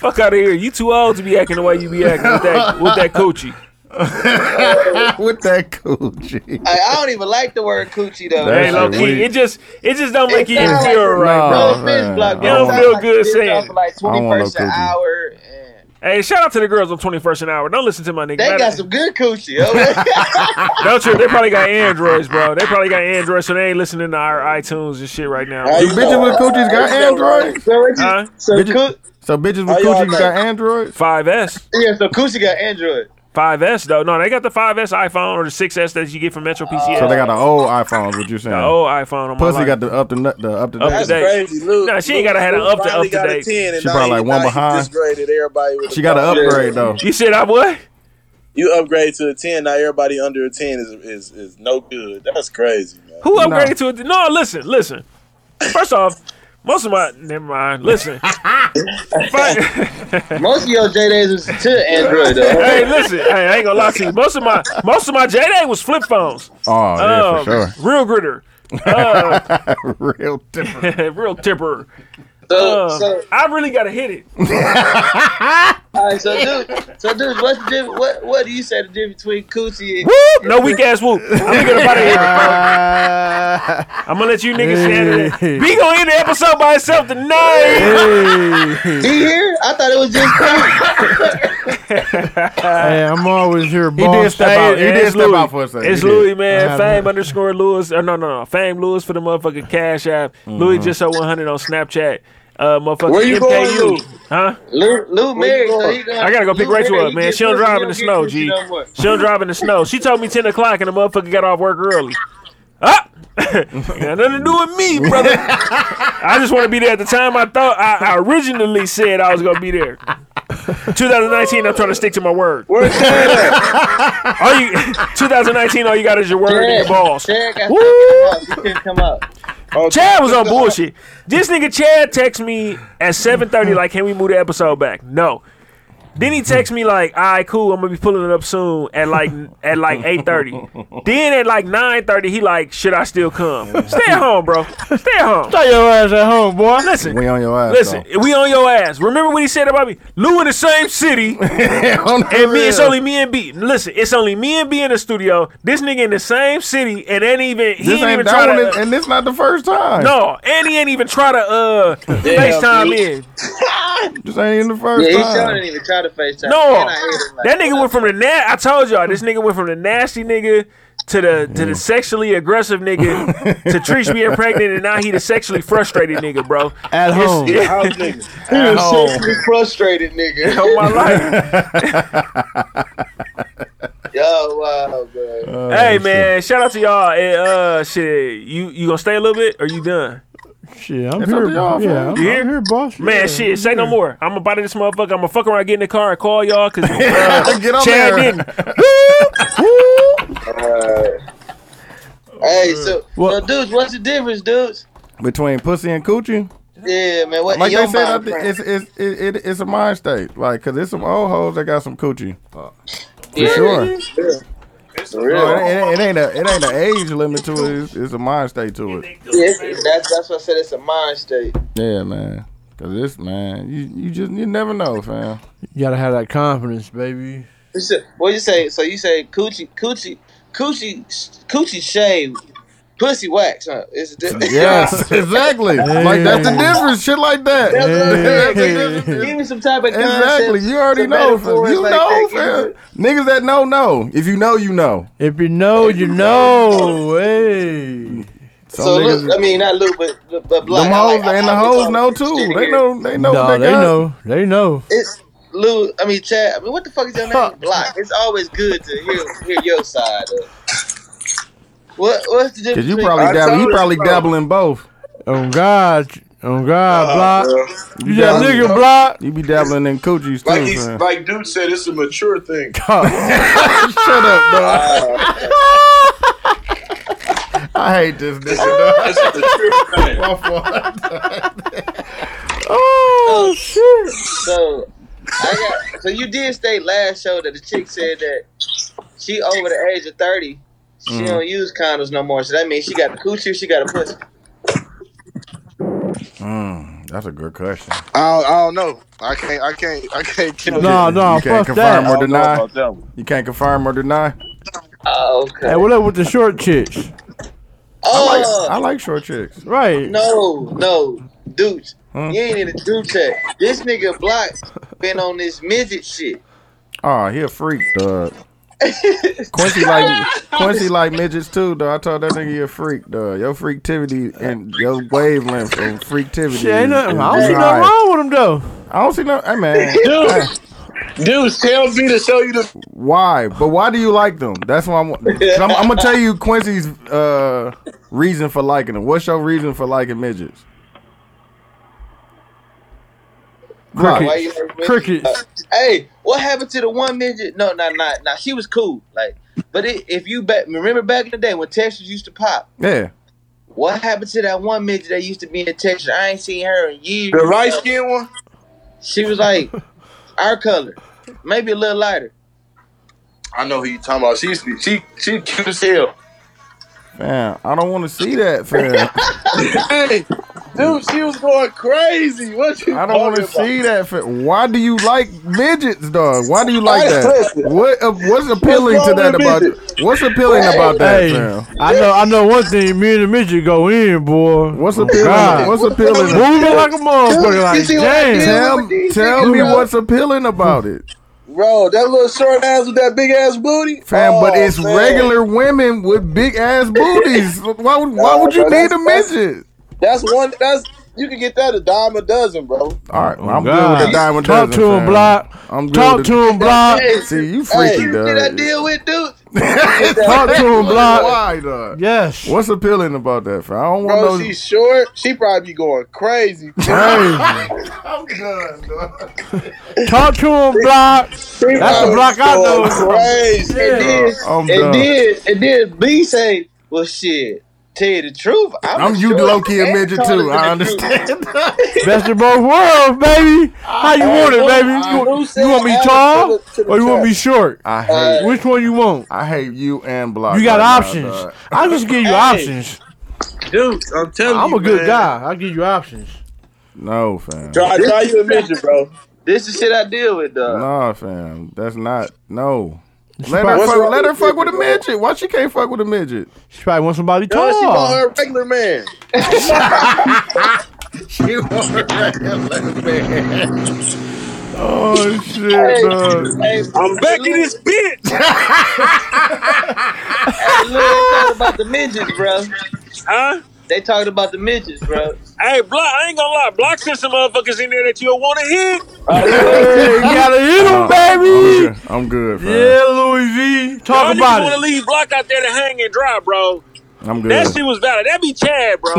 Speaker 2: Fuck out of here. You too old to be acting the way you be acting with that with that coochie.
Speaker 9: with that coochie.
Speaker 6: I, I don't even like the word coochie though.
Speaker 9: That
Speaker 2: Hey,
Speaker 9: shit
Speaker 2: low key,
Speaker 9: weak.
Speaker 2: it just it just don't make
Speaker 6: It
Speaker 2: you feel
Speaker 6: sounds like-
Speaker 2: right, bro.
Speaker 9: Nah.
Speaker 6: Bro, fish block,
Speaker 9: man,
Speaker 6: bro.
Speaker 2: I don't
Speaker 6: Sounds
Speaker 2: feel
Speaker 6: like
Speaker 2: good
Speaker 6: it's
Speaker 2: saying
Speaker 6: off
Speaker 2: it.
Speaker 6: for like
Speaker 9: I
Speaker 6: twenty
Speaker 9: don't want no
Speaker 6: first an
Speaker 9: coochie.
Speaker 6: hour. and
Speaker 2: Hey, shout out to the girls on twenty first an hour. Don't listen to my nigga.
Speaker 6: They got
Speaker 2: Matter-
Speaker 6: some good coochie. Okay?
Speaker 2: Don't you? They probably got androids, bro. They probably got androids, so they ain't listening to our iTunes and shit right now.
Speaker 9: Do bitches with coochies got androids?
Speaker 6: so it's
Speaker 2: Huh?
Speaker 6: so
Speaker 9: Bitches-
Speaker 6: cook.
Speaker 9: So bitches
Speaker 3: How
Speaker 9: with
Speaker 3: y'all
Speaker 9: coochies
Speaker 3: think?
Speaker 9: got androids?
Speaker 2: 5S.
Speaker 6: Yeah, so coochie got Android.
Speaker 2: 5S, though. No, they got the 5S iPhone or the 6S that you get from Metro PCS.
Speaker 9: So they got the old iPhones. What you saying?
Speaker 2: the old iPhone on my
Speaker 9: Pussy
Speaker 2: life.
Speaker 9: got the up to nut- the up to
Speaker 2: Up to
Speaker 3: That's
Speaker 9: date.
Speaker 2: date.
Speaker 3: crazy, Luke.
Speaker 2: Nah, she ain't
Speaker 3: Luke-
Speaker 2: gotta had a
Speaker 3: Luke
Speaker 2: up to-
Speaker 3: finally
Speaker 2: up to
Speaker 3: got a
Speaker 2: date.
Speaker 3: 10 and
Speaker 9: She
Speaker 3: now
Speaker 9: probably
Speaker 3: he-
Speaker 9: like one
Speaker 3: now he
Speaker 9: behind.
Speaker 3: Disgraded everybody. With
Speaker 9: She
Speaker 3: a
Speaker 9: got an
Speaker 3: five.
Speaker 9: upgrade though.
Speaker 2: you said I what?
Speaker 3: You upgrade to a ten. Now everybody under a ten is is, is no good. That's crazy, man.
Speaker 2: Who
Speaker 9: No.
Speaker 2: upgraded to it? No, listen, listen. First off, most of my never mind. Listen, Fir-
Speaker 6: Most of your J days was to Android though.
Speaker 2: hey, listen. Hey, I ain't gonna lie to you. Most of my most of my J Day was flip phones.
Speaker 9: Oh yeah,
Speaker 2: Um,
Speaker 9: for
Speaker 2: Real gritter, uh,
Speaker 9: sure. Real different.
Speaker 2: real tipper.
Speaker 6: So,
Speaker 2: Um,
Speaker 6: so,
Speaker 2: I really gotta hit it.
Speaker 6: all right, so dude, so dude, what's the difference? What, what do you say the difference between coochie? And,
Speaker 2: Whoop! No weak ass whoop. I'm gonna get up out of here. I'm gonna let you niggas stand
Speaker 8: Hey.
Speaker 2: it. Be gonna end the episode by itself tonight.
Speaker 6: he here? I thought it was just coochie.
Speaker 8: Hey, I'm always here,
Speaker 9: He did
Speaker 8: boss.
Speaker 9: step out. He
Speaker 2: Hey,
Speaker 9: did
Speaker 2: it's
Speaker 9: step
Speaker 2: Louis.
Speaker 9: out for a second.
Speaker 2: It's
Speaker 9: He did.
Speaker 2: Louis, man.
Speaker 8: I
Speaker 2: Fame
Speaker 8: haven't-
Speaker 2: underscore Louis. Oh, no, no, no. Fame Louis for the motherfucking Cash App. Louis just so 100 on Snapchat. Uh, motherfucking
Speaker 3: Where you
Speaker 2: MKU.
Speaker 3: going, Louis?
Speaker 2: Huh?
Speaker 6: Lou, Lou married, so he gonna,
Speaker 2: I gotta go pick
Speaker 6: Lou
Speaker 2: Rachel
Speaker 6: married,
Speaker 2: up,
Speaker 6: he
Speaker 2: man.
Speaker 6: get
Speaker 2: She don't
Speaker 6: pussy,
Speaker 2: drive
Speaker 6: he
Speaker 2: in the
Speaker 6: get
Speaker 2: snow,
Speaker 6: pussy
Speaker 2: G.
Speaker 6: no more.
Speaker 2: She don't drive in the snow. She told me 10 o'clock and the motherfucker got off work early. ah, it got nothing to do with me, brother. I just want to be there. At the time, I thought I, I originally said I was gonna be there. 2019, I'm trying to stick to my word.
Speaker 6: Where's Chad?
Speaker 2: All you, 2019, all you got is your word and your balls.
Speaker 6: Chad got
Speaker 2: Woo!
Speaker 6: to come up. He couldn't come up.
Speaker 2: Chad was on bullshit. This nigga Chad text me at 7:30 like, "Can we move the episode back?" No. Then he text me like, "All right, cool. I'm gonna be pulling it up soon at like at like 8:30." then at like 9:30, he like, "Should I still come? Stay at home, bro. Stay at home."
Speaker 8: Stay your ass at home, boy.
Speaker 2: Listen,
Speaker 9: We on your ass.
Speaker 2: listen. We on your ass. Remember what he said about me? Lou in the same city. And
Speaker 9: and
Speaker 2: me, it's only me and B. Listen, it's only me and B in the studio. This nigga in the same city, and ain't even he
Speaker 9: This
Speaker 2: ain't even
Speaker 9: ain't
Speaker 2: try
Speaker 9: that
Speaker 2: to.
Speaker 9: one, and this not the first time.
Speaker 2: No, and he ain't even try to uh FaceTime in.
Speaker 9: this ain't even the
Speaker 6: Yeah,
Speaker 9: first
Speaker 6: he
Speaker 9: time.
Speaker 6: sure didn't even try to FaceTime.
Speaker 2: No,
Speaker 6: And I hit him like,
Speaker 2: that nigga went from the na- I told y'all this nigga went from the nasty nigga to the to the sexually aggressive nigga to Trish being pregnant, and now he the sexually frustrated nigga, bro.
Speaker 8: At home.
Speaker 2: It's-
Speaker 6: Oh. He was
Speaker 2: Oh.
Speaker 9: home.
Speaker 6: sexually frustrated, nigga.
Speaker 2: on my life.
Speaker 6: Yo, wow, bro.
Speaker 9: Oh,
Speaker 2: hey man, shout out to y'all. And, uh, shit, you you gonna stay a little bit? Or you done?
Speaker 8: Shit, I'm
Speaker 9: It's up
Speaker 8: here.
Speaker 9: to y'all, fam.
Speaker 8: yeah, I'm,
Speaker 2: You
Speaker 8: I'm
Speaker 2: here?
Speaker 8: here, boss.
Speaker 2: Man,
Speaker 8: yeah.
Speaker 2: shit, say no more. I'm gonna body this motherfucker. I'm gonna fuck around, get in the car, and call y'all because
Speaker 9: Get on
Speaker 2: Chad
Speaker 9: there.
Speaker 2: didn't.
Speaker 6: Hey, so,
Speaker 9: Oh, Well-
Speaker 6: so, dudes, what's the difference, dudes?
Speaker 9: Between pussy and coochie,
Speaker 6: Yeah, man. What
Speaker 9: like
Speaker 6: in your
Speaker 9: they said, I
Speaker 6: mind
Speaker 9: think
Speaker 6: frame?
Speaker 9: it's it's it, it, it's a mind state. Like, cause there's some old hoes that got some coochie
Speaker 8: Uh,
Speaker 9: for
Speaker 6: Yeah.
Speaker 9: sure.
Speaker 6: For real.
Speaker 9: No, it, ain't- it ain't a it ain't an age limit to it. It's, it's a mind state to it.
Speaker 6: Yeah, it's- that's that's what I said. It's a mind state.
Speaker 9: Yeah, man. Cause this man, you you just you never know, fam.
Speaker 8: You gotta have that confidence, baby.
Speaker 6: It's a- What you say? So you say coochie, coochie, coochie, coochie shaved, pussy wax? Huh? It's a difference.
Speaker 9: Yes, exactly. Like that's the difference. Shit like that. That's the difference.
Speaker 6: Give me some type of
Speaker 9: Exactly.
Speaker 6: concept,
Speaker 9: You already
Speaker 6: some
Speaker 9: know, fam.
Speaker 6: metaphors
Speaker 9: You
Speaker 6: like
Speaker 9: know,
Speaker 6: that. Give me-
Speaker 9: fam. Niggas that know know. If you know, you know.
Speaker 8: If you know, you know. Hey.
Speaker 9: Some
Speaker 6: So
Speaker 9: niggas,
Speaker 6: look, I mean, not Luke, but but, but
Speaker 9: them
Speaker 6: Black. I
Speaker 9: hoes
Speaker 6: like- I
Speaker 9: and the
Speaker 6: like
Speaker 9: hoes
Speaker 6: all
Speaker 9: know
Speaker 6: this shit
Speaker 9: too. They
Speaker 6: here.
Speaker 9: know. They know.
Speaker 8: No,
Speaker 9: what
Speaker 8: they
Speaker 9: got.
Speaker 8: know. They know.
Speaker 6: It's Lou. I mean, Chad. I mean, what the fuck is your name? Block. It's always good to hear hear your side of. What what's the
Speaker 9: Cause
Speaker 6: difference?
Speaker 9: you
Speaker 6: between-
Speaker 9: probably
Speaker 3: I
Speaker 9: dabble. You
Speaker 3: told
Speaker 9: probably
Speaker 3: you so.
Speaker 9: dabble in both.
Speaker 8: On God. On God, block. You
Speaker 9: Yeah,
Speaker 8: that nigga,
Speaker 9: bro.
Speaker 8: block.
Speaker 9: You be dabbling in coochies too,
Speaker 3: Like he's,
Speaker 9: fam.
Speaker 3: like dude said, it's a mature thing.
Speaker 9: Shut up, dog. I hate this nigga, dog.
Speaker 3: It's a mature thing.
Speaker 9: My fault.
Speaker 6: So I got. So you did state last show that the chick said that she over the age of thirty. She don't use condoms no more. So that means she got a coochie. She got a pussy.
Speaker 9: Mm, that's a good question.
Speaker 10: I don't, I don't know. I can't. I can't. I can't. Keep
Speaker 8: No, no,
Speaker 9: you can't
Speaker 8: fuck
Speaker 9: confirm
Speaker 8: that.
Speaker 9: or deny.
Speaker 3: that one.
Speaker 9: You can't confirm or deny.
Speaker 6: Oh, okay.
Speaker 8: Hey, what up with the short chicks?
Speaker 9: I like,
Speaker 6: oh
Speaker 9: I like short chicks.
Speaker 8: Right.
Speaker 6: no, no, dude. You ain't in a dude check. This nigga block been on this midget shit.
Speaker 9: Oh, he a freak, dog. Quincy like Quincy like midgets too, though. I told that nigga he a freak, dog. Your freaktivity and your wavelength of freaktivity.
Speaker 8: Shit, ain't nothing.
Speaker 9: is-
Speaker 8: I don't
Speaker 9: is
Speaker 8: see
Speaker 9: high.
Speaker 8: nothing wrong with them though.
Speaker 9: I don't see no. Hey man,
Speaker 3: Dudes, tell me to show you the.
Speaker 9: Why? But why do you like them? That's why I'm, 'cause I'm, I'm gonna tell you Quincy's uh, reason for liking them. What's your reason for liking midgets? Block.
Speaker 6: Why you like midgets?
Speaker 8: Crickets.
Speaker 6: Uh, Hey, what happened to the one midget? No, not not not. She was cool. Like, but it, if you back remember back in the day when Texas used to pop,
Speaker 9: Yeah.
Speaker 6: what happened to that one midget that used to be in Texas? I ain't seen her in years.
Speaker 3: The light skin one?
Speaker 6: She was like our color, maybe a little lighter.
Speaker 10: I know who you talking about. She used to be. She she cute as hell.
Speaker 9: Man, I don't want to see that, fam.
Speaker 10: Hey,
Speaker 3: Dude, she was going crazy. What you
Speaker 9: I don't want to see that, fam. Why do you like midgets, dog? Why do you like that? What uh, What's appealing to
Speaker 3: wrong
Speaker 9: that
Speaker 3: with
Speaker 9: about? What's appealing about that,
Speaker 8: Hey,
Speaker 9: fam?
Speaker 8: I know. I know one thing. Me and the midget go in, boy.
Speaker 9: What's
Speaker 8: Oh,
Speaker 9: appealing?
Speaker 8: God.
Speaker 9: What's appealing?
Speaker 8: Moving like a motherfucker. Like, damn.
Speaker 9: Tell, tell me what's appealing about it.
Speaker 3: Bro, that little short ass with that big ass booty?
Speaker 9: Fam, but
Speaker 3: Oh,
Speaker 9: it's
Speaker 3: man.
Speaker 9: regular women with big ass booties. Why would why
Speaker 3: Nah,
Speaker 9: would you
Speaker 3: bro,
Speaker 9: need
Speaker 3: that's-
Speaker 9: a
Speaker 3: that's-
Speaker 9: midget?
Speaker 3: That's one. That's you can get that a dime a dozen, bro.
Speaker 9: All right, well,
Speaker 8: Oh,
Speaker 9: I'm
Speaker 8: God.
Speaker 9: good with the diamond
Speaker 8: Talk
Speaker 9: dozen,
Speaker 8: to him,
Speaker 9: fam.
Speaker 8: Block.
Speaker 9: I'm good
Speaker 8: Talk
Speaker 9: with
Speaker 8: to him, Block.
Speaker 9: See, you
Speaker 6: Hey,
Speaker 9: freaky,
Speaker 6: you see that
Speaker 9: dog.
Speaker 6: deal with dude?
Speaker 9: Talk to him, Block.
Speaker 3: Why,
Speaker 9: dog?
Speaker 8: Yes.
Speaker 9: What's appealing about that, fam? I don't want
Speaker 3: Bro,
Speaker 9: no.
Speaker 3: she's short. She probably be going crazy.
Speaker 8: Crazy.
Speaker 3: I'm done, dog.
Speaker 8: Talk to him, Block. That's the Block I know.
Speaker 3: Crazy.
Speaker 6: And then,
Speaker 9: Oh, I'm done.
Speaker 6: and then, and then B say, well, shit, tell you the truth. I'm,
Speaker 9: I'm
Speaker 6: a
Speaker 9: you
Speaker 6: short
Speaker 9: low key a
Speaker 6: and
Speaker 9: midget
Speaker 6: taller than
Speaker 9: too. I
Speaker 6: the dude.
Speaker 9: understand.
Speaker 8: Best of both worlds, baby. How you want it, baby? You, you want me tall or Oh, you want me short?
Speaker 9: I hate.
Speaker 8: Which one you want?
Speaker 9: I hate you and Block.
Speaker 8: You got
Speaker 9: right
Speaker 8: options.
Speaker 9: Now, dog.
Speaker 8: I just give you
Speaker 6: Hey.
Speaker 8: options.
Speaker 6: Dude, I'm telling
Speaker 8: I'm
Speaker 6: you.
Speaker 8: a good
Speaker 6: man.
Speaker 8: guy. I give you options.
Speaker 9: no, fam.
Speaker 3: Try, try you a midget, bro.
Speaker 6: This is shit I deal with, dog.
Speaker 9: Nah, fam. That's not. No. Let
Speaker 8: probably-
Speaker 9: her,
Speaker 3: What's
Speaker 9: fuck,
Speaker 3: wrong
Speaker 9: let her
Speaker 3: with
Speaker 9: fuck
Speaker 3: you,
Speaker 9: with a
Speaker 3: bro?
Speaker 9: midget. Why she can't fuck with a midget?
Speaker 8: She probably wants somebody
Speaker 3: Dog, she want
Speaker 8: tall.
Speaker 3: her a regular man.
Speaker 9: She want her man. Oh shit, dog.
Speaker 2: I'm back in this bitch.
Speaker 6: Hey, look, they talking about the midgets, bro.
Speaker 2: Huh?
Speaker 6: They talking about the midgets, bro.
Speaker 2: Hey, Block, I ain't gonna lie. Block sent some motherfuckers in there that you don't want to hit.
Speaker 8: Hey, you gotta hit him,
Speaker 9: I'm
Speaker 8: baby.
Speaker 9: good. I'm good, fam.
Speaker 8: Yeah, Louis V.
Speaker 2: Y'all
Speaker 8: Talk
Speaker 2: niggas want to
Speaker 8: about it.
Speaker 2: leave Block out there to hang and dry, bro.
Speaker 9: I'm good.
Speaker 2: That shit was valid. That be Chad, bro.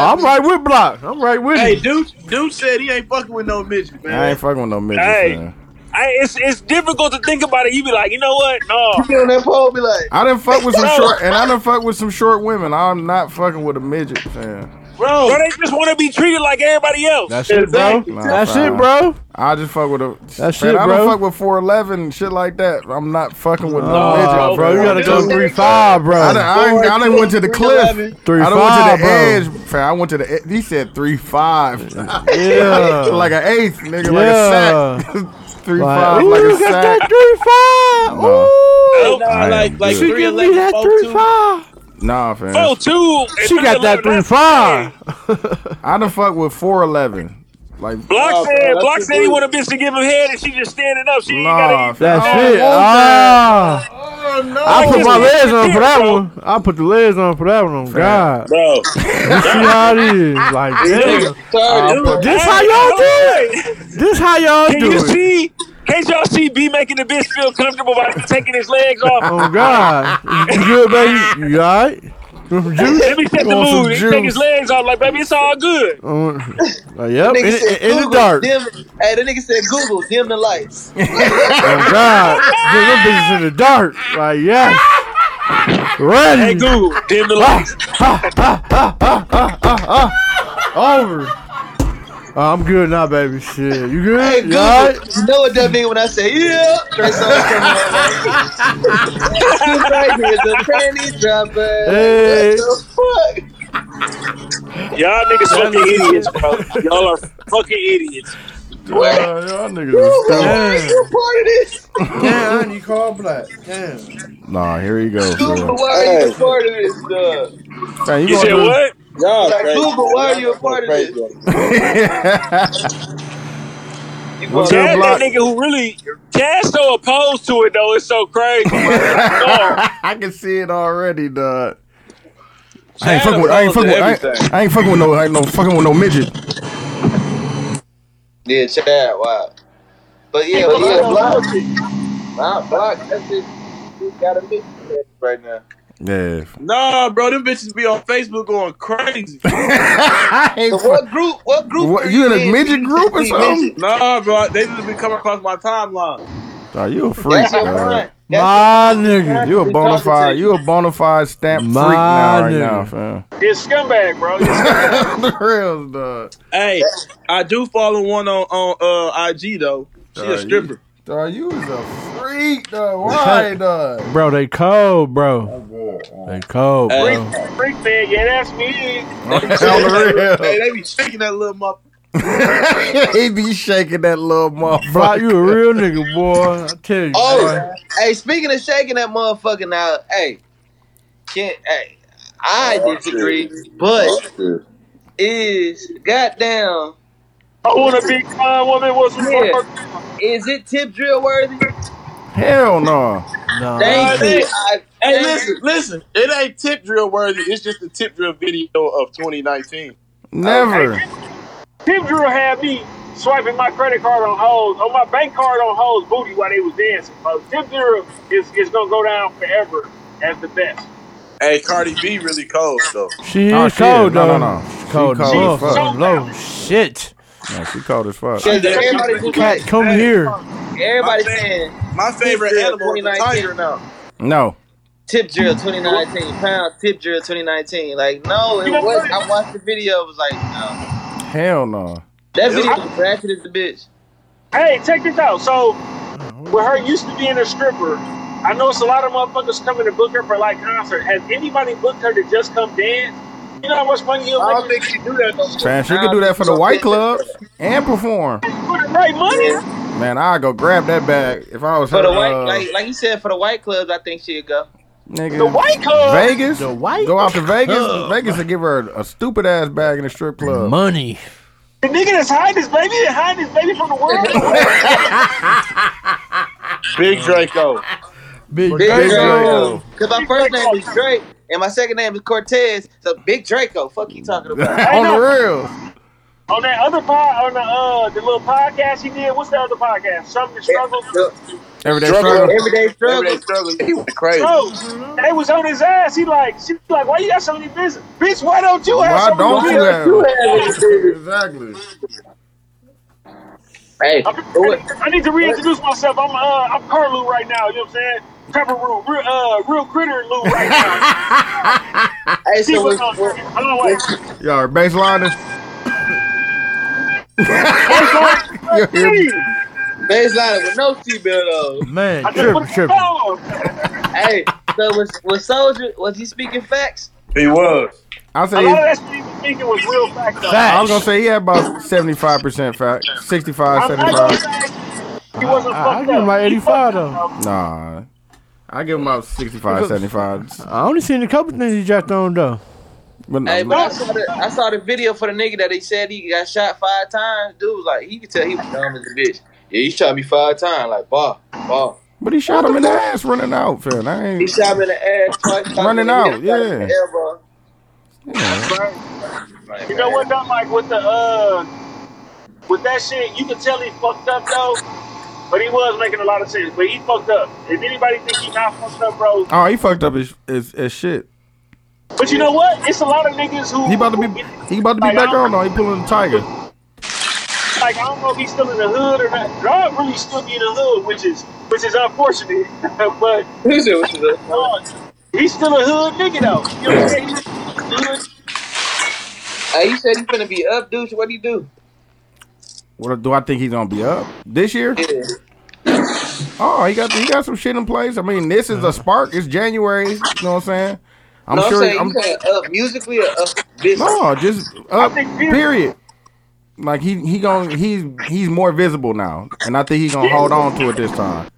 Speaker 8: I'm right with Block. I'm right with
Speaker 3: Hey,
Speaker 8: you.
Speaker 3: dude, dude said he ain't fucking with no midget, man.
Speaker 9: I ain't fucking with no midget,
Speaker 2: Hey.
Speaker 9: fam.
Speaker 2: I, it's it's difficult to think about it. You be like, you know what? No,
Speaker 6: Get on that pole, be like,
Speaker 9: I done fuck with some
Speaker 2: No.
Speaker 9: short, and I done fuck with some short women. I'm not fucking with a midget, fam.
Speaker 2: bro.
Speaker 8: "Oh."
Speaker 2: They just want to be treated like everybody else.
Speaker 8: That's it, bro.
Speaker 9: Nah,
Speaker 8: That's
Speaker 9: fam.
Speaker 8: it, bro.
Speaker 9: I just fuck with a.
Speaker 8: That's
Speaker 9: fam,
Speaker 8: it,
Speaker 9: I
Speaker 8: bro.
Speaker 9: don't fuck with 411 and shit like that. I'm not fucking with no
Speaker 8: Oh,
Speaker 9: midget,
Speaker 8: bro, you gotta go
Speaker 9: I
Speaker 8: three five, bro.
Speaker 9: done, I done, I done went to the cliff.
Speaker 8: Three
Speaker 9: I done
Speaker 8: five,
Speaker 9: went to the
Speaker 8: bro.
Speaker 9: edge. Fam, I went to the. e- He said three five.
Speaker 8: yeah.
Speaker 9: like an eighth, nigga.
Speaker 8: Yeah.
Speaker 9: Like a sack. three
Speaker 8: Like,
Speaker 9: five,
Speaker 8: ooh,
Speaker 9: like a
Speaker 8: you got
Speaker 9: sack.
Speaker 8: that three five.
Speaker 9: No.
Speaker 8: Ooh,
Speaker 3: No, like, like
Speaker 8: she give me
Speaker 3: 311,
Speaker 8: that three
Speaker 3: 4'2".
Speaker 8: five.
Speaker 9: Nah, fam.
Speaker 2: Oh, two.
Speaker 8: She got that three five.
Speaker 9: I done fuck with four eleven. Like
Speaker 2: Block
Speaker 3: Oh, bro,
Speaker 2: said,
Speaker 3: that's
Speaker 2: Block
Speaker 3: too
Speaker 2: said he
Speaker 3: good.
Speaker 2: want a bitch to give him head, and she just standing up. She ain't
Speaker 9: nah,
Speaker 2: gotta.
Speaker 9: fam.
Speaker 8: That's
Speaker 9: I don't
Speaker 8: it.
Speaker 9: want that.
Speaker 8: Ah.
Speaker 9: Oh, no.
Speaker 8: I put my
Speaker 2: Like,
Speaker 8: legs on for that
Speaker 2: bro.
Speaker 8: one. I put the legs on for that one. On God, see
Speaker 3: Bro,
Speaker 8: how it is. Like, damn.
Speaker 9: I put-
Speaker 8: This
Speaker 2: Hey,
Speaker 8: how y'all do it.
Speaker 2: hold on.
Speaker 8: This how y'all
Speaker 2: Can
Speaker 8: do
Speaker 2: you
Speaker 8: it.
Speaker 2: see? Can't y'all see B making the bitch feel comfortable by taking his legs off?
Speaker 8: On Oh, God, you good, baby? You all right? You want some juice?
Speaker 2: Let me set the
Speaker 8: You want some
Speaker 2: mood. He take
Speaker 8: juice?
Speaker 2: his legs off, like baby, it's all good.
Speaker 8: Um, uh, yep, in,
Speaker 6: nigga said,
Speaker 8: in, in the
Speaker 6: Google,
Speaker 8: dark.
Speaker 6: Dim, hey, the nigga said Google, dim the lights.
Speaker 8: Oh God, Dude, them bitches in the dark. Like yes, ready.
Speaker 2: Hey, Google, dim
Speaker 8: Ah!
Speaker 2: the lights.
Speaker 8: Over. Oh, I'm good now, baby. Shit, you good?
Speaker 6: Hey,
Speaker 8: you
Speaker 6: Google,
Speaker 8: all right?
Speaker 6: you know what that mean when I say, yeah? Trey Songz coming out, like, This right here is a panty dropper.
Speaker 8: Hey.
Speaker 6: What the fuck?
Speaker 2: Y'all niggas fucking idiots, bro. Y'all are fucking idiots.
Speaker 9: Nah, y'all niggas is
Speaker 6: Why are
Speaker 8: Damn.
Speaker 6: you a part of this?
Speaker 8: Damn, you call black. Damn.
Speaker 9: stupid. Nah, here you go.
Speaker 6: Google,
Speaker 9: Bro.
Speaker 6: why are you a part of this, dog?
Speaker 9: Fam,
Speaker 2: You
Speaker 9: gonna
Speaker 2: said
Speaker 9: do-
Speaker 2: what?
Speaker 3: y'all
Speaker 6: Like,
Speaker 3: crazy.
Speaker 6: Google, why are you a part of
Speaker 3: Crazy,
Speaker 6: this?
Speaker 3: bro.
Speaker 6: You
Speaker 9: What's
Speaker 6: part of
Speaker 9: up,
Speaker 2: Chad,
Speaker 9: Block?
Speaker 2: that nigga who really Chad's so opposed to it though. It's so crazy. bro. No.
Speaker 9: I can see it already, dog. I ain't
Speaker 3: Chad
Speaker 9: fucking with. I ain't
Speaker 3: opposed to
Speaker 9: fucking with. I ain't,
Speaker 3: everything.
Speaker 9: I ain't fucking with no. I ain't no fucking with no midget.
Speaker 6: Yeah, check that. Wow. But yeah, but yeah, block. Nah, block. That's it. You gotta mix it right now.
Speaker 9: Yeah.
Speaker 3: Nah, bro, them bitches be on Facebook going crazy.
Speaker 9: I ain't.
Speaker 6: So
Speaker 9: Fuck,
Speaker 6: what group? What group?
Speaker 9: What,
Speaker 6: are
Speaker 9: you in a
Speaker 6: if
Speaker 9: midget
Speaker 6: you
Speaker 9: group or
Speaker 6: see midget?
Speaker 9: something?
Speaker 3: nah, bro, they just be coming across my timeline.
Speaker 9: Dog, you a freak,
Speaker 6: That's your
Speaker 9: dog.
Speaker 6: front. That's
Speaker 8: My nigga.
Speaker 9: You a bona fide, you a bona fide stamp freak now,
Speaker 8: My
Speaker 9: right now,
Speaker 8: nigga.
Speaker 9: fam.
Speaker 2: You're a scumbag, bro. You're a scumbag.
Speaker 9: the real dog.
Speaker 3: Hey, I do follow one on on uh, IG though. She
Speaker 9: Dog,
Speaker 3: a stripper.
Speaker 9: You, dog, you is a freak, dog. Why, dog?
Speaker 8: Bro, they cold, bro. They cold,
Speaker 3: Hey.
Speaker 8: bro.
Speaker 2: freak fan. Yeah, that's me.
Speaker 9: On the
Speaker 3: Hey, they be shaking that little mother.
Speaker 9: real. he be shaking that little
Speaker 8: Block,
Speaker 9: motherfucker.
Speaker 8: you a real nigga, boy. I tell you. boy.
Speaker 6: Oh, hey. Speaking of shaking that motherfucker now, hey, can't hey. I
Speaker 3: Oh,
Speaker 6: disagree, but is goddamn
Speaker 2: I want to be kind woman. What's the
Speaker 6: Yeah.
Speaker 2: fuck?
Speaker 6: is it tip drill worthy?
Speaker 9: Hell no.
Speaker 8: Nah.
Speaker 6: Thank you. I,
Speaker 3: Hey, listen, listen. It ain't tip drill worthy. It's just a tip drill video of 2019.
Speaker 9: Never.
Speaker 2: Tip drill had me swiping my credit card on hoes, on my bank card on hoes booty while they was dancing. folks. Tip drill is, is gonna go down forever as the best.
Speaker 3: Hey, Cardi B really cold though.
Speaker 8: She
Speaker 9: Oh,
Speaker 8: is
Speaker 9: she
Speaker 8: cold
Speaker 9: is. No,
Speaker 8: though.
Speaker 9: no, no.
Speaker 8: She
Speaker 9: She
Speaker 8: cold,
Speaker 9: cold
Speaker 8: low,
Speaker 9: as fuck.
Speaker 8: low shit.
Speaker 9: Yeah, she cold as fuck.
Speaker 6: Shit,
Speaker 8: Cat, come here.
Speaker 6: Everybody saying
Speaker 3: my favorite animal is the tiger
Speaker 6: now.
Speaker 9: No.
Speaker 6: Tip drill 2019 pound tip drill 2019. Like no, it was. I watched the video. It was like no.
Speaker 9: Hell no.
Speaker 6: That video was ratchet as a bitch.
Speaker 2: Hey, check this out. So,
Speaker 9: Oh,
Speaker 2: with her used to being a stripper, I know it's a lot of motherfuckers coming to book her for like concert. Has anybody booked her to just come dance? You know how much money you'll
Speaker 6: I
Speaker 2: make?
Speaker 6: don't think she do that. though.
Speaker 9: Man, she could do that for the white club and perform.
Speaker 2: For the right money.
Speaker 9: Man, I go grab that bag if I was
Speaker 6: For
Speaker 9: her.
Speaker 6: the white,
Speaker 9: uh,
Speaker 6: like like you said, for the white clubs, I think she'd go.
Speaker 9: nigga,
Speaker 2: The white club.
Speaker 9: Vegas.
Speaker 8: The white
Speaker 9: Go out to Vegas.
Speaker 8: club.
Speaker 9: Vegas and give her a, stupid ass bag in a strip club.
Speaker 8: Money.
Speaker 2: The nigga that's hiding his baby and hiding his baby from the world.
Speaker 3: Big Draco.
Speaker 8: Big,
Speaker 6: Big
Speaker 9: Big
Speaker 6: Draco.
Speaker 9: Draco.
Speaker 6: Because my first name is Drake and my second name is Cortez. So Big Draco. Fuck you talking about.
Speaker 9: on the uh, real.
Speaker 2: on that other pod, on the uh, the little podcast he did. What's the other podcast? Something to struggle.
Speaker 9: Everyday
Speaker 3: Struggle.
Speaker 9: struggle.
Speaker 6: Everyday struggle.
Speaker 3: Everyday struggle. He went crazy.
Speaker 2: Bro, they was on his ass. He like, she like, why you got so many business? Bitch, why don't you have
Speaker 9: Why
Speaker 2: so many
Speaker 9: don't
Speaker 2: business?
Speaker 9: you have?
Speaker 11: Exactly.
Speaker 6: Hey,
Speaker 2: I'm- I need to reintroduce myself. I'm uh, I'm Carlu right now. You know what I'm saying? Pepper Roo, real, uh, real critter Lou right now.
Speaker 6: hey,
Speaker 2: He
Speaker 6: so
Speaker 2: was
Speaker 6: when,
Speaker 2: on.
Speaker 6: when,
Speaker 2: I'm like,
Speaker 9: Y'all are baseliners. You're here.
Speaker 2: hey,
Speaker 6: baseline with no seatbelt on.
Speaker 8: Man,
Speaker 2: I just
Speaker 8: tripping,
Speaker 2: put the
Speaker 8: tripping.
Speaker 2: phone.
Speaker 6: Hey, so was was Soldier? Was he speaking facts?
Speaker 3: He was.
Speaker 2: A
Speaker 9: I
Speaker 2: lot
Speaker 9: say.
Speaker 2: of that shit he was thinking was real fact. though.
Speaker 9: I was gonna say he had about seventy five percent fat, 65,
Speaker 2: I'm not gonna
Speaker 9: 75.
Speaker 2: say he wasn't
Speaker 8: I- I
Speaker 2: fucked
Speaker 8: give him
Speaker 2: up.
Speaker 8: like
Speaker 2: He
Speaker 8: 85
Speaker 2: fucked up,
Speaker 9: Nah, I give him about 65, 75.
Speaker 8: I only seen a couple things he dropped on though.
Speaker 9: But no,
Speaker 6: Hey, but I saw, the, I saw the video for the nigga that he said he got shot five times. Dude was like, he could tell he was dumb as a bitch. Yeah, he shot me five times. Like, bah, bah.
Speaker 9: but he shot him in the ass running out, fam. I
Speaker 6: He
Speaker 9: ain't.
Speaker 6: shot me in the ass twice. shot me
Speaker 9: Running
Speaker 6: in the
Speaker 9: out,
Speaker 6: hip, shot me in the
Speaker 9: yeah.
Speaker 6: elbow.
Speaker 2: bro. You know what though? Like with the uh, with that shit, you could tell he fucked up though. But he was making a lot of sense. But he fucked up. If anybody think he not fucked up, bro.
Speaker 9: Oh, he fucked up his, his, his shit.
Speaker 2: But you know what? It's a lot of niggas who
Speaker 9: He about to be he about to be back on though. He pulling the tiger.
Speaker 2: Like I don't know if he's still in the hood or not. Dog really still be in the hood, which is which is unfortunate. but
Speaker 6: He said, "What you doing?"
Speaker 2: dog, he's still a hood nigga though. You know what I'm saying? He's a hood
Speaker 6: Hey, you said you finna be up, douche. What do you do?
Speaker 9: What do I think he's gonna be up this year?
Speaker 6: Yeah.
Speaker 9: Oh, he got he got some shit in place. I mean, this is a spark. It's January. You know what I'm saying? I'm
Speaker 6: no,
Speaker 9: sure.
Speaker 6: I'm saying,
Speaker 9: I'm,
Speaker 6: you saying up musically or up business?
Speaker 9: no, just up.
Speaker 2: think period.
Speaker 9: Period. Like he he going he's he's more visible now, and I think he gonna hold on to it this time.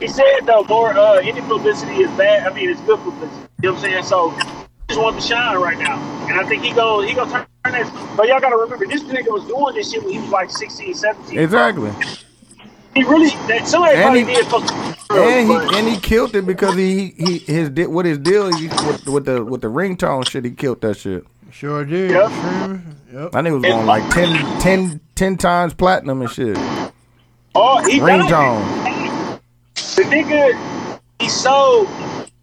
Speaker 2: He said though, more uh, any publicity is bad. I mean, it's good publicity. You know what I'm saying? So he just wants to shine right now, and I think he going he gonna turn this. But y'all gotta remember, this nigga was doing this shit when he was like 16, 17.
Speaker 9: Exactly.
Speaker 2: he really that somebody
Speaker 9: And
Speaker 2: probably
Speaker 9: he-
Speaker 2: did fuck.
Speaker 9: And
Speaker 2: but-
Speaker 9: he and he killed it because he he his di- what his deal he, with, with the with the ringtone shit. He killed that shit.
Speaker 8: Sure did.
Speaker 2: Yep.
Speaker 8: Sure. Yep.
Speaker 9: I think it was on like 10, 10, 10 times platinum and shit.
Speaker 2: oh, he died.
Speaker 9: Ringtone.
Speaker 2: The nigga, he sold.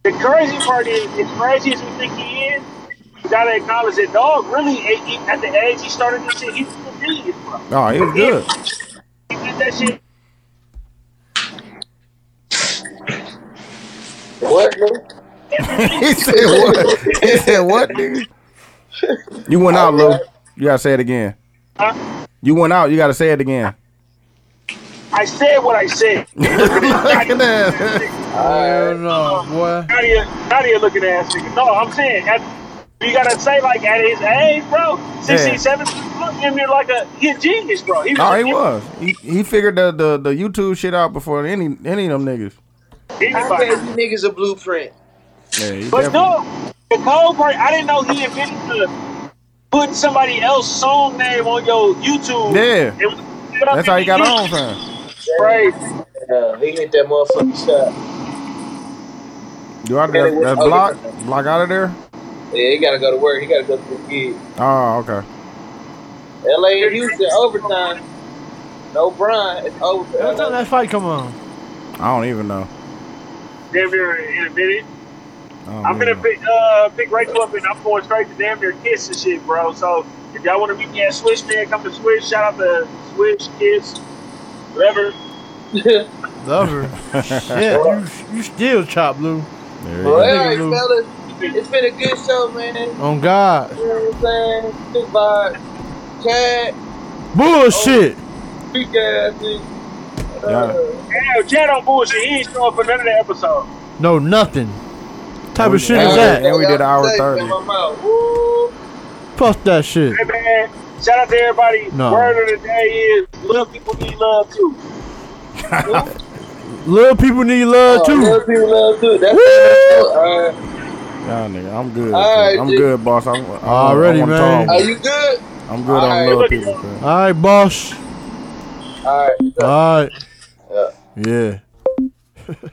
Speaker 2: The crazy part is, as crazy as we think he is, you gotta acknowledge that dog really at, at the age he started this shit, he was a genius, bro.
Speaker 9: Oh, he was good.
Speaker 2: He did that shit
Speaker 6: What? nigga?
Speaker 9: he said what? He said what, nigga? You went out, Lou. You gotta say it again. You went out. You gotta say it again.
Speaker 2: I said what I said.
Speaker 9: Look at that.
Speaker 8: Hell no, boy.
Speaker 2: Nadia, Nadia looking ass nigga. No, I'm saying, at, you gotta say like at his age, bro, 16,
Speaker 9: Yeah.
Speaker 2: 17, look him there like a he a genius, bro. He was,
Speaker 6: Oh,
Speaker 9: No, he was. He, he figured the, the the YouTube shit out before any any of them niggas.
Speaker 2: He was
Speaker 6: I gave
Speaker 2: like,
Speaker 6: you niggas a blueprint.
Speaker 9: Yeah, he
Speaker 2: but
Speaker 9: definitely-
Speaker 2: no, the cold part. I didn't know he invented the putting somebody else's song name on your YouTube.
Speaker 9: Yeah.
Speaker 2: It was-
Speaker 9: That's how he got on, fam.
Speaker 2: Crazy.
Speaker 6: Yeah, he hit that motherfucking shot.
Speaker 9: Do I
Speaker 6: Yeah, they
Speaker 9: that,
Speaker 6: went
Speaker 9: that
Speaker 6: over
Speaker 9: block
Speaker 6: there.
Speaker 9: block out of there?
Speaker 6: Yeah, he gotta go to work. He gotta go to the gig.
Speaker 9: Oh, okay.
Speaker 6: LA and Houston overtime. No Brian, it's over. for
Speaker 8: What
Speaker 6: LA.
Speaker 8: time that fight come on?
Speaker 9: I don't even know.
Speaker 2: damn near in a minute.
Speaker 9: I don't
Speaker 2: I'm gonna
Speaker 9: even know.
Speaker 2: pick uh pick Rachel up and I'm going straight to damn near Kiss and shit, bro. So if y'all wanna meet me at Switch, man, come to Switch. Shout out to Switch, Kiss, whatever.
Speaker 8: Lover. Shit, you, you still chop, Lou.
Speaker 9: There
Speaker 6: Well, all right,
Speaker 8: Nigga, Lou.
Speaker 6: fellas, it's been a good show, man.
Speaker 8: On God.
Speaker 6: You know what I'm saying? Good vibes. Chad,
Speaker 8: Bullshit.
Speaker 6: big ass nigga. Uh,
Speaker 2: Damn, Chad on bullshit. He ain't showing up for none of the episode.
Speaker 8: No, nothing. Type
Speaker 9: we-
Speaker 8: of shit
Speaker 9: and
Speaker 8: is
Speaker 9: we- and
Speaker 8: that?
Speaker 9: we did an hour
Speaker 6: Safe in
Speaker 9: thirty.
Speaker 6: my mouth. Woo.
Speaker 8: Fuck that shit.
Speaker 2: Hey man, shout out to everybody.
Speaker 8: No.
Speaker 2: Word of the day is love people need love too.
Speaker 8: Little people need love
Speaker 6: Oh,
Speaker 8: too.
Speaker 6: Love people, love too. That's all right.
Speaker 9: Yeah, nigga, I'm good.
Speaker 6: All right,
Speaker 9: I'm
Speaker 6: G.
Speaker 9: good, boss. I'm, I'm
Speaker 8: Already,
Speaker 9: I'm
Speaker 8: man.
Speaker 6: Are you good?
Speaker 9: I'm good
Speaker 6: All
Speaker 9: on
Speaker 6: right.
Speaker 9: little people. man.
Speaker 8: All right, boss.
Speaker 6: All
Speaker 8: All
Speaker 6: right.
Speaker 8: right. Yeah.